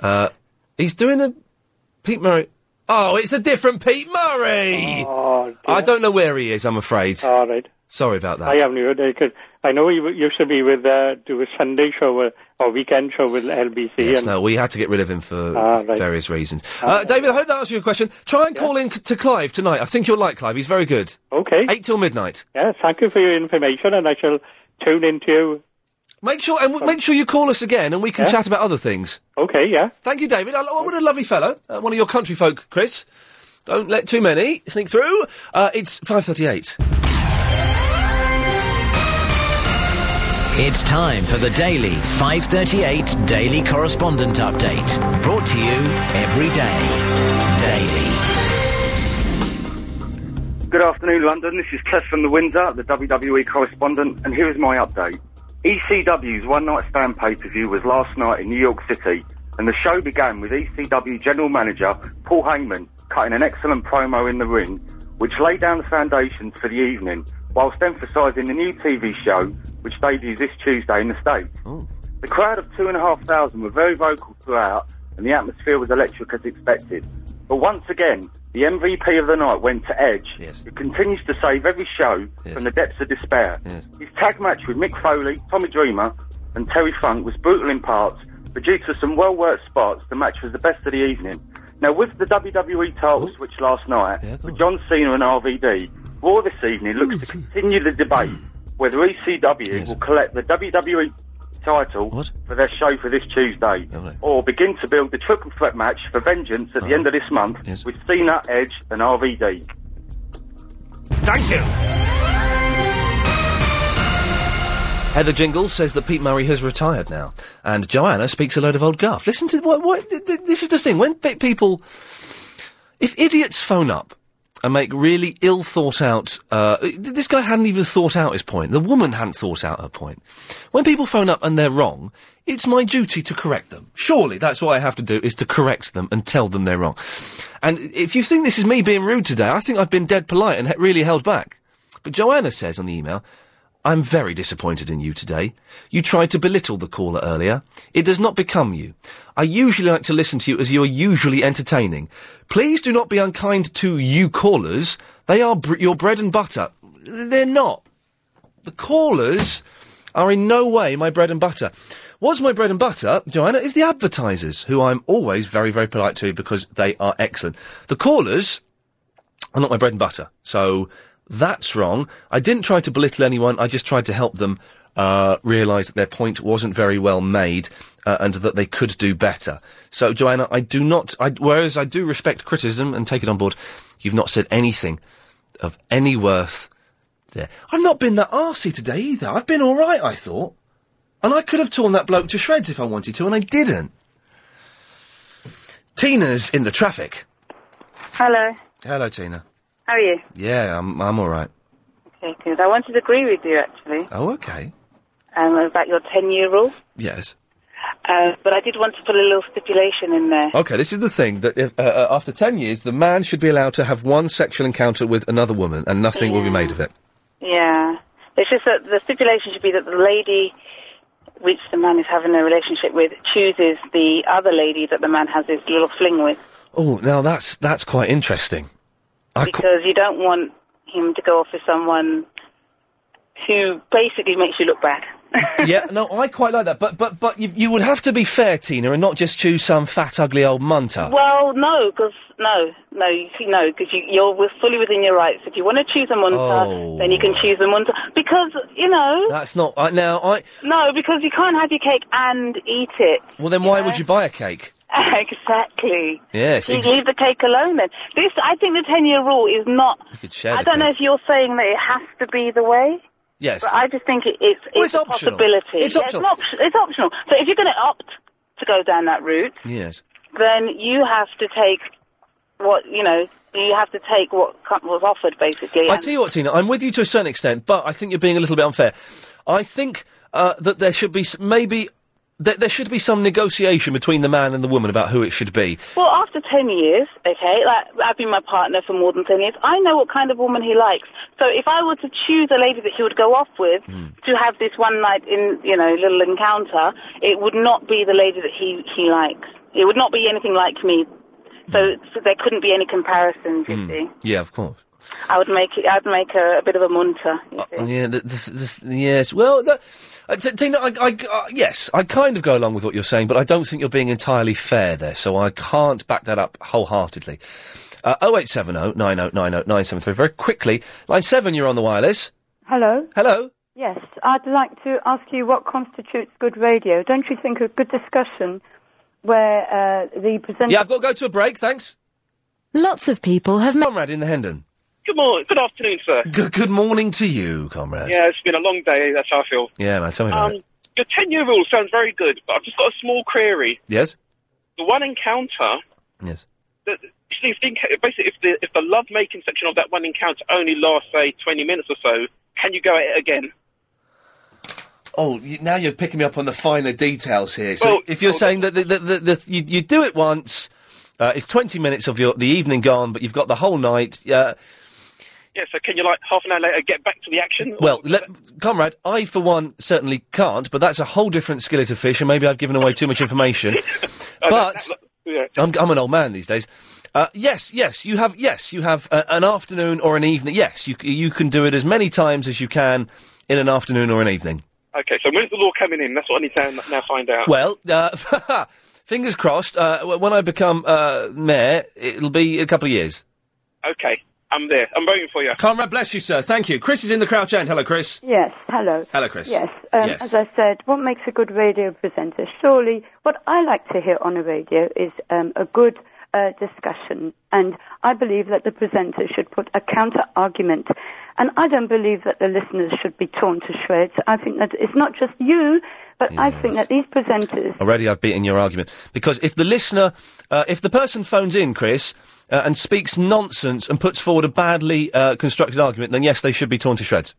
uh, he's doing a Pete Murray. Oh, it's a different Pete Murray. I don't know where he is. I'm afraid.
Oh, All right.
Sorry about that.
I haven't heard it 'cause I know he w- used to be with uh, do a Sunday show or, or weekend show with LBC.
Yes,
and
no, we had to get rid of him for
Ah, right.
various reasons. Uh, David, I hope that answers your question. Try and call in c- to Clive tonight. I think you'll like Clive. He's very good.
Okay.
Eight till midnight.
Yeah, thank you for your information, and I shall tune into you.
Make sure and w- make sure you call us again, and we can
Yeah.
chat about other things.
Okay, yeah.
Thank you, David. I, what a lovely fellow. Uh, one of your country folk, Chris. Don't let too many sneak through. Uh, it's five thirty-eight.
It's time for the daily 538 Daily Correspondent Update. Brought to you every day.
Good afternoon, London. This is Cliff from the Windsor, the WWE correspondent, and here is my update. ECW's One Night Stand pay-per-view was last night in New York City, and the show began with ECW General Manager Paul Heyman cutting an excellent promo in the ring, which laid down the foundations for the evening, whilst emphasising the new TV show, which debuts this Tuesday in the States. The crowd of 2,500 were very vocal throughout, and the atmosphere was electric as expected. But once again, the MVP of the night went to Edge, who continues to save every show from the depths of despair. His tag match with Mick Foley, Tommy Dreamer, and Terry Funk was brutal in parts, but due to some well-worked spots, the match was the best of the evening. Now, with the WWE title switch last night, with John Cena and RVD, Raw this evening looks to continue the debate whether ECW will collect the WWE title for their show for this Tuesday, or begin to build the triple threat match for vengeance at the end of this month with Cena, Edge, and RVD.
Thank you.
Heather Jingle says that Pete Murray has retired now, and Joanna speaks a load of old guff. Listen to what, what th- th- this is the thing when pe- people, if idiots phone up and make really ill thought out, uh, th- this guy hadn't even thought out his point. The woman hadn't thought out her point. When people phone up and they're wrong, it's my duty to correct them. Surely that's what I have to do is to correct them and tell them they're wrong. And if you think this is me being rude today, I think I've been dead polite and he- really held back. But Joanna says on the email. I'm very disappointed in you today. You tried to belittle the caller earlier. It does not become you. I usually like to listen to you as you are usually entertaining. Please do not be unkind to you callers. They are br- your bread and butter. They're not. The callers are in no way my bread and butter. What's my bread and butter, Joanna, is the advertisers, who I'm always very, very polite to because they are excellent. The callers, are not my bread and butter. So that's wrong. I didn't try to belittle anyone. I just tried to help them uh, realise that their point wasn't very well made uh, and that they could do better. So, Joanna, I do not. I, whereas I do respect criticism and take it on board, you've not said anything of any worth there. I've not been that arsey today either. I've been all right, I thought. And I could have torn that bloke to shreds if I wanted to, and I didn't. Tina's in the traffic.
Hello.
Hello, Tina.
How are you?
Yeah, I'm, I'm all right.
Okay, good. I wanted to agree with you actually
Oh, okay.
um, about your ten-year rule,
Yes.
uh, but I did want to put a little stipulation in there.
Okay, this is the thing that if, uh, uh, after 10 years, the man should be allowed to have one sexual encounter with another woman and nothing will be made of it.
Yeah, it's just that the stipulation should be that the lady which the man is having a relationship with chooses the other lady that the man has his little fling with,
Oh, now that's that's quite interesting. I ca-
because you don't want him to go off with someone who basically makes you look bad.
yeah, no, I quite like that. But but but you, you would have to be fair, Tina, and not just choose some fat, ugly old munter.
Well, no, because no, no, you see, no, because you, you're we're fully within your rights. If you want to choose a monster,
Oh.
then you can choose a monster because you know
That's not I now. I
no, because you can't have your cake and eat it.
well, then why would you buy a cake?
exactly.
Yes,
you
ex-
leave the cake alone. Then this, I think, the ten-year rule is not.
You could share.
I
the
don't know
cake.
if you're saying that it has to be the way.
Yes.
But I just think it, it's,
Well, it's
a
optional.
possibility.
It's
Yeah,
optional.
It's, an op- it's optional. So if you're going to opt to go down that route,
Yes.
then you have to take what you know. You have to take what co- was offered, basically.
I
and-
tell you what, Tina, I'm with you to a certain extent, but I think you're being a little bit unfair. I think uh, that there should be s- maybe that there should be some negotiation between the man and the woman about who it should be.
well, after ten years, okay, like I've been my partner for more than ten years. I know what kind of woman he likes. So if I were to choose a lady that he would go off with
Hmm.
to have this one night in, you know, little encounter, it would not be the lady that he he likes. It would not be anything like me.
Hmm.
So, so there couldn't be any comparisons. You see,
Yeah, of course.
I would make it. I'd make a, a bit of a munter. You see.
Yeah, the, the, the, the- yes. Well, no, uh, T- Tina, I, I, uh, yes, I kind of go along with what you're saying, but I don't think you're being entirely fair there, so I can't back that up wholeheartedly. Uh, 0870 9090 973. Very quickly, line 7, you're on the wireless.
Hello?
Hello?
Yes, I'd like to ask you what constitutes good radio. Don't you think a good discussion where uh, the presenter...
Yeah, I've got to go to a break, thanks.
Lots of people have met.
Comrade in the Hendon.
Good morning. Good afternoon, sir.
Good, good morning to you, comrade.
Yeah, it's been a long day. That's how I feel.
Yeah, man, tell me about
Um,
it.
your ten-year rule sounds very good, but I've just got a small query.
Yes?
The one encounter.
Yes.
That, if the, enc- basically, if the if the love-making section of that one encounter only lasts, say, twenty minutes or so, can you go at it again?
Oh, you, now you're picking me up on the finer details here. So
Well-
if you're saying that the, the, the, the, you, you do it once, uh, it's 20 minutes of your the evening gone, but you've got the whole night. Uh,
Yeah. So can you like half an hour later get back to the action?
well, let, comrade, I for one certainly can't, but that's a whole different skillet of fish, and maybe I've given away too much information. but
Yeah.
I'm, I'm an old man these days. Uh, yes, yes, you have. Yes, you have uh, an afternoon or an evening. Yes, you c- you can do it as many times as you can in an afternoon or an evening.
Okay. So when's the law coming in? That's what I need to now- now find out.
Well, uh, Fingers crossed. Uh, w- when I become uh, mayor, it'll be a couple of years.
Okay, I'm there. I'm voting for you.
Comrade, bless you, sir. Thank you. Chris is in the Crouch End. Hello, Chris.
Yes, hello.
Hello, Chris.
Yes, um,
Yes.
as I said, what makes a good radio presenter? Surely, what I like to hear on a radio is um, a good uh, discussion, and I believe that the presenter should put a counter argument. And I don't believe that the listeners should be torn to shreds. I think that it's not just you, but I think that these presenters
Already I've beaten your argument. Because if the listener, uh, if the person phones in, Chris, uh, and speaks nonsense and puts forward a badly uh, constructed argument, then yes, they should be torn to shreds.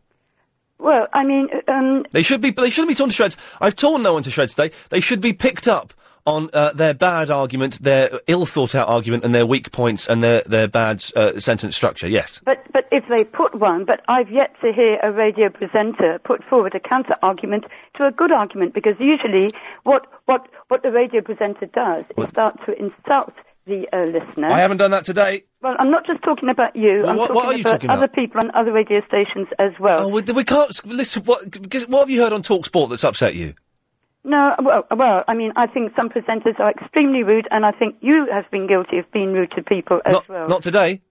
Well, I mean, um,
They should be. They shouldn't be torn to shreds. I've torn no one to shreds today. They should be picked up on uh, their bad argument, their ill thought out argument, and their weak points and their their bad uh, sentence structure. Yes.
but but if they put one, but I've yet to hear a radio presenter put forward a counter argument to a good argument because usually what what what the radio presenter does is start to insult the uh, listener.
I haven't done that today.
Well, I'm not just talking about you.
Well,
I'm
what-
talking
what are you
about
talking
other
about?
people on other radio stations as well.
Oh, we, we can't s- listen. What, because what have you heard on Talksport that's upset you?
No, well, well, I mean, I think some presenters are extremely rude, and I think you have been guilty of being rude to people as
Not,
well.
not today.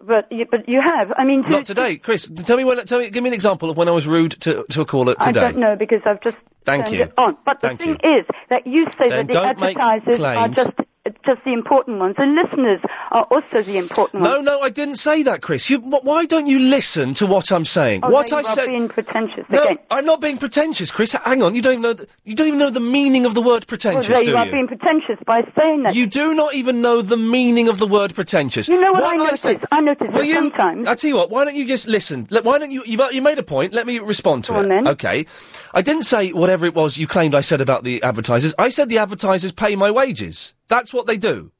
But you, but you have. I mean, to-
Not today, Chris. Tell me when. Tell me. Give me an example of when I was rude to to a caller
I
today.
don't know because I've just
Thank
turned
you.
it on. But
Thank
the thing is that you say that
Then
the
don't make
advertisers are
claims.
just just the important ones. The listeners are also the important ones.
No, no, I didn't say that, Chris. You, wh- why don't you listen to what I'm saying?
Oh,
what
no,
I
you are
said.
being pretentious
no,
again.
I'm not being pretentious, Chris. H- Hang on, you don't even know. The, you don't even know the meaning of the word
Well,
pretentious,
there
do
you are being pretentious by saying that.
You do not even know the meaning of the word pretentious.
You know what I notice?
said-
I notice
Will
that
you-
sometimes-
I tell you what. Why don't you just listen? Let- Why don't you? You've, uh, you made a point. Let me respond to
Go on
it.
then.
Okay. I didn't say whatever it was you claimed I said about the advertisers. I said the advertisers pay my wages. That's what they do.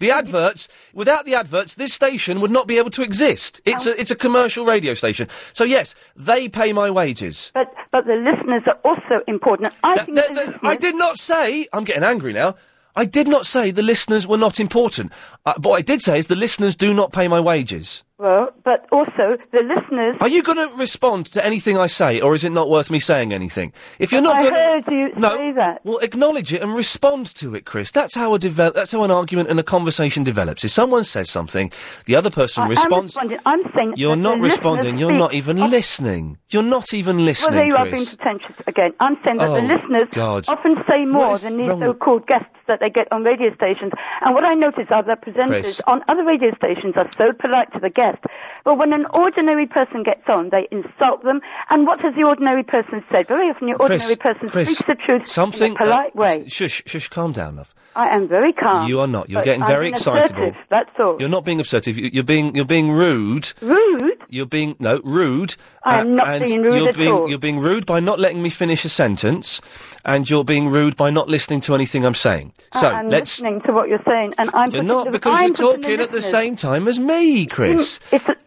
The adverts. Without the adverts, this station would not be able to exist. It's a it's a commercial radio station. So yes, they pay my wages.
But but the listeners are also important. And I think that the listeners-
I did not say. I'm getting angry now. I did not say the listeners were not important. Uh, but what I did say is the listeners do not pay my wages.
well, but also the listeners.
Are you going to respond to anything I say, or is it not worth me saying anything? If you're not,
I
gonna,
heard you
no,
say that.
well, acknowledge it and respond to it, Chris. That's how a develop. That's how an argument and a conversation develops. If someone says something, the other person
I am
responds.
responding. I'm saying
You're
that
not
the listeners
responding. You're
speak-
not even listening. You're not even listening,
Well, there you
Chris.
are being pretentious again. I'm saying that the
Oh,
listeners
God.
often say
What
more
is
than these
wrong with-
so-called guests that they get on radio stations. And what I notice are that presenters
Chris.
on other radio stations are so polite to the guest, but when an ordinary person gets on, they insult them. And what has the ordinary person said? Very often, the ordinary
Chris,
person
Chris,
speaks the truth
something
in a polite
uh,
way.
s- Shush, shush, calm down, love.
I am very calm.
You are not. You're
but
getting
I'm
very
being
excitable.
assertive, That's all.
You're not being assertive. You- You're being you're being rude.
Rude.
You're being no rude. Uh,
I am not
and
being rude
you're
at
being,
all.
You're being rude by not letting me finish a sentence, and you're being rude by not listening to anything I'm saying. So
I- I'm
let's.
listening to what you're saying, and I'm
You're
putting
not
the-
because
I'm
you're
putting the
talking at the
listeners- Mm,
same time as me, Chris.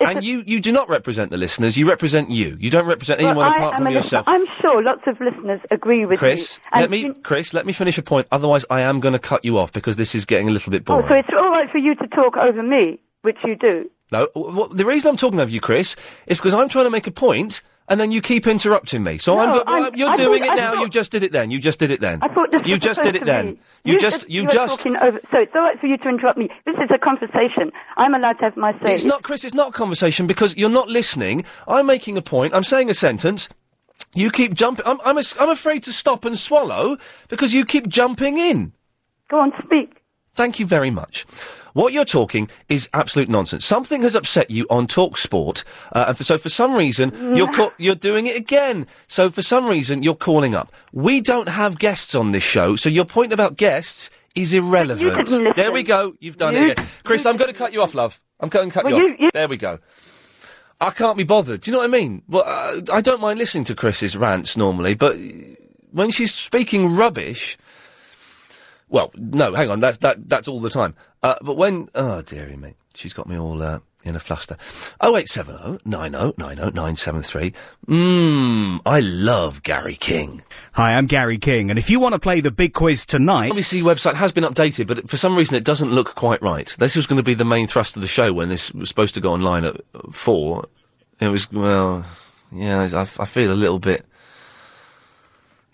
and you, you do not represent the listeners. You represent you. You don't represent
Well,
anyone
I
apart
am
from
a listener.
yourself.
I'm sure lots of listeners agree with
Chris,
you. And
let me,
you-
Chris, let me finish a point. Otherwise, I am going to cut you off because this is getting a little bit
Oh,
boring.
so it's all right for you to talk over me, which you do.
No, w- w- the reason I'm talking over you, Chris, is because I'm trying to make a point, and then you keep interrupting me. So I'm,
No,
go- well,
I'm-
You're
I
doing
thought-
it
I
now.
thought-
you just did it then. You just did it then.
I thought this
you
was
just
supposed
did it
to
then.
be-
You, just. You
are
just.
talking over. So it's all right for you to interrupt me. This is a conversation. I'm allowed to have my say.
It's not, Chris. It's not a conversation because you're not listening. I'm making a point. I'm saying a sentence. You keep jumping. I'm. I'm, as- I'm afraid to stop and swallow because you keep jumping in.
Go on, speak.
Thank you very much. What you're talking is absolute nonsense. Something has upset you on Talksport, uh, and for, so for some reason
Mm.
you're ca- you're doing it again. So for some reason you're calling up. We don't have guests on this show, so your point about guests is irrelevant.
didn't listen.
There we go. You've done
You-
it again, Chris. I'm going to cut you off, love. I'm going to cut
Well,
you
you-
off. There we go. I can't be bothered. Do you know what I mean? Well, uh, I don't mind listening to Chris's rants normally, but when she's speaking rubbish, well, no, hang on. That's that. That's all the time. Uh, but when, oh dearie me, she's got me all uh, in a fluster. Oh eight seven oh nine oh nine oh nine seven three. Mmm, I love Gary King.
Hi, I'm Gary King, and if you want to play the big quiz tonight,
Obviously, website has been updated, but for some reason, it doesn't look quite right. This was going to be the main thrust of the show when this was supposed to go online at uh, four. It was well, yeah. I, I feel a little bit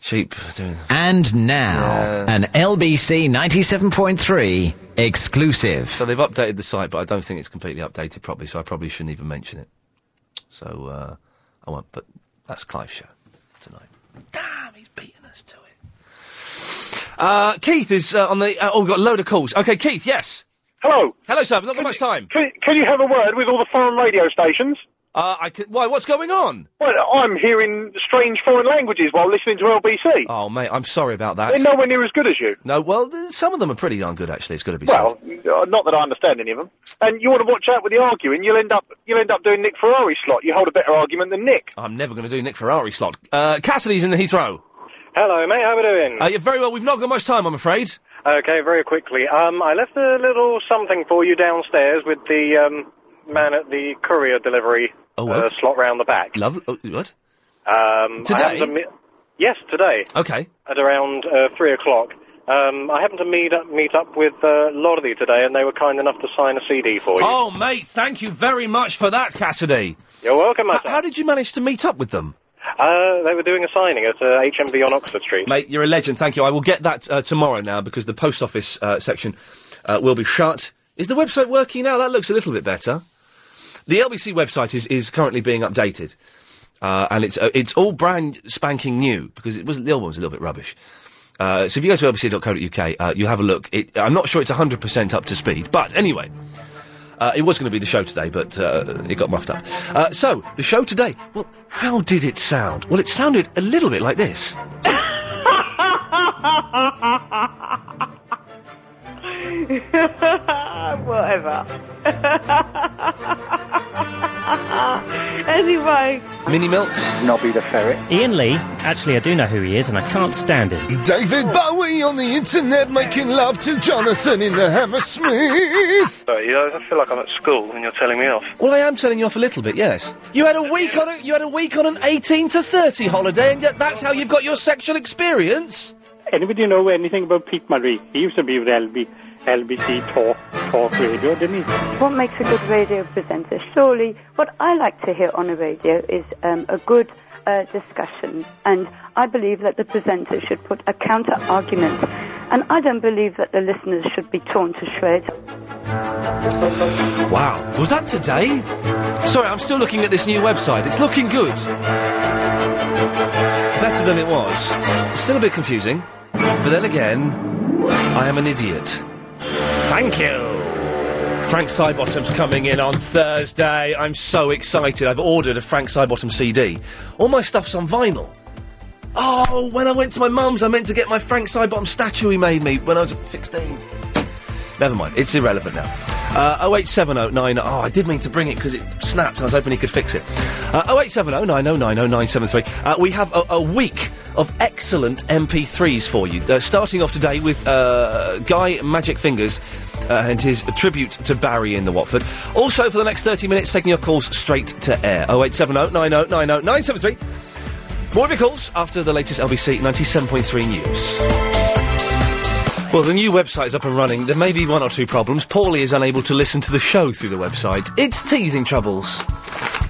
Cheap. Doing
And now, an LBC 97.3 exclusive.
So they've updated the site, but I don't think it's completely updated properly, so I probably shouldn't even mention it. So uh, I won't, but that's Clive's show tonight. Uh, Keith is uh, on the. Uh, oh, we've got a load of calls. Okay, Keith, yes.
Hello.
Hello, sir. We've not got much time.
Can, can you have a word with all the foreign radio stations?
Uh, I could, why, what's going on?
Well, I'm hearing strange foreign languages while listening to LBC.
Oh, mate, I'm sorry about that.
They're nowhere near as good as you.
No, well, th- some of them are pretty darn good, actually. It's got to be
Well, uh, not that I understand any of them. And you want to watch out with the arguing, you'll end up you'll end up doing Nick Ferrari's slot. You hold a better argument than Nick.
said. I'm never going to do Nick Ferrari slot. Uh, Cassidy's in the Heathrow.
Hello, mate. How are we doing?
Uh, yeah, very well. We've not got much time, I'm afraid.
Okay, very quickly. Um, I left a little something for you downstairs with the um, man at the courier delivery
Oh,
uh,
well.
slot round the back.
Love. Oh, what?
Um, I
Today? Oh.
happened to me- yes, today
Okay.
at around uh, three o'clock. Um, I happened to meet up, meet up with uh, Lordi today, and they were kind enough to sign a CD for you.
Oh, mate, thank you very much for that, Cassidy.
You're welcome,
H- How did you manage to meet up with them?
Uh, they were doing a signing at uh, HMV on Oxford Street.
Mate, you're a legend. Thank you. I will get that uh, tomorrow now because the post office uh, section uh, will be shut. Is the website working now? That looks a little bit better. The LBC website is, is currently being updated, uh, and it's uh, it's all brand spanking new because it was the old one was a little bit rubbish. Uh, so if you go to lbc.co.uk, uh, you have a look. It, I'm not sure it's 100% up to speed, but anyway. Uh, it was going to be the show today, but uh, it got muffed up. Uh, so, the show today. Well, how did it sound? Well, it sounded a little bit like this.
Whatever.
Oh.
anyway.
Mini Milk.
Nobby the Ferret. Ian Lee. Actually, I do know who he is, and I can't stand him.
David Bowie on the internet making love to Jonathan in the Hammersmith.
Sorry, you know, I feel like I'm at school and you're telling me off.
Well, I am telling you off a little bit, yes. You had a week on a, you had a week on an 18 to 30 holiday, and yet that's how you've got your sexual experience.
Anybody know anything about Pete Murray? He used to be with LB, LBC Talk Talk Radio, didn't he?
What makes a good radio presenter? Surely, what I like to hear on a radio is um, a good uh, discussion, and I believe that the presenter should put a counter argument, and I don't believe that the listeners should be torn to shreds.
Wow, was that today? Sorry, I'm still looking at this new website. It's looking good. Better than it was. Still a bit confusing, but then again, I am an idiot. Thank you. Frank Sidebottom's coming in on Thursday. I'm so excited. I've ordered a Frank Sidebottom CD. All my stuff's on vinyl. Oh, when I went to my mum's, I meant to get my Frank Sidebottom statue he made me when I was 16. Never mind, it's irrelevant now. Uh, 08709. Oh, I did mean to bring it because it snapped. and I was hoping he could fix it. Uh, 08709090973. Uh, we have a, a week of excellent MP3s for you. Uh, starting off today with uh, Guy Magic Fingers uh, and his tribute to Barry in the Watford. Also, for the next 30 minutes, taking your calls straight to air. 08709090973. More of your calls after the latest LBC 97.3 news. Well, the new website is up and running. There may be one or two problems. Paulie is unable to listen to the show through the website. It's teething troubles.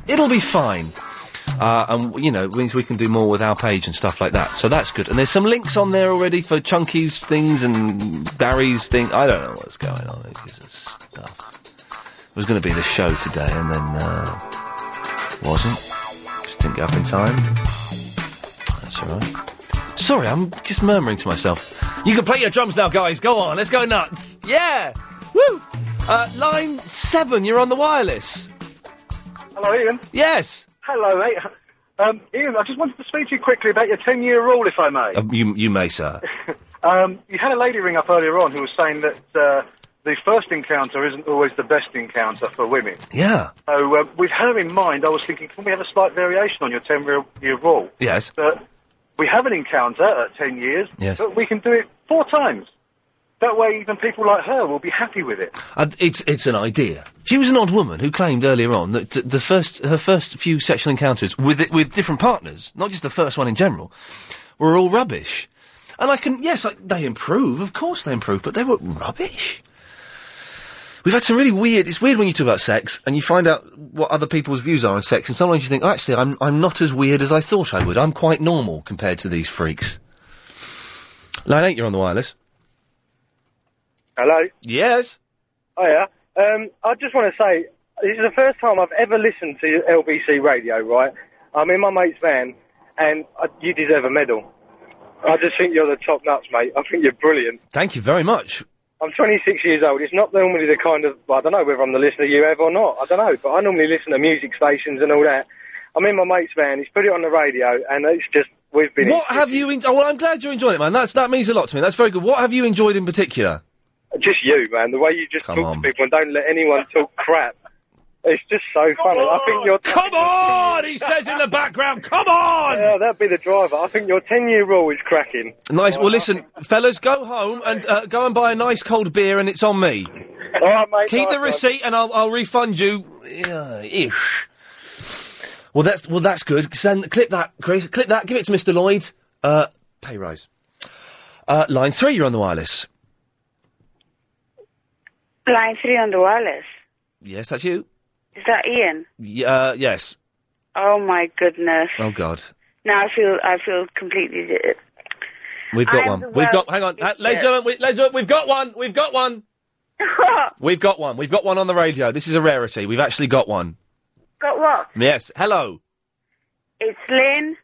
It'll be fine. Uh, and, you know, it means we can do more with our page and stuff like that. So that's good. And there's some links on there already for Chunky's things and Barry's thing. I don't know what's going on. It's just stuff. It was going to be the show today and then, uh, wasn't. Just didn't get up in time. That's alright. Sorry, I'm just murmuring to myself. You can play your drums now, guys. Go on, let's go nuts. Yeah! Woo! Uh, line seven, you're on the wireless.
Hello, Ian.
Yes.
Hello, mate. Um, Ian, I just wanted to speak to you quickly about your 10 year rule, if I may.
Uh, you, you may, sir.
Um, you had a lady ring up earlier on who was saying that uh, the first encounter isn't always the best encounter for women.
Yeah.
So, uh, with her in mind, I was thinking, can we have a slight variation on your 10 year rule?
Yes.
That we have an encounter at 10 years,
Yes.
but we can do it four times. That way, even people like her will be happy with it.
Uh, it's it's an idea. She was an odd woman who claimed earlier on that th- the first her first few sexual encounters with with different partners, not just the first one in general, were all rubbish. And I can yes, I, they improve, of course they improve, but they were rubbish. We've had some really weird. It's weird when you talk about sex and you find out what other people's views are on sex, and sometimes you think, oh, actually, I'm I'm not as weird as I thought I would. I'm quite normal compared to these freaks. Line 8, you're on the wireless.
Hello.
Yes.
Oh yeah. Um, I just want to say this is the first time I've ever listened to LBC radio. Right. I'm in my mate's van, and I, you deserve a medal. I just think you're the top nuts, mate. I think you're brilliant.
Thank you very much.
I'm 26 years old. It's not normally the kind of I don't know whether I'm the listener you have or not. I don't know, but I normally listen to music stations and all that. I'm in my mate's van. He's put it on the radio, and it's just we've been.
What have you? En- oh, well, I'm glad you're enjoying it, man. That's that means a lot to me. That's very good. What have you enjoyed in particular?
Just you, man. The way you just
Come
talk
on.
to people and don't let anyone talk crap. It's just so funny. I think you're.
Come on! He says in the background, come on!
Yeah, that'd be the driver. I think your 10 year rule is cracking.
Nice. Well, listen, fellas, go home and uh, go and buy a nice cold beer, and it's on me.
All right, mate.
Keep
nice
the
one.
receipt, and I'll, I'll refund you. Yeah, ish. Well, that's well, that's good. Send clip that, Chris. Clip that. Give it to Mr. Lloyd. Uh, pay rise. Uh, line three, you're on the wireless.
Line three on the wireless.
Yes, that's you.
Is that Ian?
Y- uh, yes.
Oh my goodness!
Oh God,
Now I feel I feel completely. di-
we've got
I'm
one.
the
We've got.
world's
Hang on, uh, ladies and gentlemen, we, ladies and gentlemen, we've got one. We've got one. We've got one. We've got one on the radio. This is a rarity. We've actually got one.
Got what?
Yes. Hello.
It's Lynn,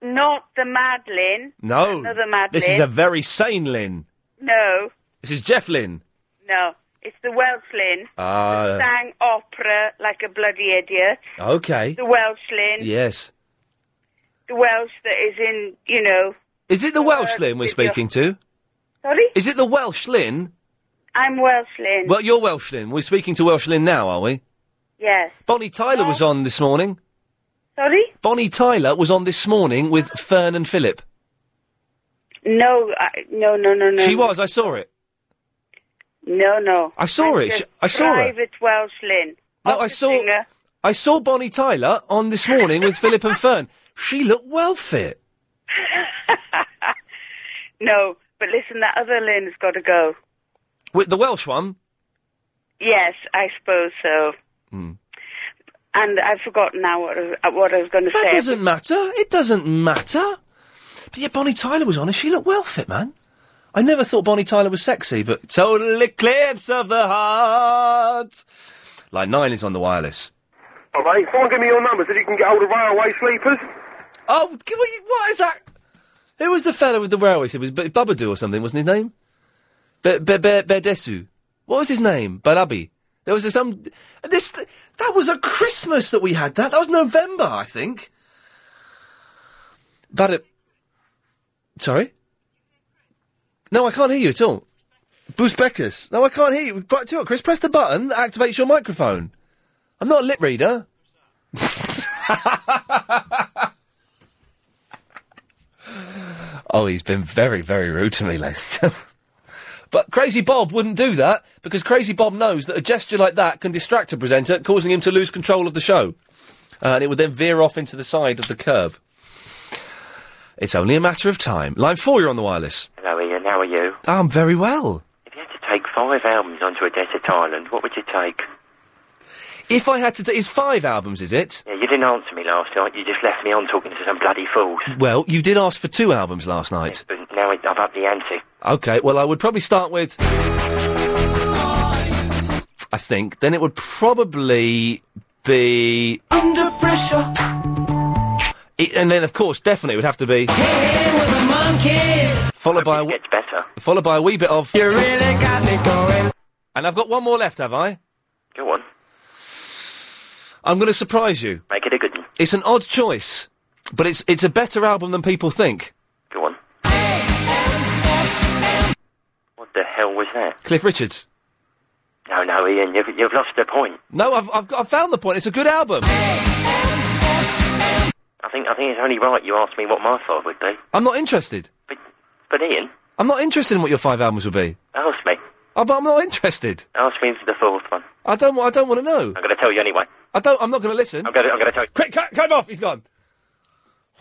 not the mad Lynn.
No.
Another mad
This
Lynn.
is a very sane Lynn.
No,
This is Jeff Lynn.
no. It's the Welsh Lynn.
Ah.
sang opera like a bloody idiot.
okay.
The Welsh Lynn.
Yes.
The Welsh that is in, you know.
Is
Uh,
it the Welsh Lynn we're
did you-
speaking to?
Sorry?
Is it the Welsh Lynn?
I'm Welsh Lynn.
Well, you're Welsh Lynn. We're speaking to Welsh Lynn now, are we?
yes.
Bonnie Tyler was on this morning.
Sorry?
Bonnie Tyler was on this morning with Fern and Philip.
No, I, no, no, no, no.
She was. I saw it.
No, no.
I saw
I'm
it.
just
She- I saw her.
Private Welsh Lynn.
No, I saw. I saw Bonnie Tyler on this morning with Philip and Fern. She looked well fit.
No, but listen, that other Lynn's got to go.
With the Welsh one.
Yes, I suppose so.
Hmm.
And I've forgotten now what I was, uh, what I was going to say.
That doesn't matter. It doesn't matter. But yeah, Bonnie Tyler was on and she looked well fit, man. I never thought Bonnie Tyler was sexy, but total eclipse of the heart. Line nine is on the wireless.
All right, someone give me your number so you can get hold of railway sleepers.
Oh, g- what you- what is that? Who was the fella with the railway? It was B- Babadoo or something, wasn't his name? Be- Be- Be- Bedesu. What was his name? Barabi. There was some. This that was a Christmas that we had. That that was November, I think. Bada. Sorry. No, I can't hear you at all. Busbekus. No, I can't hear you. But tell you what, Chris, press the button that activates your microphone. I'm not a lip reader. Oh, he's been very, very rude to me, ladies and gentlemen. But Crazy Bob wouldn't do that because Crazy Bob knows that a gesture like that can distract a presenter, causing him to lose control of the show. Uh, and it would then veer off into the side of the curb. It's only a matter of time. Line four, you're on the wireless.
Hello, Ian. How are you?
I'm very well.
To take five albums onto a desert island, what would you take?
If I had to, t- it's five albums, is it?
Yeah, you didn't answer me last night. You just left me on talking to some bloody fools.
Well, you did ask for two albums last night.
But now it- I've upped the ante.
Okay, well, I would probably start with. I think. Then it would probably be.
Under pressure.
It, and then, of course, definitely it would have to be. Followed by a wee- Followed by a wee bit of. You really got me going. And I've got one more left, have I?
Go on.
I'm going to surprise you.
Make it a good one.
It's an odd choice, but it's it's a better album than people think.
Go on. What the hell was that?
Cliff Richards.
No, no, Ian, you've, you've lost the point.
No, I've I've, got, I've found the point. It's a good album.
I think I think it's only right you asked me what my five would be.
I'm not interested.
But Ian,
I'm not interested in what your five albums would be.
ask me.
Oh, but I'm not interested.
Ask me for the fourth one.
I don't. wa- I don't want to know.
I'm going to tell you anyway.
I don't. I'm not going to listen.
I'm going to. I'm going to tell you.
Quick, cut, cut him off. He's gone.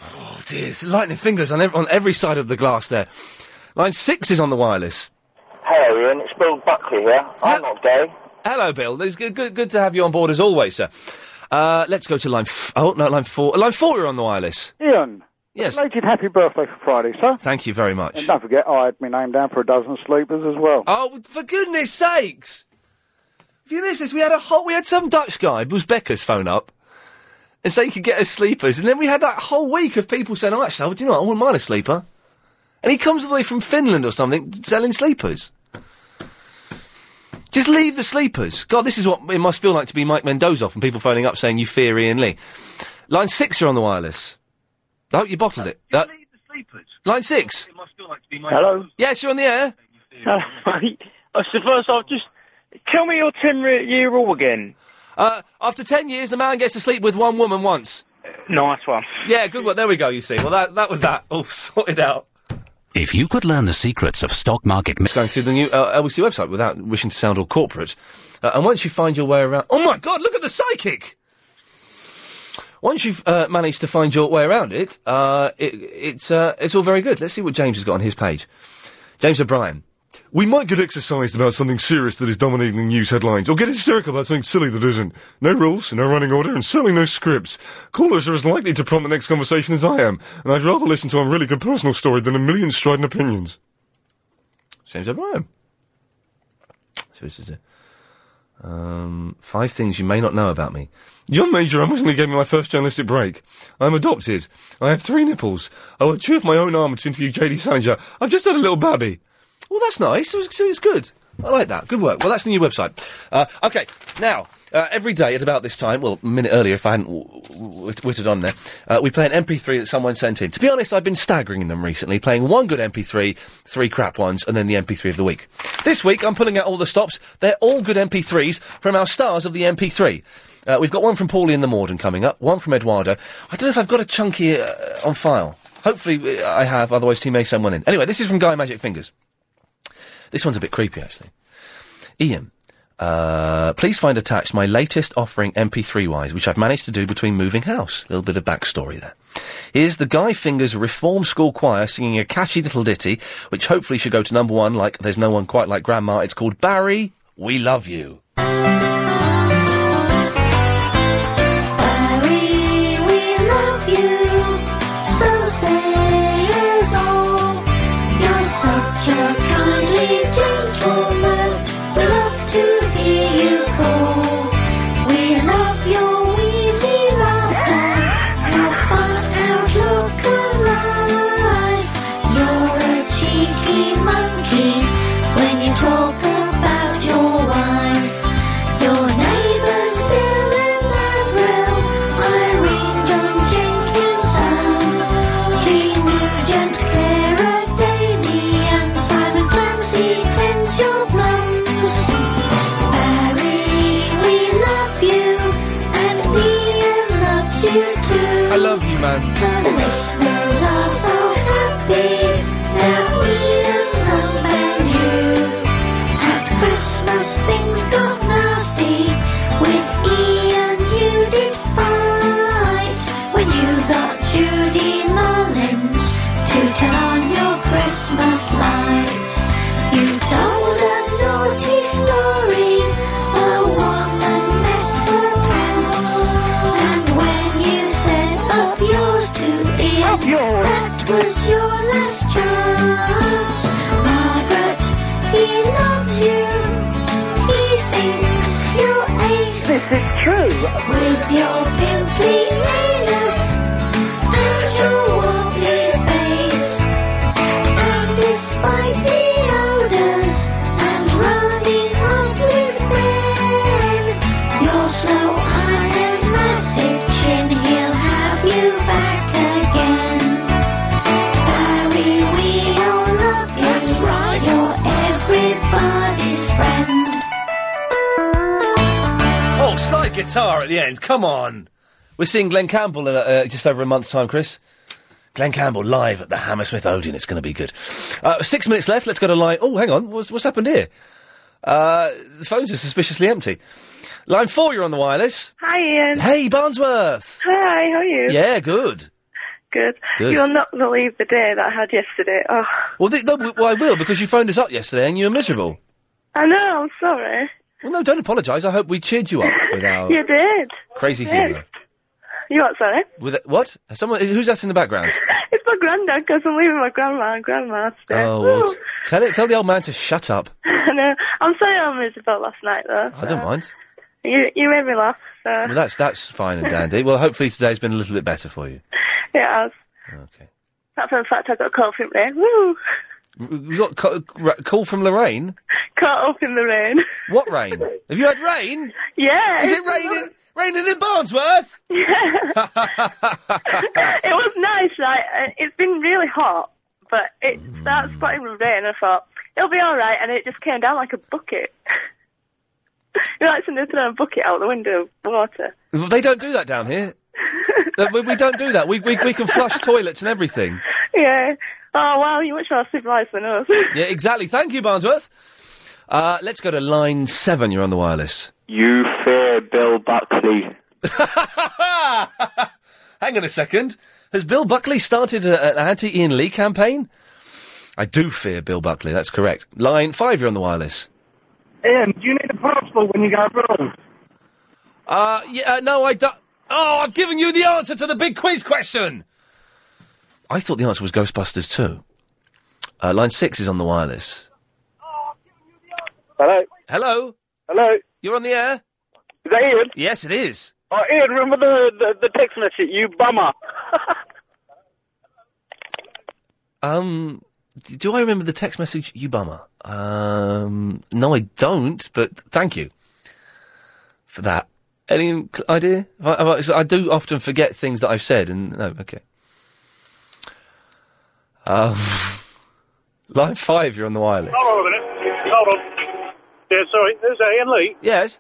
Oh dear! It's lightning fingers on ev- on every side of the glass. There. Line six is on the wireless.
Hello, Ian. It's Bill Buckley here. I'm not gay.
Hello, Bill. It's good, good, good to have you on board as always, sir. Uh, let's go to line. F- oh no, line four. Line four. You're on the wireless.
Ian,
Yes.
Belated happy birthday for Friday, sir.
Thank you very much.
And don't forget, I had my name down for a dozen sleepers as well.
Oh, for goodness sakes! If you missed this, we had a whole, we had some Dutch guy, Bruce Becker's phone up, and say he could get us sleepers, and then we had that whole week of people saying, oh, actually, do you know what, I wouldn't mind a sleeper. And he comes all the way from Finland or something, selling sleepers. Just leave the sleepers. God, this is what it must feel like to be Mike Mendoza and people phoning up saying you fear Ian Lee. Line six are on the wireless. I hope you bottled it. Uh, line six.
Hello.
Yes, you're on the air.
Hello, mate. That's the first I've just. Tell me your 10 re- year rule again.
Uh, after ten years, the man gets to sleep with one woman once.
Nice one.
Yeah, good one. There we go. You see. Well, that that was that all sorted out.
If you could learn the secrets of stock market. Mi-
Going through the new uh, LBC website without wishing to sound all corporate, uh, and once you find your way around, oh my God, look at the psychic. Once you've uh, managed to find your way around it, uh, it it's uh, it's all very good. Let's see what James has got on his page. James O'Brien.
We might get exercised about something serious that is dominating the news headlines, or get hysterical about something silly that isn't. No rules, no running order, and certainly no scripts. Callers are as likely to prompt the next conversation as I am, and I'd rather listen to a really good personal story than a million strident opinions.
James O'Brien. So this is it. Um, five things you may not know about me.
John Major emotionally gave me my first journalistic break. I'm adopted. I have three nipples. I will chew off my own arm to interview JD Salinger. I've just had a little babby.
Well, that's nice. It was, it was good. I like that. Good work. Well, that's the new website. Uh, okay, now, uh, every day at about this time, well, a minute earlier if I hadn't w- w- wit- witted on there, uh, we play an MP3 that someone sent in. To be honest, I've been staggering them recently, playing one good MP3, three crap ones, and then the MP3 of the week. This week, I'm pulling out all the stops. They're all good MP3s from our stars of the MP3. Uh, we've got one from Paulie in the Morden coming up, one from Eduardo. I don't know if I've got a chunky uh, on file. Hopefully, uh, I have, otherwise, he may send one in. Anyway, this is from Guy Magic Fingers. This one's a bit creepy, actually. Ian, uh, please find attached my latest offering MP3 wise, which I've managed to do between moving house. A little bit of backstory there. Here's the Guy Fingers Reform School Choir singing a catchy little ditty, which hopefully should go to number one, like There's No One Quite Like Grandma. It's called Barry, We Love You.
Marie, we love you. So say us all. You're such a kindly gentleman. We love to hear you call. We love your wheezy laughter, your fun outlook on life. You're a cheeky monkey when you talk about your wife. Your neighbors Bill and Avril, Irene, John Jenkins, Sam, Jean Nugent, Clara Davy, and Simon Clancy tends your plums. Barry, we love you, and Ian loves you too.
I love you, man.
The listeners are so happy. Now Ian's up and you. At Christmas things got nasty. With Ian you did fight. When you got Judy Mullins to turn on your Christmas lights. You told a naughty story. A woman messed her pants. And when you said up yours to Ian, that was your last chance. Margaret, he loves you. He thinks you're ace. This is true. With your pimply anus and your wobbly face. And despite the odors and running off with men, your slow eye and massive chin, he'll have you back again. Barry, we all love you. That's right. You're everybody's friend.
Oh, slide guitar at the end. Come on. We're seeing Glenn Campbell in uh, uh, just over a month's time, Chris. Glenn Campbell live at the Hammersmith Odeon. It's going to be good. Uh, six minutes left. Let's go to line. Oh, hang on. What's, what's happened here? Uh, the phones are suspiciously empty. Line four, you're on the wireless.
Hi, Ian.
Hey, Barnsworth.
Hi, how are you?
Yeah, good.
Good.
Good.
You'll not believe the day that I had yesterday. Oh,
Well, th- no, w- well, I will because you phoned us up yesterday and you were miserable.
I know, I'm sorry.
Well, no, don't apologise. I hope we cheered you up with our
You did.
Oh, crazy
you did.
humour.
You what, sorry?
With what? Someone? Who's that in the background?
It my granddad because I'm leaving my grandma and grandma's there.
Oh, well, t- tell it. Tell the old man to shut up.
no, I'm sorry I was about last night though.
I don't
so.
mind.
You you made me laugh, so
Well, that's that's fine and dandy. Well, hopefully today's been a little bit better for you.
yeah. I was, Apart from the fact I got caught up in rain. Woo!
R- You got co- r- call from Lorraine.
Caught up in the rain.
What rain? Have you had rain?
Yeah.
Is it raining? Raining in Barnsworth?
Yeah. it was nice, right? Uh, It's been really hot, but it started spotting with rain. I thought, it'll be all right, and it just came down like a bucket. you know, like somebody throwing a bucket out the window of water.
Well, They don't do that down here. Uh, we, we don't do that. We, we we can flush toilets and everything.
Yeah. Oh, wow, you're much more civilised than us.
Yeah, exactly. Thank you, Barnsworth. Uh, let's go to line seven. You're on the wireless.
You fear Bill Buckley.
Hang on a second. Has Bill Buckley started a, an anti Ian Lee campaign? I do fear Bill Buckley. That's correct. Line five. You're on the wireless.
Ian, do you need a passport when you go abroad?
Uh, yeah, uh, no, I don't. Oh, I've given you the answer to the big quiz question. I thought the answer was Ghostbusters too. Uh, line six is on the wireless.
Hello.
Hello.
Hello.
You're on the air.
Is that Ian?
Yes, it is.
Oh, Ian, remember the, the, the text message, you bummer.
Um, d- do I remember the text message? You bummer. Um, no, I don't. But thank you for that. Any cl- idea? I, I, I do often forget things that I've said, and no, okay. Um, line five, you're on the wireless.
Hold on a minute. Hold on. Yeah, sorry. Is that Ian Lee?
Yes.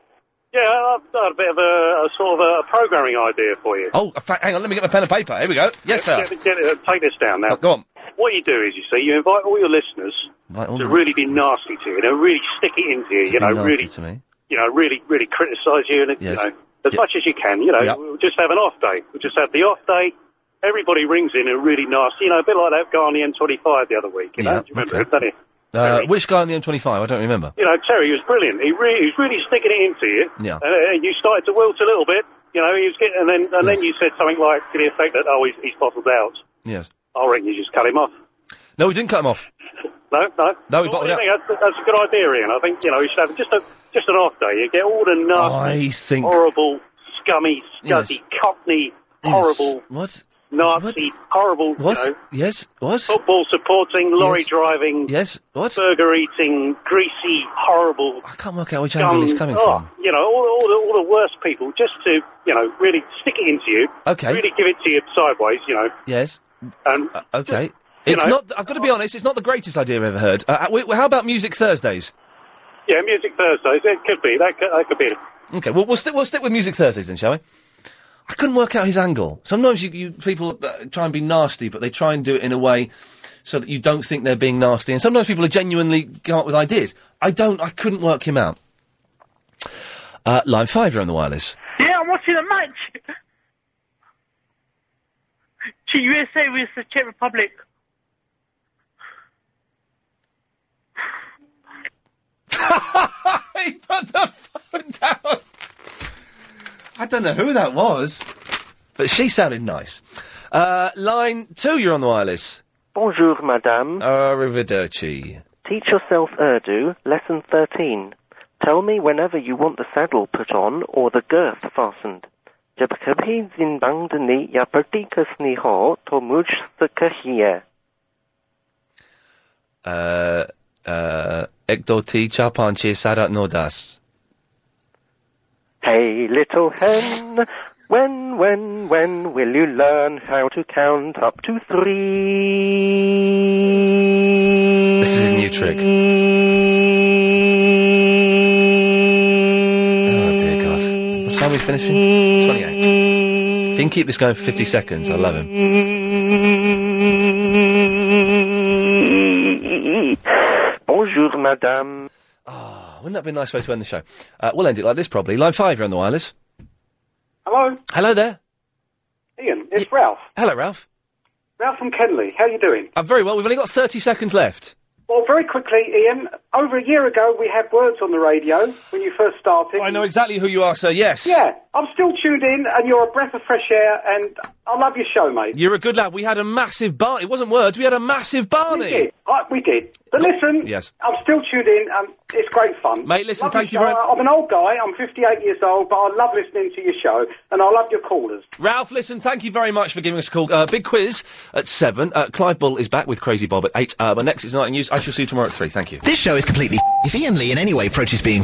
Yeah, I've got a bit of a, a sort of a, programming idea for you.
Oh, in fact, hang on. Let me get my pen and paper. Here we go. Yes, sir. Oh,
Get- get it- take this down now.
go on.
What you do is, you see, you invite all your listeners
Right, all
to
right.
really be nasty to you, you know, really stick it into you, you know,
Nasty
really,
to me.
you know, really, really criticise you, and
Yes.
you know, as much as you can, you know,
Yeah.
we'll just have an off day. We'll just have the off day. Everybody rings in and really nasty, you know, a bit like that guy on the M25 the other week, you know.
Yeah,
Do you remember
okay.
him, don't you?
Uh, which guy on the M25? I don't remember.
you know, Terry was brilliant. He, re- he was really sticking it into you.
Yeah.
And, uh, you started to wilt a little bit. You know, he was getting, and then and then you said something like to the effect that, oh, he's, he's bottled out.
Yes.
I reckon you just cut him off.
No, we didn't cut him off.
No, no.
No, he
Well,
bottled
I think That's, that's a good idea, Ian. I think you know you should have just a just an off day. You get all the nasty,
I think-
horrible, scummy,
Yes.
scuzzy, cockney,
Yes.
horrible,
What?
nasty, horrible.
What?
You know,
Yes. What?
Football supporting, lorry driving,
yes, what?
Burger eating, greasy, horrible,
I can't work out which angle he's
scum-
coming
oh,
from.
You know, all, all, the, all the worst people, just to, you know, really stick it into you.
Okay.
Really give it to you sideways, you know.
Yes.
And
Okay.
You
It's
know.
not. I've got to be honest. It's not the greatest idea I've ever heard. Uh, uh, we- how about Music Thursdays?
yeah, Music Thursdays, it could be. That could, that could be.
Okay. Well, we'll stick. We'll stick with Music Thursdays then, shall we? I couldn't work out his angle. Sometimes you, you people uh, try and be nasty, but they try and do it in a way so that you don't think they're being nasty. And sometimes people are genuinely come up with ideas. I don't. I couldn't work him out. Uh, line five, you're on the wireless.
Yeah, I'm watching a match. To USA versus the Czech Republic.
he put the phone down. I don't know who that was, but she sounded nice. Uh, line two, you're on the wireless.
Bonjour, madame.
Arrivederci.
Teach yourself Urdu, lesson 13. Tell me whenever you want the saddle put on or the girth fastened. जब कभी जिंदगानी या पट्टी कसनी हो तो मुझसे कहिए
Uh, uh, Ekdoti Chapanche Sadat Nodas.
Hey, little hen, when, when, when will you learn how to count up to three?
This is a new trick. Oh dear God. What time are we finishing? 28. If you can keep this going for 50 seconds, I love him.
Bonjour, madame.
Oh, wouldn't that be a nice way to end the show? Uh, we'll end it like this probably. Line five, you're on the wireless.
Hello,
Hello there.
Ian. It's Ralph.
Hello, Ralph.
Ralph from Kenley. How you doing?
I'm very well. We've only got 30 seconds left.
Well, very quickly, Ian. Over a year ago, we had words on the radio when you first started.
I know exactly who you are, sir. Yes.
Yeah,
I'm still tuned in, and you're a breath of fresh air, and I love your show, mate.
You're a good lad. We had a massive bar. It wasn't words. We had a massive barney.
We did. I, we did. But listen,
Yes.
I'm still tuned in, and it's great fun.
Mate, listen,
Love your
thank you
show.
very-
I'm an old guy. I'm 58 years old, but I love listening to your show, and I love your callers.
Ralph, listen, thank you very much for giving us a call. Uh, big quiz at seven. Uh, Clive Bull is back with Crazy Bob at eight. Uh, but next is Night in News. I shall see you tomorrow at three. Thank you.
This show is completely. If Ian Lee in any way approaches being